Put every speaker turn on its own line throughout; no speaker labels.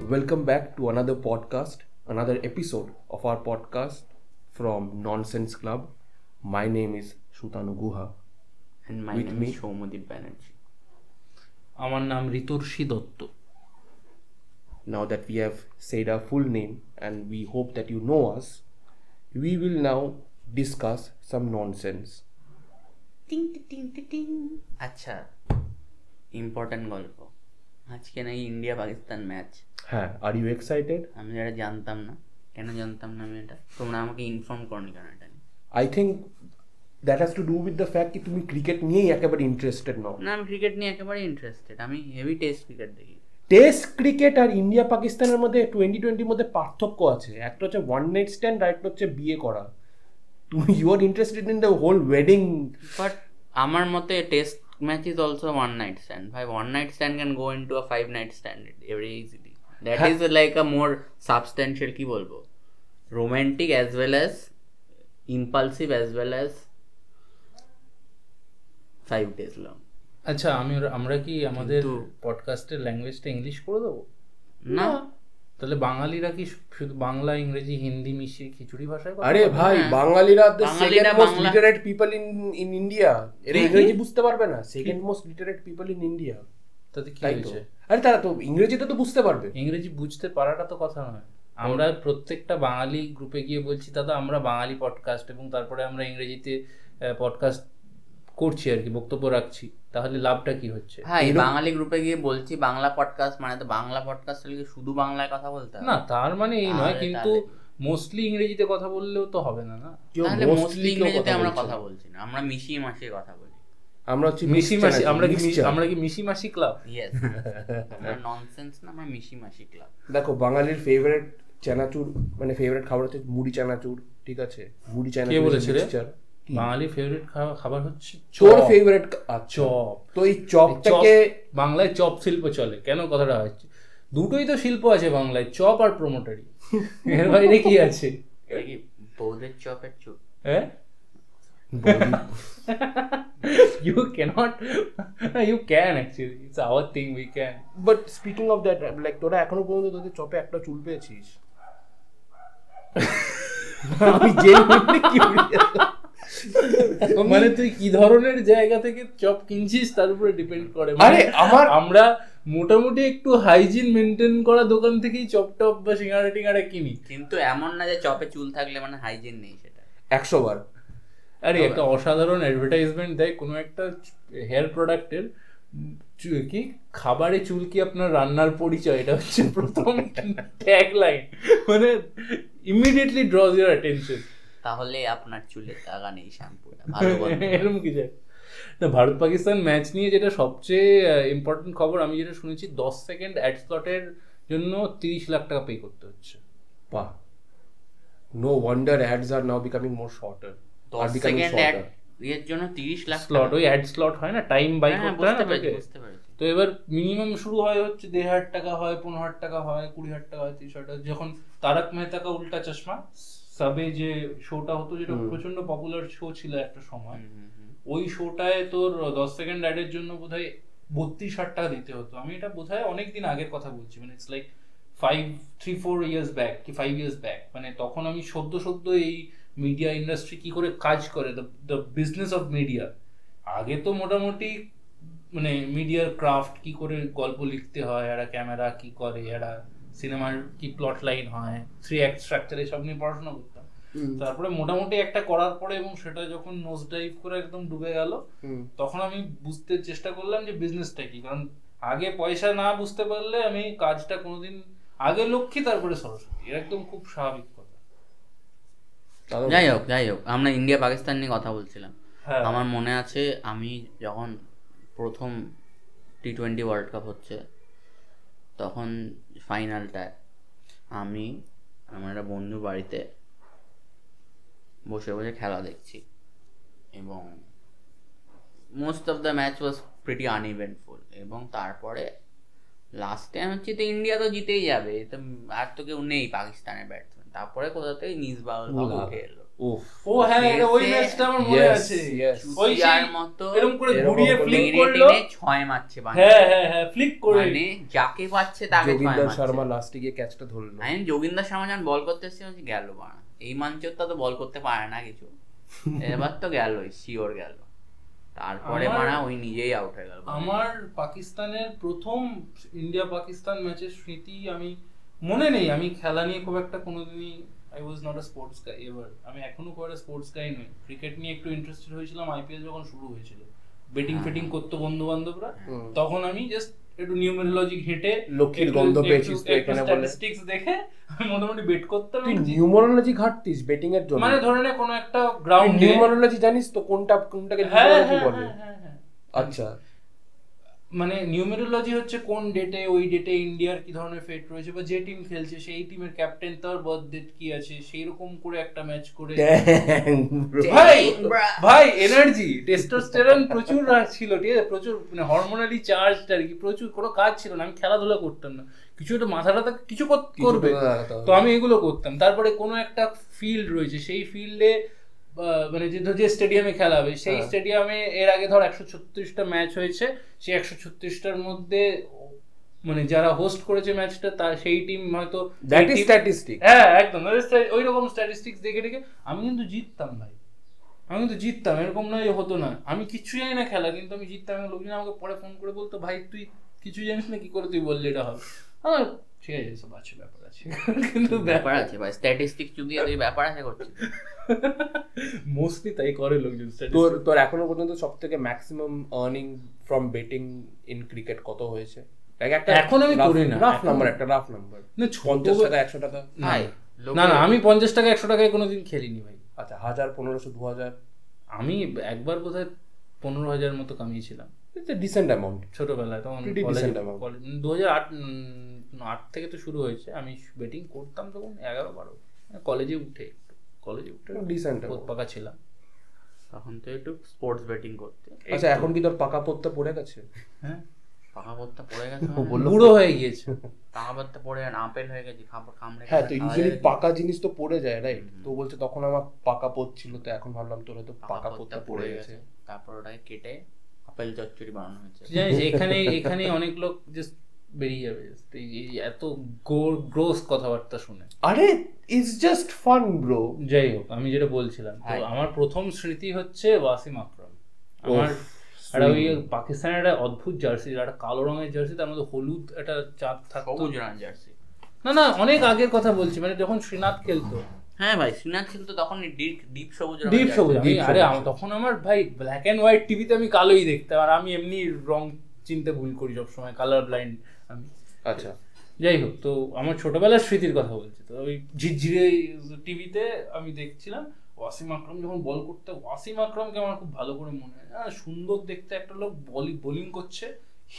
welcome back to another podcast, another episode of our podcast from Nonsense Club. My name is Shutanu Guha.
And my
With
name
me?
is Shomudip Banerjee.
আমার নাম Riturshi Dutta
Now that we have said our full name and we hope that you know us, we will now discuss some nonsense.
টিং টিং, টিং টিং, টিং আচ্ছা important গল্প আজকে নাকি ইন্ডিয়া পাকিস্তান ম্যাচ
হ্যাঁ আর ইউ এক্সাইটেড
আমি যেটা জানতাম না কেন জানতাম না আমি এটা তোমরা আমাকে ইনফর্ম করনি কেন এটা নিয়ে?
I think that has to do with the fact কি তুমি ক্রিকেট নিয়েই একেবারে ইন্টারেস্টেড নও
না আমি ক্রিকেট নিয়ে একেবারে ইন্টারেস্টেড আমি হেভি টেস্ট ক্রিকেট দেখি
টেস্ট ক্রিকেট আর ইন্ডিয়া পাকিস্তানের মধ্যে টোয়েন্টি টোয়েন্টির মধ্যে পার্থক্য আছে একটা হচ্ছে ওয়ান নাইট স্ট্যান্ড আর একটা হচ্ছে বিয়ে করা তুমি you are interested in the whole wedding
but আমার মতে test match is also one night stand ভাই one night stand can go into a five night stand every easily that
হ্যাঁ।
Is like a more substantial কি বলবো romantic as well as impulsive as well as five days long
আচ্ছা আমি আমরা কি আমাদের
কিন্তু-
পডকাস্টের ল্যাঙ্গুয়েজটা ইংলিশ করে দেবো
না
তাহলে বাঙালিরা কি শুধু বাংলা ইংরেজি হিন্দি মিশিয়ে খিচুড়ি ভাষায় কথা
আরে
বলে?
ভাই বাঙালিরা দ্য
হ্যাঁ। বাঙালিরা
সেকেন্ড মোস্ট
বাংলা- হ্যাঁ।
Literate people in in India এরা
দেখি।
ইংরেজি বুঝতে পারবে না second most literate people in India
তাতে কি
তাই তো
হয়েছে
আরে তারা তো ইংরেজিতে তো বুঝতে পারবে
ইংরেজি বুঝতে পারাটা তো কথা নয় আমরা প্রত্যেকটা বাঙালি গ্রুপে গিয়ে বলছি দাদা আমরা বাঙালি পডকাস্ট এবং তারপরে আমরা ইংরেজিতে পডকাস্ট করছি আর কি বক্তব্য রাখছি তাহলে লাভটা কি হচ্ছে
হ্যাঁ এই বাঙালি গ্রুপে গিয়ে বলছি বাংলা পডকাস্ট মানে তো বাংলা পডকাস্ট হলে কি শুধু বাংলায় কথা বলতে হবে
না তার মানে এই নয়
হ্যাঁ। তাহলে-
কিন্তু মোস্টলি ইংরেজিতে কথা বললেও তো হবে না না
কেউ
তাহলে
mostly
মোস্টলি
কেউ
ইংরেজিতে আমরা
বলছে
কথা
না।
বলছি না আমরা মিশিয়ে মাশিয়ে কথা বলি
আমরা হচ্ছে
মিশি
mixed
মাসি
energy,
আমরা কি মি-
mixture।
আমরা কি মিশি মাসি ক্লাব
ইয়েস আমরা ননসেন্স না আমরা মিশি মাশি ক্লাব
দেখো বাঙালির ফেভারিট চানাচুর মানে ফেভারিট খাবার হচ্ছে মুড়ি চানাচুর ঠিক আছে মুড়ি চানাচুর
বলেছে রে?
mixture।
বাঙালি ফেভারিট খাবার হচ্ছে
তোর
চপ
ফেভারিট আচ্ছা
চপ
তো এই চপটাকে
চপ- বাংলায় চপ শিল্প চলে কেন কথাটা হচ্ছে দুটোই তো শিল্প আছে বাংলায় চপ আর প্রমোটারি এর বাইরে কি আছে
এটা কি বৌদের চপের চুপ
হ্যাঁ you cannot you can actually it's our thing we can
but speaking of that like তোরা এখনো পর্যন্ত তোদের চপে একটা চুল পেয়েছিস আমি genuinely curious।
মানে তুই কি ধরনের জায়গা থেকে চপ কিনছিস তার উপরে ডিপেন্ড করে
আরে
মানে
আমার
আমরা মোটামুটি একটু হাইজিন মেনটেন করা দোকান থেকেই চপ টপ বা সিঙ্গারা টিঙ্গারা কিনি
কিন্তু এমন না যে চপে চুল থাকলে মানে হাইজিন নেই সেটা
একশো বার
আরে একটা অসাধারণ অ্যাডভার্টাইজমেন্ট দেয় কোনো একটা হেয়ার প্রোডাক্টের কি খাবারে চুলকি আপনার রান্নার পরিচয় এটা হচ্ছে প্রথম ট্যাগ লাইন মানে ইমিডিয়েটলি ড্রজ ইয়ার অ্যাটেনশন
তাহলে আপনার চুলে দাগা নেই শ্যাম্পুটা ভালো গন্ধ।
এরকম কিছু একটা। না ভারত পাকিস্তান ম্যাচ নিয়ে যেটা সবচেয়ে ইম্পর্টেন্ট খবর আমি যেটা শুনেছি দশ সেকেন্ড অ্যাড স্লটের জন্য তিরিশ লাখ টাকা পে করতে হচ্ছে
বাহ no wonder ads are now becoming more shorter
দশ সেকেন্ড এক ইয়ের জন্য তিরিশ লাখ
স্লট ওই অ্যাড স্লট হয় না টাইম বাই
হ্যাঁ,
করতে
বুঝতে
হয় না
পেরেছি
তোকে?
বুঝতে পেরেছি
তো এবার মিনিমাম শুরু হয় হচ্ছে দেড় হাজার টাকা হয় পনেরো হাজার টাকা হয় কুড়ি হাজার টাকা হয় তিরিশ হাজার টাকা যখন তারক মেহতা কা উল্টা চশমা সাবে যে শোটা হতো যেটা প্রচন্ড পপুলার শো ছিল একটা সময়
হুম, হুম, হুম।
ওই শোটায় তোর দশ সেকেন্ড অ্যাডের জন্য বোধহয় বত্রিশ হাজার টাকা দিতে হতো আমি এটা বোধহয় অনেক দিন আগের কথা বলছি মানে it's like five three four years back কি ফাইভ ইয়ার্স ব্যাক মানে তখন আমি সদ্য সদ্য এই মিডিয়া ইন্ডাস্ট্রি কি করে কাজ করে দ্য বিজনেস অফ মিডিয়া আগে তো মোটামুটি মানে মিডিয়ার ক্রাফট কি করে গল্প লিখতে হয় এরা ক্যামেরা কি করে এরা সিনেমার কি প্লট লাইন হয় থ্রি অ্যাক্ট স্ট্রাকচার এসব নিয়ে পড়াশোনা করতাম তারপরে মোটামুটি একটা করার পরে এবং সেটা যখন নোজ ডাইভ করে একদম ডুবে গেল তখন আমি বুঝতে চেষ্টা করলাম যে বিজনেসটা কি কারণ আগে পয়সা না বুঝতে পারলে আমি কাজটা কোনোদিন আগে লক্ষ্মী তারপরে সরস্বতী এটা একদম খুব স্বাভাবিক কথা
যাই হোক যাই হোক আমরা ইন্ডিয়া পাকিস্তান নিয়ে কথা বলছিলাম
হ্যাঁ
আমার মনে আছে আমি যখন প্রথম টি টোয়েন্টি ওয়ার্ল্ড কাপ হচ্ছে তখন ফাইনালটায় আমি আমার একটা বন্ধু বাড়িতে বসে বসে খেলা দেখছি এবং most of the match was pretty uneventful এবং তারপরে লাস্ট টাইম হচ্ছে তো ইন্ডিয়া তো জিতেই যাবে তো আর তো কেউ নেই পাকিস্তানের ব্যাটসম্যান তারপরে কোথা থেকে মিসবাউল
বুলাল।
উঠে এলো
উফ
ও হ্যাঁ এটা ওই
Yes,
ম্যাচটা আমার মনে
yes,
আছে
yes.
ওই
চুসি আর
সেই
মতো
এরকম করে
এরকম
ঘুরিয়ে
করে
ফ্লিক
টেনে
করলো
টেনে ছয় মারছে বাঁধা।
হ্যাঁ হ্যাঁ হ্যাঁ ফ্লিক করে
মানে যাকে পাচ্ছে তাকে ছয়
যোগিন্দর শর্মা
মারছে
লাস্টে গিয়ে ক্যাচটা ধরলো
আমি যোগিন্দর শর্মা যখন বল করতে এসেছি আমি গেল বাড়া এই মানচোরটা তো বল করতে পারে না কিছু এবার তো গেলই শিওর গেল তারপরে
আমার-
মারা ওই নিজেই আউট হয়ে গেল
আমার পাকিস্তানের প্রথম ইন্ডিয়া পাকিস্তান ম্যাচের স্মৃতি আমি মনে নেই আমি খেলা নিয়ে খুব একটা কোনোদিনই I was not a sports guy ever আমি এখনো খুব একটা স্পোর্টস গাই নই ক্রিকেট নিয়ে একটু ইন্টারেস্টেড হয়েছিলাম আইপিএল যখন শুরু হয়েছিল বেটিং
হ্যাঁ।
ফিটিং করতো বন্ধু বান্ধবরা
হুম।
তখন আমি জাস্ট একটু নিউমেরোলজি ঘেটে
লক্ষ্মীর
একটু-
গন্ধ
একটু-
পেয়েছিস তো
একটু
এখানে বলে।
statistics দেখে আমি মোটামুটি বেট করতাম
তুই নিউমোরোলজি ঘাটতিস ব্যাটিং এর জন্য
মানে ধরে নে কোনো একটা গ্রাউন্ড
নিউমোরোলজি জানিস তো কোনটা কোনটাকে
হ্যাঁ
নিউমোরোলজি
হ্যাঁ
বলে
হ্যাঁ, হ্যাঁ হ্যাঁ
আচ্ছা
মানে নিউমেরোলজি হচ্ছে কোন ডেটে ওই ডেটে ইন্ডিয়ার কি ধরনের ফেট রয়েছে বা যে টিম খেলছে সেই টিমের ক্যাপ্টেন তার বার্থ ডেট কি আছে সেই রকম করে একটা ম্যাচ করে
ড্যাং
ভাই
Dang, bruh.
ভাই এনার্জি টেস্টোস্টেরন প্রচুর রা- ছিল ঠিক আছে প্রচুর মানে হরমোনালি চার্জ আর কি প্রচুর কোনো কাজ ছিল না আমি খেলাধুলা করতাম না কিছু একটা মাথাটা কিছু কর- করবে তো আমি এগুলো করতাম তারপরে কোনো একটা ফিল্ড রয়েছে সেই ফিল্ডে মানে যে ধর যে স্টেডিয়ামে খেলা হবে সেই
হ্যাঁ।
স্টেডিয়ামে এর আগে ধর একশো ছত্রিশটা ম্যাচ হয়েছে সেই একশো ছত্রিশটার মধ্যে মানে যারা হোস্ট করেছে ম্যাচটা তার সেই টিম হয়তো
দ্যাট
সেই
ইজ
team-
স্ট্যাটিস্টিক
হ্যাঁ একদম ওই রকম স্ট্যাটিস্টিক্স দেখে দেখে আমি কিন্তু জিততাম ভাই আমি কিন্তু জিততাম এরকম নয় যে হতো না আমি কিছু জানি না খেলা কিন্তু আমি জিততাম এবং লোকজন আমাকে পরে ফোন করে বলতো ভাই তুই কিছু জানিস না কি করে তুই বললি এটা হবে আমার ঠিক আছে সব আছে ব্যাপার আছে কিন্তু
ব্যাপার
ব্যাপার
আছে ভাই স্ট্যাটিস্টিক্স যদি তুই ব্যাপার আছে করছিস
মোস্টলি তাই করে লোকজন
তোর
statistics।
তোর এখনো পর্যন্ত সব থেকে maximum earning from betting in cricket কত হয়েছে Like একটা
এখন আমি করি না।
রাফ
এখন-
নাম্বার একটা রাফ নাম্বার
না, ছোট-
পঞ্চাশ টাকা একশো টাকা
না,
ভাই,
না না
লোকে-
আমি পঞ্চাশ টাকা একশো টাকায় কোনোদিন খেলিনি ভাই
আচ্ছা হাজার পনেরোশো দু হাজার
আমি একবার বোধহয় পনেরো হাজার মতো কামিয়েছিলাম
ইটস ডিসেন্ট অ্যামাউন্ট
ছোটবেলায় তখন
Pretty decent amount.
দু হাজার আট আট থেকে তো শুরু হয়েছে আমি ব্যাটিং করতাম তখন এগারো বারো কলেজে উঠে কলেজে উঠে
ডিসেন্ট
ভূত পাকা ছিলাম
তখন তো একটু স্পোর্টস ব্যাটিং করতে
আচ্ছা এখন কি তোর পাকা পড়তে পড়ে গেছে
হ্যাঁ
পাকা পড়তে পড়ে গেছে মানে?
বুড়ো হয়ে গিয়েছে
পাকা পড়তে পড়ে আপেল হয়ে গেছে খাবার কামড়ে
হ্যাঁ তো
খাবার খাওয়া
ইউজুয়ালি
যায়।
পাকা জিনিস তো পড়ে যায় রাইট তো বলছে তখন আমার পাকা পথ ছিল তো এখন ভাবলাম তোর হয়তো পাকা পথটা
পড়তে
পড়ে গেছে
তারপর ওটাকে কেটে আপেল চচ্চড়ি বানানো হয়েছে
তুই জানিস এখানে এখানে অনেক লোক জাস্ট বেরিয়ে যাবে just এই- এই এত গ্রোস কথাবার্তা শুনে
আরে ইটস জাস্ট ফান ব্রো
যাই হোক আমি যেটা বলছিলাম তো
Hi.
আমার প্রথম স্মৃতি হচ্ছে ওয়াসিম আকরাম আমার একটা ওই পাকিস্তানের একটা অদ্ভুত জার্সি একটা কালো রঙের জার্সি তার মধ্যে হলুদ একটা চাপ থাকতো
সবুজ রঙের জার্সি
না না অনেক আগের কথা বলছি মানে যখন শ্রীনাথ খেলতো
হ্যাঁ ভাই শ্রীনাথ খেলতো তখন ডিপ ডিপ সবুজ রঙের
দীপ
jersey।
সবুজ আমি
deep
আরে
সবুজ।
আমার- তখন আমার ভাই ব্ল্যাক এন্ড হোয়াইট টিভিতে আমি কালোই দেখতাম আর আমি এমনি রং চিনতে ভুল করি সবসময় কালার ব্লাইন্ড আমি
আচ্ছা
যাই হোক তো আমার ছোটবেলার স্মৃতির কথা বলছি তো ওই ঝিরঝিরে টিভিতে আমি দেখছিলাম ওয়াসিম আকরম যখন বল করতে ওয়াসিম আকরমকে আমার খুব ভালো করে মনে হয় আর সুন্দর দেখতে একটা লোক বলি বোলিং করছে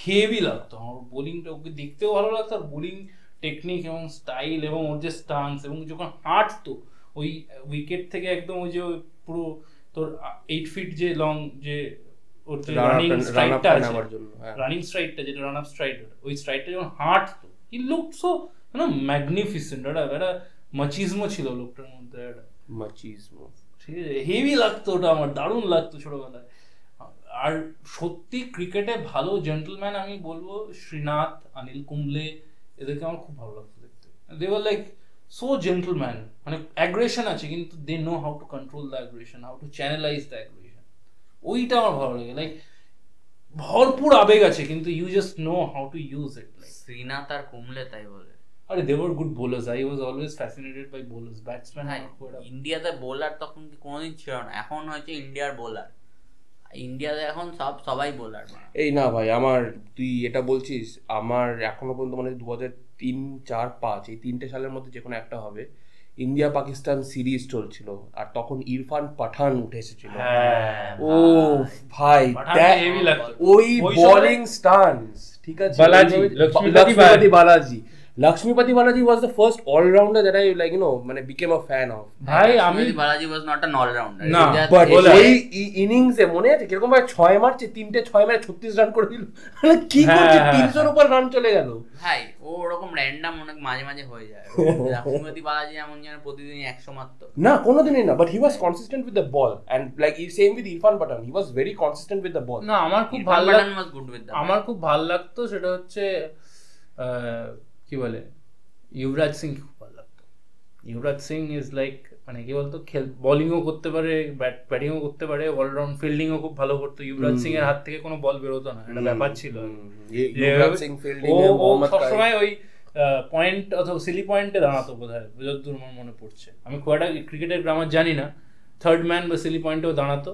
হেভি লাগতো আমার বোলিংটা ওকে দেখতেও ভালো লাগতো আর বোলিং টেকনিক এবং স্টাইল এবং ওর যে স্টান্স এবং যখন হাঁটতো ওই উইকেট থেকে একদম ওই যে ওই পুরো তোর এইট ফিট যে লং যে ওর যে রানিং স্ট্রাইকটা আছে
আমার জন্য হ্যাঁ।
রানিং স্ট্রাইটটা যেটা রান আপ স্ট্রাইট ওই স্ট্রাইটটা যখন হাঁটতো হি লুক সো না ম্যাগনিফিসেন্ট একটা একটা মাচিজমো ছিল লোকটার মধ্যে একটা
Machismo.
ঠিক আছে হেভি লাগতো ওটা আমার দারুণ লাগতো ছোটবেলায় আর সত্যি ক্রিকেটে ভালো জেন্টলম্যান আমি বলবো শ্রীনাথ অনিল কুম্বলে এদেরকে আমার খুব ভালো লাগতো দেখতে they were like so gentleman মানে অ্যাগ্রেশন আছে কিন্তু they know how to control the aggression how to চ্যানেলাইজ the aggression ওইটা আমার ভালো লাগে লাইক ভরপুর আবেগ আছে কিন্তু you just know how to use it like
Srinath আর কুমলে তাই বলে
আরে they were good bowlers I was always fascinated by bowlers batsman
হ্যাঁ ইন্ডিয়াতে বোলার তখন কি কোনোদিন ছিল না এখন হয়েছে ইন্ডিয়ার বোলার ইন্ডিয়াতে এখন সব সবাই বোলার
এই না ভাই আমার তুই এটা বলছিস আমার এখনো পর্যন্ত মানে দু হাজার তিন চার পাঁচ এই তিনটে সালের মধ্যে যে কোনো একটা হবে ইন্ডিয়া পাকিস্তান সিরিজ চলছিল আর তখন ইরফান পাঠান উঠে এসেছিল
হ্যাঁ
ও ভাই
পাঠানকে
that-
heavy লাগতো।
ওই
ওই সময়-
বোলিং স্টান্স ঠিক আছে
বালাজি,
ওইভাবে-
Lakshmipati
Lakshmipati
Balaji.
Balaji Lakshmipati Balaji was the first all-rounder that I like, you know, when I became a fan of.
ভাই আমি
Balaji was not an allrounder
না,
বাট
bowler.
ওই ইনিংসে মনে আছে কিরকম ভাবে ছয় মারছে তিনটে ছয় মারে ছত্রিশ রান করে দিল আরে কি
হ্যাঁ,
করছে
হ্যাঁ,
তিনশোর
হ্যাঁ।
উপর রান চলে গেল
ভাই ও ওরকম র্যান্ডাম অনেক মাঝে মাঝে হয়ে যায় রাহুলমতি বালাজি এমন যেন প্রতিদিন একশো মাত্র
না কোনোদিনই না but he was consistent with the ball and like ই same with Irfan Pathan he was very consistent with the ball
না আমার খুব ভালো লাগ
বাটান ওয়াজ গুড উইথ দ্য
আমার খুব ভালো লাগতো সেটা হচ্ছে আহ, কি বলে ইউবরাজ সিং খুব ভালো লাগতো ইউবরাজ সিং ইজ লাইক মানে কি বলতো খেল বলিংও করতে পারে ব্যাটিংও করতে পারে অলরাউন্ড ফিল্ডিংও খুব ভালো করতো ইউবরাজ সিং এর হাত থেকে কোনো বল বেরোতো না একটা ব্যাপার ছিল যে
ইমরান সিং ফিল্ডিং
ও- ও
মোহাম্মদ কাইফ
Oh, সবসময় ওই পয়েন্ট অথবা সিলি পয়েন্টে দাঁড়াতো বোধ হয় যতদূর আমার মনে পড়ছে আমি খুব একটা ক্রিকেটের গ্রামার জানি না থার্ড ম্যান বা সিলি পয়েন্টেও দাঁড়াতো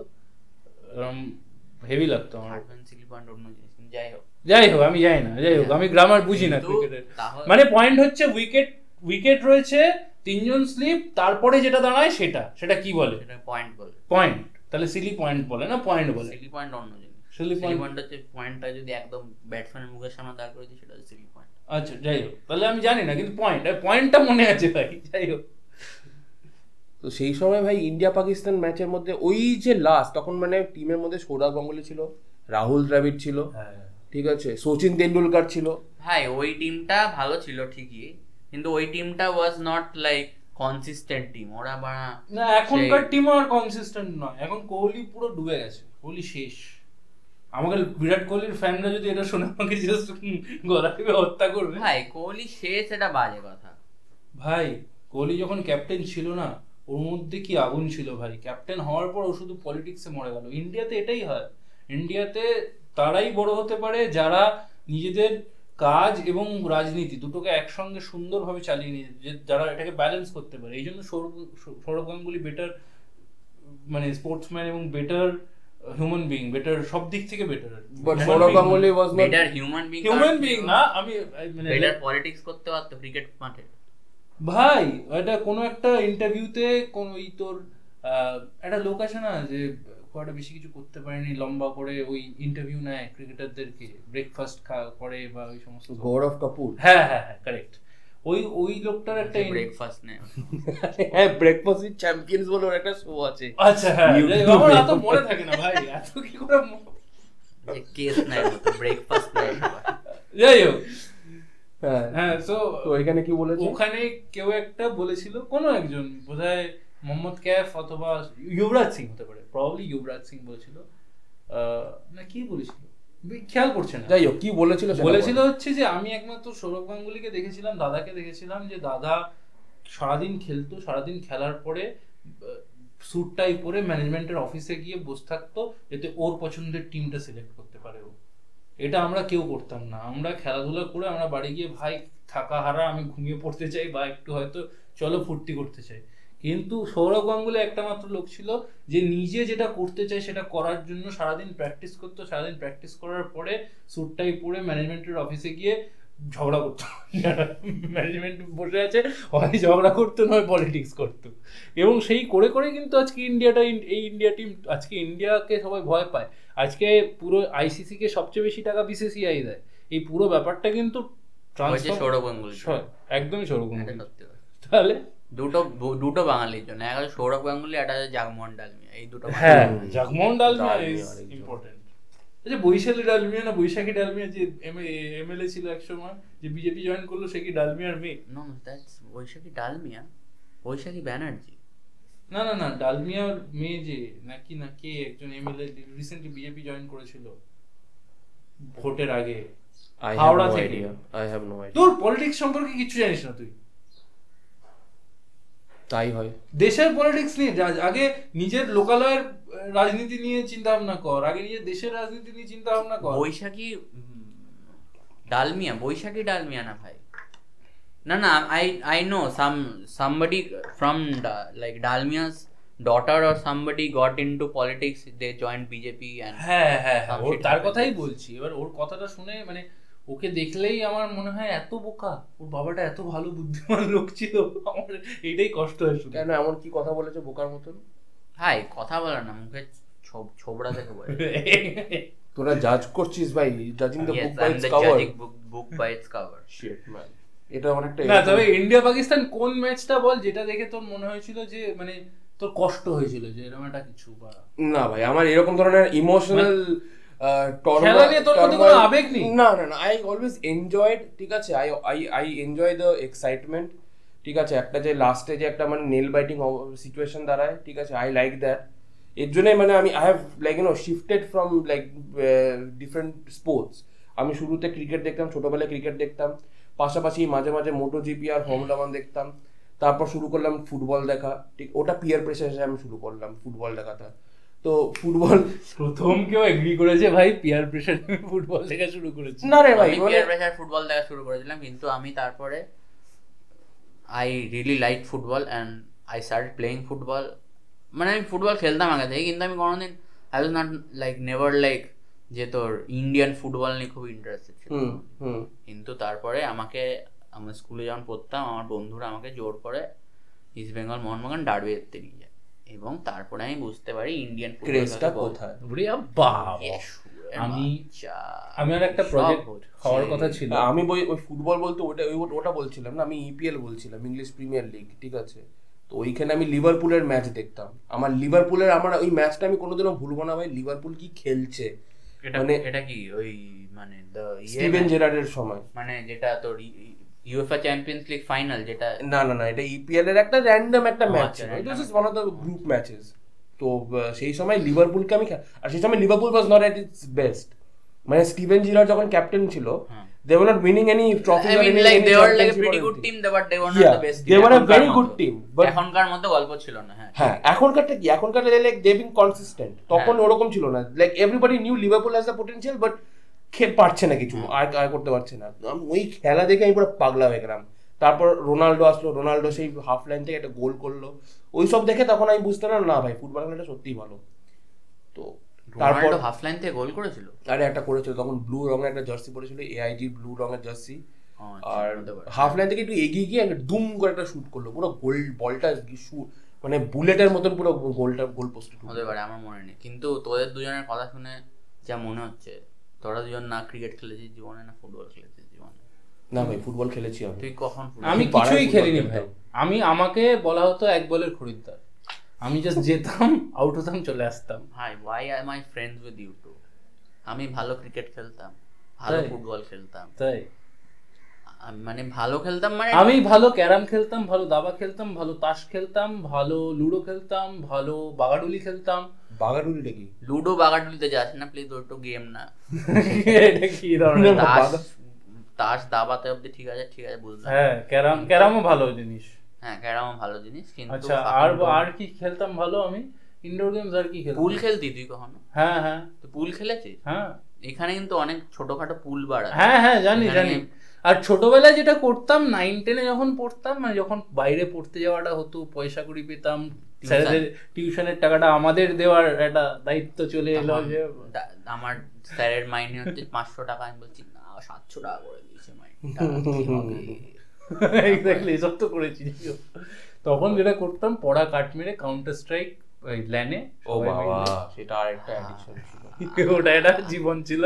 হেভি লাগতো আমার
হ্যাঁ। সিলিপান্ড অন্য জিনিস কিন্তু যাই হোক
যাই হোক আমি যাই না যাই হোক আমি গ্রামার বুঝি না
হ্যাঁ। কিন্তু
ক্রিকেটের
তাহলে-
মানে পয়েন্ট হচ্ছে উইকেট উইকেট রয়েছে তিনজন স্লিপ তারপরে যেটা দাঁড়ায় সেটা সেটা কি বলে
সেটা পয়েন্ট বলে
পয়েন্ট তাহলে সিলি পয়েন্ট বলে না পয়েন্ট বলে
সিলি পয়েন্ট অন্য জিনিস
Silly
সিলি
point-
পয়েন্ট হচ্ছে পয়েন্টটা যদি একদম ব্যাটসম্যানের মুখের সামনে দাঁড় করে দিই সেটা হচ্ছে সিলি পয়েন্ট
আচ্ছা যাই হোক তাহলে আমি জানি না কিন্তু পয়েন্ট পয়েন্টটা মনে আছে ভাই যাই হোক
তো সেই সময় ভাই ইন্ডিয়া পাকিস্তান ম্যাচের মধ্যে ওই যে লাস্ট তখন মানে টিমের মধ্যে সৌরভ গাঙ্গুলি ছিল রাহুল দ্রাবিড় ছিল
হ্যাঁ।
ঠিক আছে সচিন তেন্ডুলকার ছিল
ভাই ওই টিমটা ভালো ছিল ঠিকই কিন্তু ওই টিমটা was not like consistent team ওরা বাড়া
না এখনকার
সেই-
টিম আর কনসিস্টেন্ট নয় এখন কোহলি পুরো ডুবে গেছে কোহলি শেষ আমাকে বিরাট কোহলির ফ্যানরা যদি এটা শুনে আমাকে জাস্ট গলাটিপে হত্যা করবে
ভাই কোহলি শেষ এটা বাজে কথা
ভাই কোহলি যখন ক্যাপ্টেন ছিল না ওর মধ্যে কি আগুন ছিল ভাই ক্যাপ্টেন হওয়ার পর ও শুধু পলিটিক্সে মরে গেল ইন্ডিয়াতে এটাই হয় ইন্ডিয়াতে তারাই বড় হতে পারে যারা নিজেদের কাজ এবং রাজনীতি দুটোকে একসঙ্গে সুন্দরভাবে চালিয়ে নিয়ে যে যারা এটাকে ব্যালেন্স করতে পারে এই জন্য সৌরভ সৌরভ গাঙ্গুলি বেটার মানে স্পোর্টসম্যান এবং বেটার হিউম্যান বিং বেটার সব দিক থেকে better
but Sourav Ganguly was not
better human being
human being মানে না আমি I- মানে
বেটার পলিটিক্স করতে পারতো ক্রিকেট মাঠে
ভাই এটা কোনো একটা ইন্টারভিউতে কোন ওই তোর আহ, একটা লোক আছে না যে খুব একটা বেশি কিছু করতে পারেনি লম্বা করে ওই ইন্টারভিউ নেয় ক্রিকেটারদেরকে ব্রেকফাস্ট করে বা ওই সমস্ত
গৌরব কাপুর
হ্যাঁ হ্যাঁ হ্যাঁ কারেক্ট ওই ওই লোকটার একটা in-
ব্রেকফাস্ট নেই
হ্যাঁ ব্রেকফাস্ট উইথ চ্যাম্পিয়ন্স বলে ওর একটা শো আছে
আচ্ছা হ্যাঁ
YouTube
যাই হোক, আমার এত মনে থাকে না ভাই এত কি করে মনে-
যে কেস নেই ব্রেকফাস্ট নেই
যাই হোক
হ্যাঁ
হ্যাঁ তো
তো এখানে কি বলেছে
ওখানে কেউ একটা বলেছিল কোনো একজন বোধহয় মোহাম্মদ ক্যাফ অথবা ইউবরাজ সিং হতে পারে প্রবাবলি ইউবরাজ সিং বলেছিল আহ, না কি বলেছিল বি- খেয়াল করছে না
যাই হোক কি বলেছিল সেটা
বলেছিল
বলো।
হচ্ছে যে আমি একমাত্র সৌরভ গাঙ্গুলিকে দেখেছিলাম দাদাকে দেখেছিলাম যে দাদা সারাদিন খেলতো সারাদিন খেলার পরে স্যুট টাই পরে ম্যানেজমেন্টের অফিসে গিয়ে বসে থাকতো যাতে ওর পছন্দের টিমটা সিলেক্ট করতে পারে ও এটা আমরা কেউ করতাম না আমরা খেলাধুলা করে আমরা বাড়ি গিয়ে ভাই থাকা হারা আমি ঘুমিয়ে পড়তে চাই বা একটু হয়তো চলো ফুর্তি করতে চাই কিন্তু সৌরভ গাঙ্গুলি একটা মাত্র লোক ছিল যে নিজে যেটা করতে চায় সেটা করার জন্য সারাদিন প্র্যাকটিস করতো সারাদিন প্র্যাকটিস করার পরে স্যুটটাই পরে ম্যানেজমেন্টের অফিসে গিয়ে ঝগড়া করতো ম্যানেজমেন্ট বসে আছে হয় ঝগড়া করতো নয় পলিটিক্স করতো এবং সেই করে করে কিন্তু আজকে ইন্ডিয়াটা ইন- এই ইন্ডিয়া টিম আজকে ইন্ডিয়াকে সবাই ভয় পায় আজকে পুরো আইসিসি কে সবচেয়ে বেশি টাকা বিসিসিআই দেয় এই পুরো ব্যাপারটা কিন্তু
হয়েছে
transfer-
সৌরভ গাঙ্গুলি
স- একদমই সৌরভ
এটা
গাঙ্গুলি।
সত্যি কথা।
তাহলে
দুটো দুটো বাঙালির জন্য একটা হচ্ছে সৌরভ গাঙ্গুলি একটা হচ্ছে জাগমোহন ডালমিয়া এই দুটো
হ্যাঁ
হুম।
জাগমোহন ডালমিয়া
ডালমিয়া
ইজ
আরেকজন।
ইম্পর্টেন্ট আচ্ছা বৈশালী ডালমিয়া না বৈশাখী ডালমিয়া যে এমএলএ ছিল এক সময় যে বিজেপি জয়েন করলো সে কি ডালমিয়ার মেয়ে
নো দ্যাটস বৈশাখী ডালমিয়া বৈশাখী ব্যানার্জি
না না না ডালমিয়ার মেয়ে যে নাকি না কে একজন এমএলএ রিসেন্টলি বিজেপি জয়েন করেছিল ভোটের আগে
I have
হাওড়া
no
থেকে।
idea. I have no idea.
তোর পলিটিক্স সম্পর্কে কিছু জানিস না তুই
তাই হয়
দেশের পলিটিক্স নিয়ে যা- আগে নিজের লোকালয়ের আহ, রাজনীতি নিয়ে চিন্তা ভাবনা কর আগে নিজের দেশের রাজনীতি নিয়ে চিন্তা ভাবনা কর
বৈশাখী উম, ডালমিয়া বৈশাখী ডালমিয়া না ভাই না না I I know some somebody from like Dalmiya's daughter or somebody got into politics they join BJP and
হ্যাঁ হ্যাঁ হ্যাঁ, ওর
Something
তার
like
কথাই
that.
বলছি এবার ওর কথাটা শুনে মানে ওকে দেখলেই আমার মনে হয় এত বোকা ওর বাবাটা এত ভালো বুদ্ধিমান লোক ছিল আমার এটাই কষ্ট হয় শুনে
কেন এমন কি কথা বলেছে বোকার মতন
ভাই কথা বলো না মুখে ছোব- ছোবড়া দেখে বলে
হ্যাঁ।
তোরা জাজ করছিস ভাই জাজিং the
Yes,
book by
I'm
its
the
cover
judging book, book by its cover.
Shit man এটা অনেকটা
না তবে ইন্ডিয়া পাকিস্তান কোন ম্যাচটা বল যেটা দেখে তোর মনে হয়েছিল যে মানে তোর কষ্ট হয়েছিল যে এরকম একটা কিছু বা
না ভাই আমার এরকম ধরনের ইমোশনাল
মানে- খেলা নিয়ে তোর মধ্যে কোনো আবেগ নেই?
না না না আই অলওয়েজ এনজয়েড ঠিক আছে I I I enjoy the excitement ঠিক আছে একটা যে লাস্টে যে একটা মানে নেল বাইটিং সিচুয়েশন দাঁড়ায় ঠিক আছে আই লাইক দ্যাট এর জন্যই মানে আমি I have like you know shifted from like different sports uh, আমি শুরুতে ক্রিকেট দেখতাম ছোটবেলায় ক্রিকেট দেখতাম পাশাপাশি মাঝে মাঝে মোটো জিপি আর হোম রামান দেখতাম তারপর শুরু করলাম ফুটবল দেখা ঠিক ওটা পিয়ার প্রেশার হিসেবে আমি শুরু করলাম ফুটবল দেখাটা তো ফুটবল
প্রথম কেউ এগ্রি করেছে ভাই পিয়ার প্রেশার ফুটবল দেখা শুরু করেছে
না রে ভাই
আমি
মানে-
পিয়ার প্রেশার ফুটবল দেখা শুরু করেছিলাম কিন্তু আমি তারপরে I really like football and I start playing football মানে আমি ফুটবল খেলতাম আগে থেকে কিন্তু আমি কোনোদিন I was not like never like যে তোর ইন্ডিয়ান ফুটবল নিয়ে খুব ইন্টারেস্টেড ছিল
হুম হুম
কিন্তু তারপরে আমাকে আমার স্কুলে যখন পড়তাম আমার বন্ধুরা আমাকে জোর করে ইস্ট বেঙ্গল মোহনবাগান ডার্বি দেখতে নিয়ে যায় এবং তারপরে আমি বুঝতে পারি ইন্ডিয়ান
ক্রেজটা কোথায়
ওরে বাবা আমি- আমার একটা প্রজেক্ট হওয়ার কথা ছিল
আমি বই- ওই ফুটবল বলতে ওটা ওই- ওটা বলছিলাম না আমি ইপিএল বলছিলাম ইংলিশ প্রিমিয়ার লিগ ঠিক আছে তো ওইখানে আমি লিভারপুলের ম্যাচ দেখতাম আমার লিভারপুলের আমার ওই ম্যাচটা আমি কোনোদিনও ভুলবো না ভাই লিভারপুল কি খেলছে
এটা
মানে-
এটা কি ওই মানে দ্য
স্টিভেন জেরার্ডের সময়
মানে যেটা তোর ইউএফএ চ্যাম্পিয়ন্স লিগ ফাইনাল যেটা
না না না এটা ইপিএল এর একটা র্যান্ডম একটা ম্যাচ
আচ্ছা,
ছিল it
random
was one of the group matches তো আহ, সেই সময় লিভারপুলকে আমি খে- আর সেই সময় Liverpool was not at its best মানে স্টিভেন জিরার যখন ক্যাপ্টেন ছিল
হ্যাঁ।
They were not winning any trophy
I mean, like, they were like a pretty good team, they were- they were not
Yeah,
the best
they
team
were a
এখনকার
very good
মতো।
team, but-
এখনকার মতো গল্প ছিল না হ্যাঁ
হ্যাঁ এখনকারটা কি এখনকারটা লাইক দে বিন কনসিস্টেন্ট তখন ওরকম ছিল না like everybody knew Liverpool has the potential but খে পারছে না কিছু আর আর করতে পারছে না আমি ওই খেলা দেখে আমি পুরো পাগলা হয়ে গেলাম তারপর রোনাল্ডো আসলো রোনাল্ডো সেই হাফ লাইন থেকে একটা গোল করলো ওই সব দেখে তখন আমি বুঝতে পারলাম না ভাই ফুটবল খেলাটা সত্যিই ভালো তো তারপর
রোনাল্ডো হাফ লাইন থেকে গোল করেছিল
আরে একটা করেছিল তখন ব্লু রঙের একটা জার্সি পরেছিল এআইজি ব্লু রঙের জার্সি
ও, আচ্ছা,
আর
হতে পারে।
হাফ লাইন থেকে একটু এগিয়ে গিয়ে একটা দুম করে একটা শুট করলো পুরো গোল বলটা শু- মানে বুলেটের মতন পুরো গোলটা গোল পোস্টে
হতে পারে আমার মনে নেই কিন্তু তোদের দুজনের কথা শুনে যা মনে হচ্ছে তোরা দুজন না ক্রিকেট খেলেছিস জীবনে না ফুটবল খেলেছিস জীবনে
না ভাই ফুটবল খেলেছি আমি
তুই কখন ফুটবল
আমি
পাড়ায়
কিছুই
ফুটবল
খেলিনি
খেলতাম।
ভাই আমি আমাকে বলা হতো এক বলের খরিদ্দার আমি জাস্ট যেতাম আউট হতাম চলে আসতাম
ভাই why are my friends with you too আমি ভালো ক্রিকেট খেলতাম ভালো
তাই?
ফুটবল খেলতাম
তাই
আমি মানে ভালো খেলতাম মানে
আমি ভালো ক্যারাম খেলতাম ভালো দাবা খেলতাম ভালো তাস খেলতাম ভালো লুডো খেলতাম ভালো বাগাডুলি খেলতাম
বাগাডুলিটা কি
লুডো বাগাডুলিতে যাস না প্লিজ ওই তো গেম না
এটা কি ধরনের
না,
তাস
বাগা-
তাস দাবাতে অব্দি ঠিক আছে ঠিক আছে বুঝলাম
হ্যাঁ ক্যারাম ক্যারামও ভালো জিনিস
হ্যাঁ ক্যারামও ভালো জিনিস কিন্তু
আচ্ছা আর আর কি খেলতাম ভালো আমি ইনডোর গেমস আর কি
পুল
খেলতাম
খেলতি তুই কখনো
হ্যাঁ হ্যাঁ
তুই পুল খেলেছিস
হ্যাঁ
এখানে কিন্তু অনেক ছোটখাটো পুল বার আছে
হ্যাঁ হ্যাঁ জানি
এখানে-
জানি আর ছোটবেলায় যেটা করতাম নাইন টেনে যখন পড়তাম মানে যখন বাইরে পড়তে যাওয়াটা হতো পয়সা কড়ি পেতাম
Tuition.
স্যারেদের টিউশনের টাকাটা আমাদের দেওয়ার একটা দায়িত্ব চলে এলো
তখন
যে
দা- আমার স্যারের মাইনে হচ্ছে পাঁচশো টাকা আমি বলছি না সাতশো টাকা করে দিয়েছে মাইনটা
এক্স্যাক্টলি এসব তো করেছি তখন যেটা করতাম পড়া কাট মেরে কাউন্টার স্ট্রাইক ল্যানে
ও বাবা সেটা আরেকটা
হ্যাঁ।
অ্যাডিকশন ছিল
ওটা একটা জীবন ছিল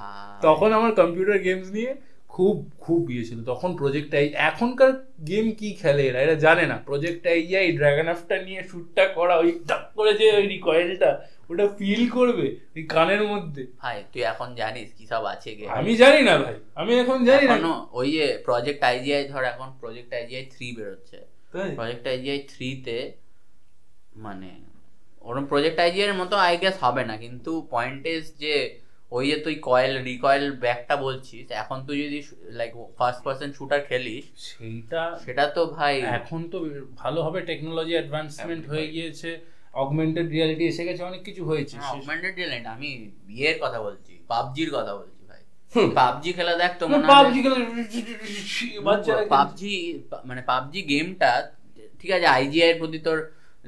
হ্যাঁ।
তখন আমার কম্পিউটার গেমস নিয়ে খুব খুব ইয়ে ছিল তখন প্রজেক্ট আই এখনকার গেম কি খেলে এরা এরা জানে না প্রজেক্ট আইয়া এই ড্রাগন আফটা নিয়ে শুটটা করা ওই টাক করে যে ওই রিকয়েলটা ওটা ফিল করবে ওই কানের মধ্যে
ভাই তুই এখন জানিস কি সব আছে গে
আমি জানি না ভাই আমি এখন জানি না
এখনো ওই যে প্রজেক্ট আইজিআই ধর এখন প্রজেক্ট আইজিআই থ্রি বেরোচ্ছে
তাই?
প্রজেক্ট আইজিআই থ্রিতে মানে ওরকম প্রজেক্ট আইজিআই এর মতো আই গেস হবে না কিন্তু পয়েন্ট ইজ যে ওই যে তুই কয়েল রিকয়েল ব্যাকটা বলছিস এখন তুই যদি লাইক ফার্স্ট পার্সন শুটার খেলিস
সেইটা
সেটা তো ভাই
এখন তো ভালোভাবে টেকনোলজি অ্যাডভান্সমেন্ট হয়ে গিয়েছে অগমেন্টেড রিয়ালিটি এসে গেছে অনেক কিছু হয়েছে
অগমেন্টেড রিয়েলিটি আমি বিয়ের কথা বলছি পাবজির কথা বলছি ভাই পাবজি খেলা দেখ তো মনে
পাবজি
হয়
বাচ্চারা খেলে।
পাবজি মানে পাবজি গেমটা ঠিক আছে আইজিআই এর প্রতি তোর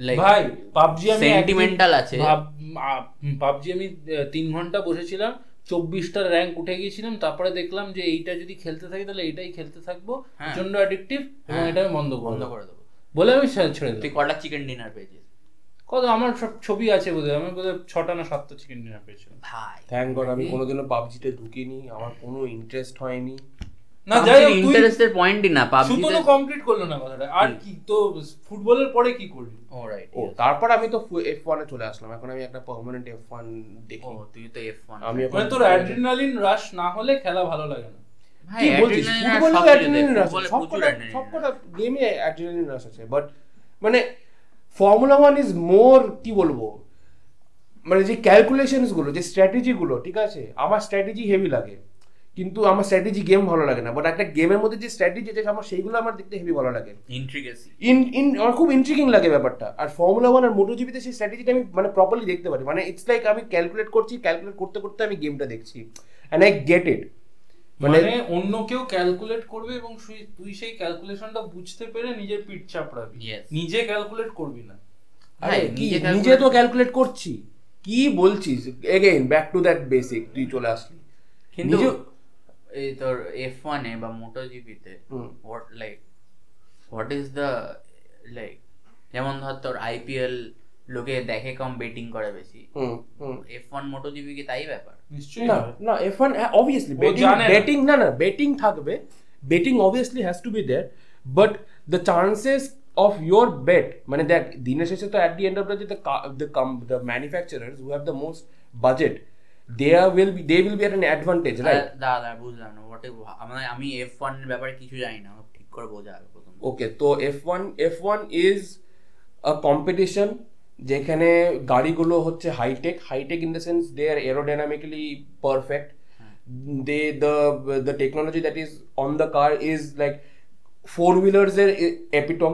লাইক
ভাই পাবজি আমি
Sentimental আছে।
পাবজি আমি আহ, তিন ঘন্টা বসেছিলাম চব্বিশটা র্যাঙ্ক উঠে গিয়েছিলাম তারপরে দেখলাম যে এইটা যদি খেলতে থাকি তাহলে এইটাই খেলতে থাকবো
হ্যাঁ।
প্রচন্ড অ্যাডিকটিভ এবং
হ্যাঁ।
এটা আমি বন্ধ
বন্ধ
করবো
করে দেবো
বলে আমি ছে- ছেড়ে
তুই
দিই
কটা চিকেন ডিনার পেয়েছিস
কত আমার সব ছবি আছে বোধহয় আমি বোধহয় ছটা না সাতটা চিকেন ডিনার পেয়েছিলাম
ভাই
থ্যাংক গড আমি কোনোদিনও পাবজিতে ঢুকিনি আমার কোনো ইন্টারেস্ট হয়নি
না যাই হোক তুই
ইন্টারেস্টের পয়েন্টই না
সুতো
পাবজিতে
তো কমপ্লিট করলো না কথাটা আর কি তো ফুটবলের পরে কি করলি
অলরাইট
ও তারপর আমি তো এফ ওয়ানে চলে আসলাম এখন আমি একটা পার্মানেন্ট এফ ওয়ান দেখি
ও Oh, তুই তো F1
আমি এখন-
মানে তোর অ্যাড্রিনালিন রাশ না হলে খেলা ভালো লাগে না
ভাই,
কি বলছিস
হ্যাঁ, adrenaline আর
ফুটবলেও
সবকিছুতে,
অ্যাড্রিনালিন রাশ
ফুটবলে
সব
প্রচুর
কটা
adrenaline
সব
rush।
কটা গেমে অ্যাড্রিনালিন রাশ আছে বাট মানে ফর্মুলা ওয়ান ইজ মোর কি বলবো মানে যে ক্যালকুলেশনস গুলো যে স্ট্র্যাটেজি গুলো ঠিক আছে আমার স্ট্র্যাটেজি হেভি লাগে কিন্তু আমার স্ট্র্যাটেজি গেম ভালো লাগে না বাট একটা গেমের মধ্যে যে স্ট্র্যাটেজি আছে আমার সেইগুলো আমার দেখতে হেভি ভালো লাগে
Intricacy.
ইন ইন আমার খুব ইন্ট্রিকিং লাগে ব্যাপারটা আর ফর্মুলা ওয়ান আর মোটোজিপিতে সেই স্ট্র্যাটেজিটা আমি মানে প্রপারলি দেখতে পারি মানে ইটস লাইক আমি ক্যালকুলেট করছি ক্যালকুলেট করতে করতে আমি গেমটা দেখছি অ্যান্ড আই গেট ইট
মানে
মানে
অন্য কেউ ক্যালকুলেট করবে এবং সুই- তুই সেই ক্যালকুলেশনটা বুঝতে পেরে নিজের পিঠ চাপড়াবি
Yes.
নিজে ক্যালকুলেট করবি না
আরে
ভাই,
হ্যাঁ, কি
নিজে
নিজে
calculate-
তো ক্যালকুলেট করছি কি বলছিস again back to that basic তুই চলে আসলি
কিন্তু
নিজে-
এই তোর F1 এ বা MotoGP তে
হুম।
what like what is the like যেমন ধর তোর IPL লোকে দেখে কম বেটিং করে বেশি
হুম হুম
F1 MotoGP কি তাই ব্যাপার
নিশ্চয়ই
না
হবে।
না হ্যাঁ, এফ ওয়ান অবভিয়াসলি
ও
বেটিং
জানে না।
বেটিং না না বেটিং থাকবে betting obviously has to be there but the chances of your bet মানে দেখ দিনের শেষে তো at the end of the the the manufacturers who have the most budget they will be they will be at an advantage right
ah, দাদা বুঝলাম না what মানে আমি এফ ওয়ান ব্যাপারে কিছু জানি না আমাকে ঠিক করে বোঝা হবে প্রথম
ওকে তো F one F one is a competition যেখানে গাড়িগুলো হচ্ছে high tech high tech in the sense they are aerodynamically perfect they the the technology that is on the car is like four হুইলার্সের এপিটম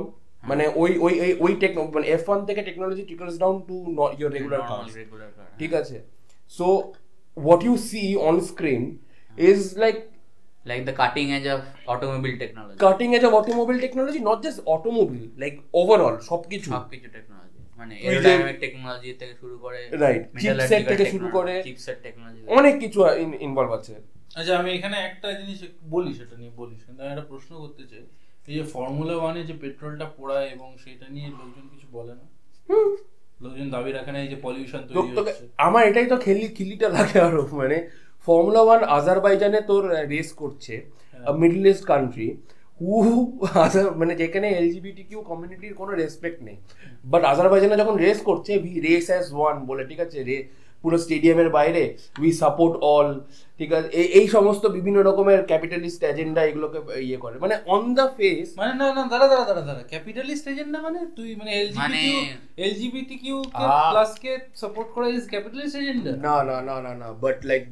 মানে ওই ওই ওই- ওই টেকনো মানে এফ ওয়ান থেকে technology টিকলস down to your regular car
regular
ঠিক আছে so what you see on screen is like
like the cutting edge of automobile technology
cutting edge of automobile technology not just automobile like overall সবকিছু
সব কিছু technology মানে
তুই যে-
aerodynamic technology থেকে শুরু করে
Right, chipset থেকে শুরু করে।
চিপসেট টেকনোলজি
অনেক কিছু ইনভলভ আছে
আচ্ছা আমি এখানে একটা জিনিস একটু বলি সেটা নিয়ে বলি সেটা আমি একটা প্রশ্ন করতে চাই এই যে ফর্মুলা ওয়ানে যে পেট্রোলটা পোড়ায় এবং সেটা নিয়ে লোকজন কিছু বলে না লোকজন দাবি রাখে না এই যে পলিউশন
তো
তৈরি
তোকে-
হচ্ছে
আমার এটাই তো খেলি খিল্লিটা লাগে আরো মানে ফর্মুলা ওয়ান আজারবাইজানে তোর রেস করছে
হ্যাঁ।
মিডল ইস্ট কান্ট্রি হু আজার মানে যেখানে এলজিবিটি কিউ কমিউনিটির কোনো রেসপেক্ট নেই বাট আজারবাইজানে যখন রেস করছে ভি রেস অ্যাজ ওয়ান বলে ঠিক আছে রে পুরো স্টেডিয়ামের বাইরে উই সাপোর্ট অল ঠিক আছে এই- এই সমস্ত বিভিন্ন রকমের ক্যাপিটালিস্ট এজেন্ডা এগুলোকে ইয়ে করে মানে অন দ্য ফেস
মানে না না দাঁড়া দাঁড়া দাঁড়া দাঁড়া ক্যাপিটালিস্ট এজেন্ডা মানে তুই মানে এলজিবিটি
মানে-
এলজিবিটি কিউ
আ-
প্লাস কে সাপোর্ট করা ইজ ক্যাপিটালিস্ট এজেন্ডা
না না না না না but like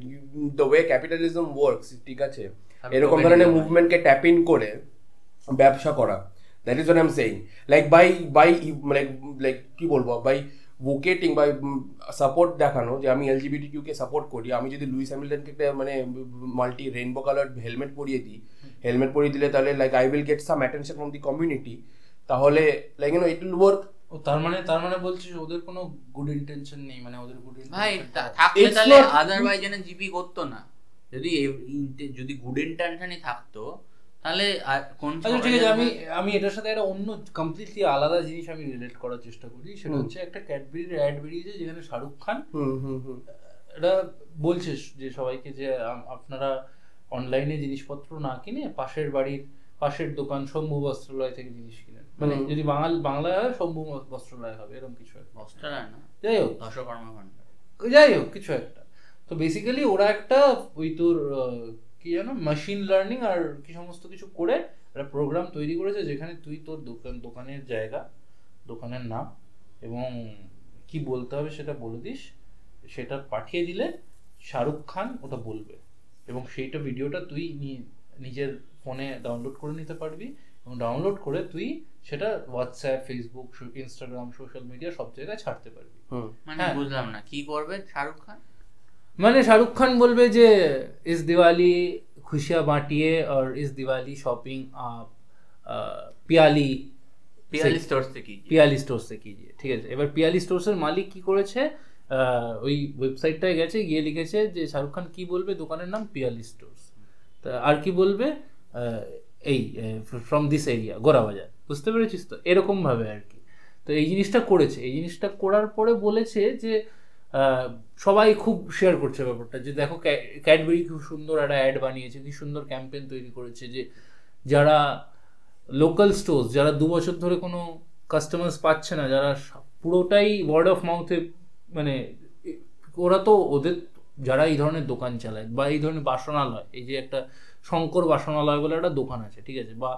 the way capitalism works ঠিক আছে
আমি
এরকম
তোকে
ধরনের
নিয়ে
মুভমেন্টকে ট্যাপ ইন করে ব্যবসা করা that is what I am saying like by by like like মানে, কি বলবো বাই ভোকেটিং বাই সাপোর্ট দেখানো যে আমি এলজিবিটি কিউকে সাপোর্ট করি আমি যদি লুইস হ্যামিল্টনকে একটা মানে মাল্টি রেইনবো কালার হেলমেট পরিয়ে দিই হেলমেট পরিয়ে দিলে তাহলে like I will get some attention from the community তাহলে like you know it will work
ও তার মানে তার মানে বলছিস ওদের কোনো গুড ইন্টেনশন নেই মানে ওদের গুড
ভাই
ইন্টেনশন
তা- থাকলে
It's
তাহলে
not-
আজারবাইজানে জিপি করতো না যদি এ- ইন্টে- যদি গুড ইন্টেনশনই থাকতো তাহলে আর কোন
আচ্ছা ঠিক আছে আমি আমি এটার সাথে একটা অন্য কমপ্লিটলি আলাদা জিনিস আমি রিলেট করার চেষ্টা করি সেটা
হুম।
হচ্ছে একটা ক্যাডবেরির অ্যাড বেরিয়েছে যেখানে শাহরুখ খান
হুম হুম হুম
এটা বলছে যে সবাইকে যে আম- আপনারা অনলাইনে জিনিসপত্র না কিনে পাশের বাড়ির পাশের দোকান শম্ভু বস্ত্রালয় থেকে জিনিস কিনেন মানে
হুম।
যদি বাঙাল বাংলায় হয় শম্ভু বস্ত্রালয় হবে এরকম কিছু একটা
বস্টার না
যাই হোক
দশকর্মা ভান্ডার
যাই হোক কিছু একটা তো বেসিক্যালি ওরা একটা ওই তোর আহ, কি জানো মেশিন লার্নিং আর কি সমস্ত কিছু করে একটা প্রোগ্রাম তৈরি করেছে যেখানে তুই তোর দোকান দোকানের জায়গা দোকানের নাম এবং কি বলতে হবে সেটা বলে দিস সেটা পাঠিয়ে দিলে শাহরুখ খান ওটা বলবে এবং সেইটা ভিডিওটা তুই নি- নিজের ফোনে ডাউনলোড করে নিতে পারবি এবং ডাউনলোড করে তুই সেটা WhatsApp Facebook Instagram social media সব জায়গায় ছাড়তে পারবি
হুম
মানে
হ্যাঁ।
বুঝলাম না কি করবে শাহরুখ খান
মানে शाहरुख खान बोल बे जे इस दिवाली खुशियां बांटिए और इस दिवाली शॉपिंग आप अ, পিয়ালি
পিয়ালি স্টোর থেকে কি?
পিয়ালি স্টোর থেকে कीजिए ঠিক আছে এবার পিয়ালি স্টোরসের মালিক কি করেছে আহ, ওই ওয়েবসাইটটায় গেছে গিয়ে লিখেছে যে শাহরুখ খান কি বলবে দোকানের নাম পিয়ালি স্টোরস তা আর কি বলবে আহ, এই ফ্রম দিস এরিয়া গোরাবাজার বুঝতে পেরেছিস তো এরকম ভাবে আর কি তো এই জিনিসটা করেছে এই জিনিসটা করার পরে বলেছে যে আহ, সবাই খুব শেয়ার করছে ব্যাপারটা যে দেখো ক্যা- ক্যাডবেরি খুব সুন্দর একটা অ্যাড বানিয়েছে কি সুন্দর ক্যাম্পেন তৈরি করেছে যে যারা লোকাল স্টোর যারা দু বছর ধরে কোনো কাস্টমার্স পাচ্ছে না যারা সা- পুরোটাই ওয়ার্ড অফ মাউথে মানে এ- ওরা তো ওদের যারা এই ধরনের দোকান চালায় বা এই ধরনের বাসনালয় এই যে একটা শঙ্কর বাসনালয় বলে একটা দোকান আছে ঠিক আছে বা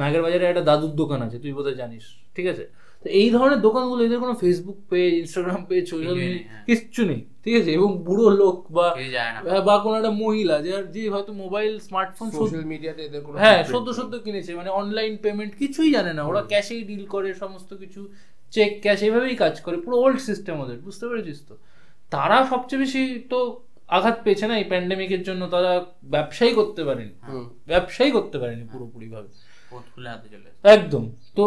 নাগের বাজারে একটা দাদুর দোকান আছে তুই বোধহয় জানিস ঠিক আছে তো এই ধরনের দোকানগুলো এদের কোনো Facebook page Instagram page social
কিছুই নেই,
মিডিয়া
হ্যাঁ।
কিচ্ছু নেই ঠিক আছে এবং বুড়ো লোক বা
কেউ যায় না
বা কোনো একটা মহিলা যার যে হয়তো মোবাইল স্মার্টফোন
সোশ্যাল মিডিয়াতে এদের কোনো
হ্যাঁ
footprint
সদ্য
নেই।
সদ্য কিনেছে মানে অনলাইন পেমেন্ট কিছুই জানে না ওরা ক্যাশেই ডিল করে সমস্ত কিছু চেক ক্যাশ এভাবেই কাজ করে পুরো ওল্ড সিস্টেম ওদের বুঝতে পেরেছিস তো তারা সবচেয়ে বেশি তো আঘাত পেয়েছে না এই প্যান্ডেমিকের জন্য তারা ব্যবসাই করতে পারেনি
হুম।
ব্যবসাই করতে পারেনি পুরোপুরিভাবে
পথ খুলে হাতে চলে আসে।
একদম তো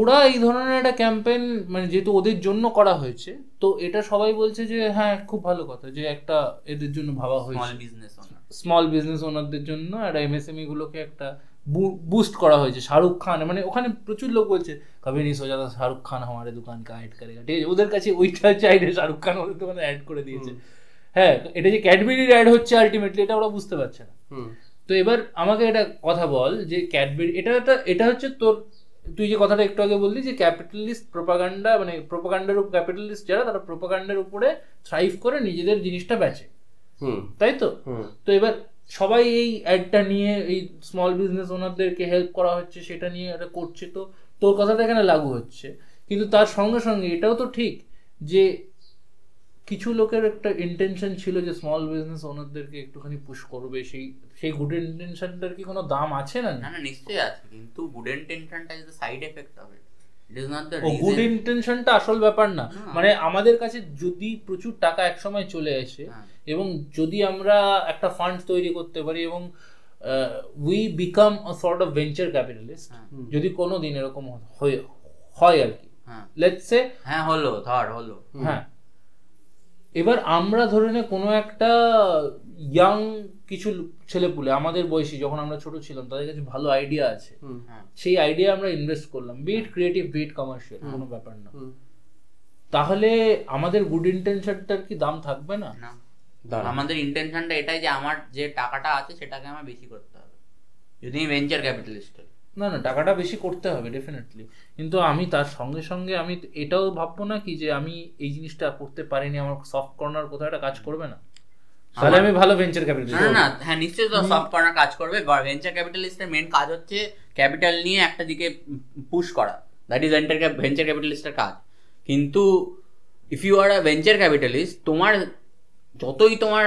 ওরা এই ধরনের একটা ক্যাম্পেইন মানে যেহেতু ওদের জন্য করা হয়েছে তো এটা সবাই বলছে যে হ্যাঁ খুব ভালো কথা যে একটা এদের জন্য ভাবা
স্মল
হয়েছে
বিজনেস ওনার
স্মল বিজনেস ওনারদের জন্য একটা এমএসএমই E গুলোকে একটা বুস্ট করা হয়েছে শাহরুখ খান মানে ওখানে প্রচুর লোক বলছে কবে নি সোজা থা শাহরুখ খান আমাদের দোকান কা অ্যাড করেগা ঠিক আছে ওদের কাছে ওইটা চাইলে শাহরুখ খান ওদের দোকানে অ্যাড করে দিয়েছে হ্যাঁ এটা যে ক্যাডবেরির অ্যাড হচ্ছে আলটিমেটলি এটা ওরা বুঝতে পারছে না
হুম।
তো এবার আমাকে এটা কথা বল যে ক্যাডবেরি এটা একটা এটা হচ্ছে তোর তুই যে কথাটা একটু আগে বললি যে ক্যাপিটালিস্ট প্রোপাগান্ডা মানে প্রোপাগান্ডার ক্যাপিটালিস্ট যারা তারা প্রোপাগান্ডার উপরে থ্রাইভ করে নিজেদের জিনিসটা বেচে
হুম
তাই তো
হুম
তো এবার সবাই এই অ্যাডটা নিয়ে এই স্মল বিজনেস ওনারদেরকে হেল্প করা হচ্ছে সেটা নিয়ে এটা করছে তো তোর কথাটা এখানে লাগু হচ্ছে কিন্তু তার সঙ্গে সঙ্গে এটাও তো ঠিক যে কিছু লোকের একটা ইন্টেনশন ছিল যে স্মল বিজনেস ওনারদেরকে একটুখানি পুশ করবে সেই সেই গুড ইন্টেনশনটার কি কোনো দাম আছে না
না না নিশ্চয়ই আছে কিন্তু গুড ইন্টেনশনটা is the side effect of it it is not the
ও গুড
রিজন
ইন্টেনশনটা আসল ব্যাপার না
না।
মানে আমাদের কাছে যদি প্রচুর টাকা একসময় চলে আসে
হ্যাঁ।
এবং যদি আমরা একটা ফান্ড তৈরি করতে পারি এবং we become a sort of venture capitalist
হ্যাঁ।
যদি কোনো দিন এরকম হয়ে- হয় আর কি
হ্যাঁ
লেটস সে
হ্যাঁ হলো ধর হলো
হ্যাঁ এবার আমরা ধরে নে কোনো একটা ইয়াং কিছু ছেলেপুলে আমাদের বয়সী যখন আমরা ছোট ছিলাম তাদের কাছে ভালো আইডিয়া আছে
হুম
হ্যাঁ
সেই আইডিয়া আমরা ইনভেস্ট করলাম বিট ক্রিয়েটিভ বিট কমার্শিয়াল কোনো ব্যাপার না
হুম
তাহলে আমাদের গুড ইন্টেনশনটার কি দাম থাকবে না
না
দাঁড়া
আমাদের ইন্টেনশনটা এটাই যে আমার যে টাকাটা আছে সেটাকে আমার বেশি করতে হবে যদি আমি ভেঞ্চার ক্যাপিটালিস্ট হই
না না টাকাটা বেশি করতে হবে ডেফিনেটলি কিন্তু আমি তার সঙ্গে সঙ্গে আমি এটাও ভাববো না কি যে আমি এই জিনিসটা করতে পারিনি আমার সফট কর্নার কোথাও একটা কাজ করবে না তাহলে আমি ভালো ভেঞ্চার ক্যাপিটাল
না না, না হ্যাঁ নিশ্চয়ই তো সব কর্নার কাজ করবে ভেঞ্চার ক্যাপিটালিস্টের মেন কাজ হচ্ছে ক্যাপিটাল নিয়ে একটা দিকে পুশ করা দ্যাট ইজ এন্টার ভেঞ্চার ক্যাপিটালিস্টের কাজ কিন্তু if you are a venture capitalist তোমার যতই তোমার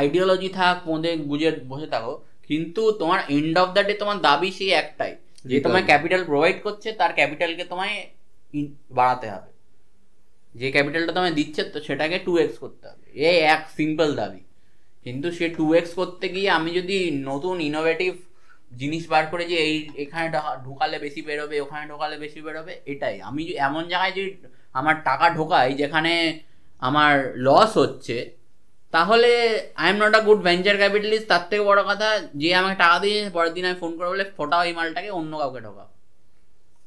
আইডিওলজি থাক মধ্যে বুঝে বসে থাকো কিন্তু তোমার এন্ড অফ দ্য ডে তোমার দাবি সেই একটাই যে তোমায় ক্যাপিটাল প্রোভাইড করছে তার ক্যাপিটালকে তোমায় in- বাড়াতে হবে যে ক্যাপিটালটা তোমায় দিচ্ছে তো সেটাকে টু এক্স করতে হবে এই এক সিম্পল দাবি কিন্তু সে টু এক্স করতে গিয়ে আমি যদি নতুন ইনোভেটিভ জিনিস বার করে যে এই এখানে ঢা- ঢোকালে বেশি বেরোবে ওখানে ঢোকালে বেশি বেরোবে এটাই আমি যে- এমন জায়গায় যদি আমার টাকা ঢোকাই যেখানে আমার লস হচ্ছে তাহলে I am not a good venture capitalist তার থেকে বড় কথা যে আমাকে টাকা দিয়ে পরের দিন আমি ফোন করে বলে ফোটাও এই মালটাকে অন্য কাউকে ঢোকাও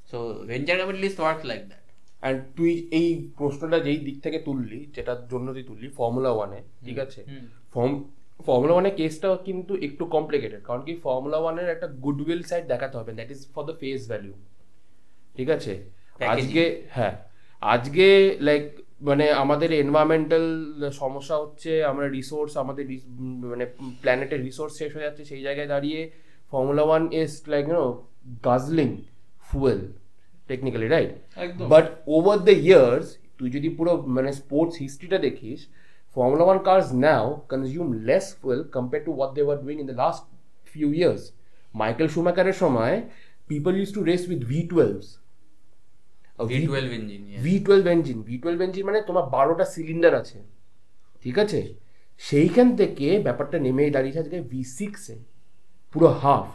so venture capitalist work like that
আর তুই এই প্রশ্নটা যেই দিক থেকে তুললি যেটার জন্য তুই তুললি ফর্মুলা ওয়ানে ঠিক আছে ফর্ম ফর্মুলা ওয়ানের কেসটা কিন্তু একটু কমপ্লিকেটেড কারণ কি ফর্মুলা ওয়ানের একটা গুডউইল সাইড দেখাতে হবে that is for the face value ঠিক আছে
Packaging.
আজকে হ্যাঁ আজকে লাইক মানে আমাদের এনভায়রনমেন্টাল সমস্যা হচ্ছে আমরা রিসোর্স আমাদের রিস- উম, মানে প্ল্যানেটের রিসোর্স শেষ হয়ে যাচ্ছে সেই জায়গায় দাঁড়িয়ে formula one is like you know guzzling fuel technically right
একদম।
বাট ওভার দ্য ইয়ার্স তুই যদি পুরো মানে স্পোর্টস হিস্ট্রিটা দেখিস formula one cars now consume less fuel compare to what they were doing in the last few years Michael শুমাকারের সময় people use to race with V twelves
V twelve engineer
V twelve engine V twelve engine মানে তোমার বারোটা cylinder আছে ঠিক আছে সেইখান থেকে ব্যাপারটা নেমেই দাঁড়িয়েছে আজকে ভি সিক্সে পুরো half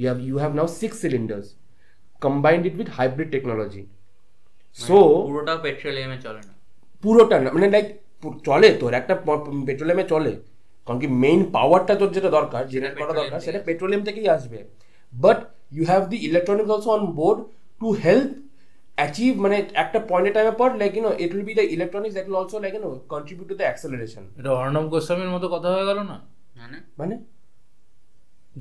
you have you have now six cylinders combined it with hybrid technology so
মানে পুরোটা পেট্রোলিয়ামে চলে না
পুরোটা না মানে লাইক চলে তোর একটা পেট্রোলিয়ামে চলে কারণ কি মেইন পাওয়ারটা তোর যেটা দরকার জেনারেট করা দরকার সেটা পেট্রোলিয়াম থেকেই আসবে but you have the electronics also on board to help achieve মানে একটা পয়েন্ট এ টাইমে পর like you know it will be the electronics that will also like you know contribute to the acceleration
এটা অর্ণব গোস্বামীর মতো কথা হয়ে গেল না
হ্যাঁ না না
মানে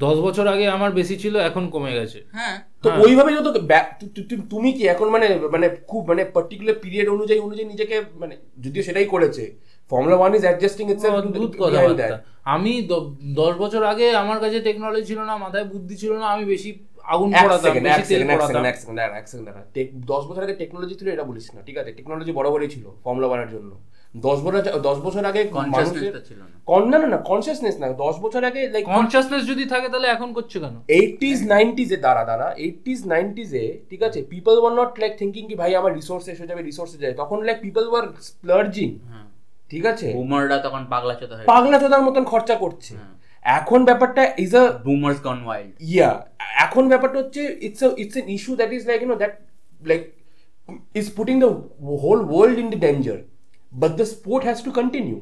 দশ বছর আগে আমার বেশি ছিল এখন কমে গেছে
হ্যাঁ
তো
হ্যাঁ।
ওইভাবে যত ব্যা- তু- তু- তু- তুমি কি এখন মানে মানে খুব মানে পার্টিকুলার পিরিয়ড অনুযায়ী অনুযায়ী নিজেকে মানে যদিও সেটাই করেছে formula one is adjusting itself
অদ্ভুত কথাবার্তা আমি দ- দশ বছর আগে আমার কাছে টেকনোলজি ছিল না মাথায় বুদ্ধি ছিল না আমি বেশি আগুন পড়াতাম বেশি তেল পড়াতাম
দশ বছর আগে টেকনোলজি ছিল এটা বলিস না ঠিক আছে টেকনোলজি বড় বড়ই ছিল ফর্মুলা বানার জন্য দশ বছর দশ বছর আগে মানুষের-
কনসিয়াসনেসটা ছিল না
con- না না না কনসিয়াসনেস না দশ বছর আগে লাইক
কনসিয়াসনেস যদি থাকে তাহলে এখন করছে কেন
এইটিস নাইনটিজে দাঁড়া দাঁড়া এইটিস নাইনটিজে ঠিক আছে people were not like thinking কি ভাই আমার রিসোর্স এসে যাবে রিসোর্সে যায় তখন লাইক পিপল ওয়ার স্প্লার্জিং
হ্যাঁ
ঠিক আছে
Oh.
বুমাররা তখন পাগলা চোদা হয়ে
পাগলা চোদার মতন খরচা করছে
হ্যাঁ।
এখন ব্যাপারটা is a
boomers gone wild
yeah এখন ব্যাপারটা হচ্ছে it's it's an issue that is like you know that like is putting the whole world in the danger but the sport has to continue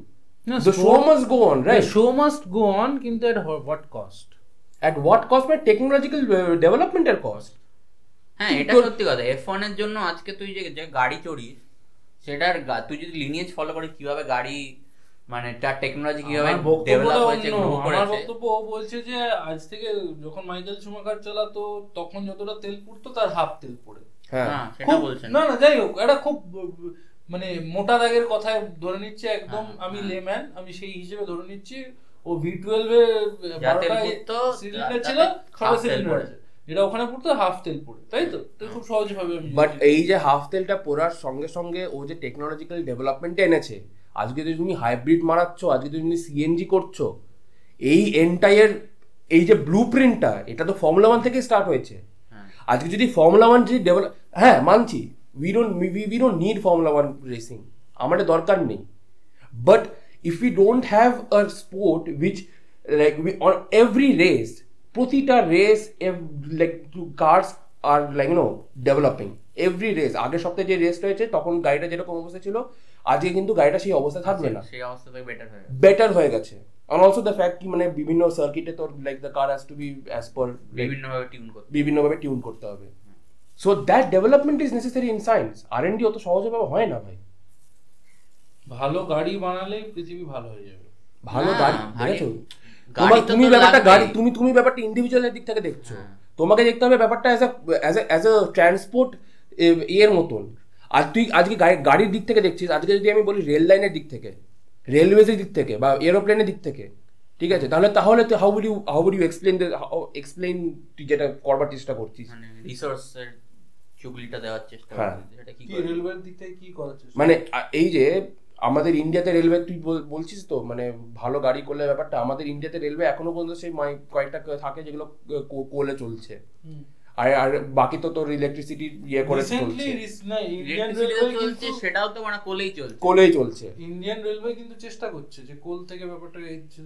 the show must go on right
show must go on কিন্তু at what cost
at what cost মানে technological ডেভেলপমেন্টের cost
হ্যাঁ এটা
তোর-
সত্যি কথা F এর জন্য আজকে তুই যে যে গাড়ি চড়িস সেটার গা- তুই যদি লিনিয়েজ ফলো করিস কিভাবে গাড়ি মানে তার টেকনোলজি কিভাবে
আমার
ডেভেলপ
বক্তব্যটা
হয়েছে
অন্য।
গ্রো
আমার
করেছে
বক্তব্য ও বলছে যে আজ থেকে যখন মাইকেল শুমাকার চালাতো তখন যতটা তেল পুড়তো তার হাফ তেল পড়ে
হ্যাঁ
হ্যাঁ সেটা
খুব-
বলছেন
না না যাই হোক এটা খুব ব- মানে মোটা দাগের কথায় ধরে নিচ্ছে একদম
হ্যাঁ,
আমি
হ্যাঁ।
লেম্যান আমি সেই হিসেবে ধরে নিচ্ছি ও ভি টুয়েলভে
যা তেল পুড়তো,
সিলিন্ডার
তা-
ছিল
তাতে
ছোট
half তেল
সিলিন্ডার
পড়ে। হ্যাঁ।
আছে যেটা ওখানে পড়তো হাফ তেল পড়ে তাই তো তো খুব সহজ ভাবে আমি
বাট
বুঝেছি।
এই যে হাফ তেলটা পড়ার সঙ্গে সঙ্গে ও যে টেকনোলজিক্যাল ডেভেলপমেন্ট এনেছে আজকে যদি তুমি হাইব্রিড মারাচ্ছ আজকে যদি তুমি সিএনজি করছো এই এন্টায়ার এই যে ব্লু প্রিন্টটা এটা তো ফর্মুলা ওয়ান থেকে স্টার্ট হয়েছে
হ্যাঁ।
আজকে যদি ফর্মুলা ওয়ান যদি ডেভেলপ হ্যাঁ মানছি we don't we don't need formula one racing আমাদের দরকার নেই but if you don't have a sport which like on every race প্রতিটা race like cars are like no developing every race আগের সপ্তাহে যে রেসটা হয়েছে তখন গাড়িটা যেরকম অবস্থা ছিল আজকে কিন্তু গাড়িটা সেই অবস্থা থাকবে না
সেই অবস্থা থেকে বেটার হয়ে গেছে।
বেটার হয়ে গেছে আর অলসো দ্য ফ্যাক্ট কি মানে বিভিন্ন সার্কিটে তোর like the car has to be as per
বিভিন্নভাবে টিউন করতে
বিভিন্নভাবে টিউন করতে হবে so that development is necessary in science R N D অত সহজভাবে হয় না ভাই
ভালো গাড়ি বানালেই পৃথিবী ভালো হয়ে যাবে
ভালো
না,
গাড়ি
ভাই,
দেখেছো
গাড়ি
তোমার
তো
তুমি
তোর
ব্যাপারটা
লাগবেই।
গাড়ি তুমি তুমি ব্যাপারটা ইন্ডিভিজুয়ালের দিক থেকে দেখছো
হ্যাঁ।
তোমাকে দেখতে হবে ব্যাপারটা as a as a as a transport ইয়ের মতন আর তুই আজকে গাড়ি- গাড়ির দিক থেকে দেখছিস আজকে যদি আমি বলি রেল লাইনের দিক থেকে রেলওয়েজের দিক থেকে বা এরোপ্লেনের দিক থেকে ঠিক আছে তাহলে তাহলে তো how will you how will you explain explain তুই যেটা করবার চেষ্টা করছিস
মানে রিসোর্সের চুগলিটা দেওয়ার চেষ্টা
হ্যাঁ।
করছে সেটা কি
কি
করে?
রেলওয়ের দিক থেকে কি করার চেষ্টা
মানে আ- এই যে আমাদের ইন্ডিয়াতে রেলওয়ে তুই বল- বলছিস তো মানে ভালো গাড়ি করলে ব্যাপারটা আমাদের ইন্ডিয়াতে রেলওয়ে এখনো পর্যন্ত সেই মাই- কয়েকটা থাকে যেগুলো কো- কোলে চলছে
হুম।
আর আর বাকি তো তোর ইলেকট্রিসিটি ইয়ে করে
রিসেন্টলি
চলছে
না ইন্ডিয়ান
Electricity তো
রেলওয়ে
চলছে
কিন্তু
সেটাও তো মানে কোলেই চলছে
কোলেই চলছে
ইন্ডিয়ান রেলওয়ে কিন্তু চেষ্টা করছে যে কোল থেকে ব্যাপারটা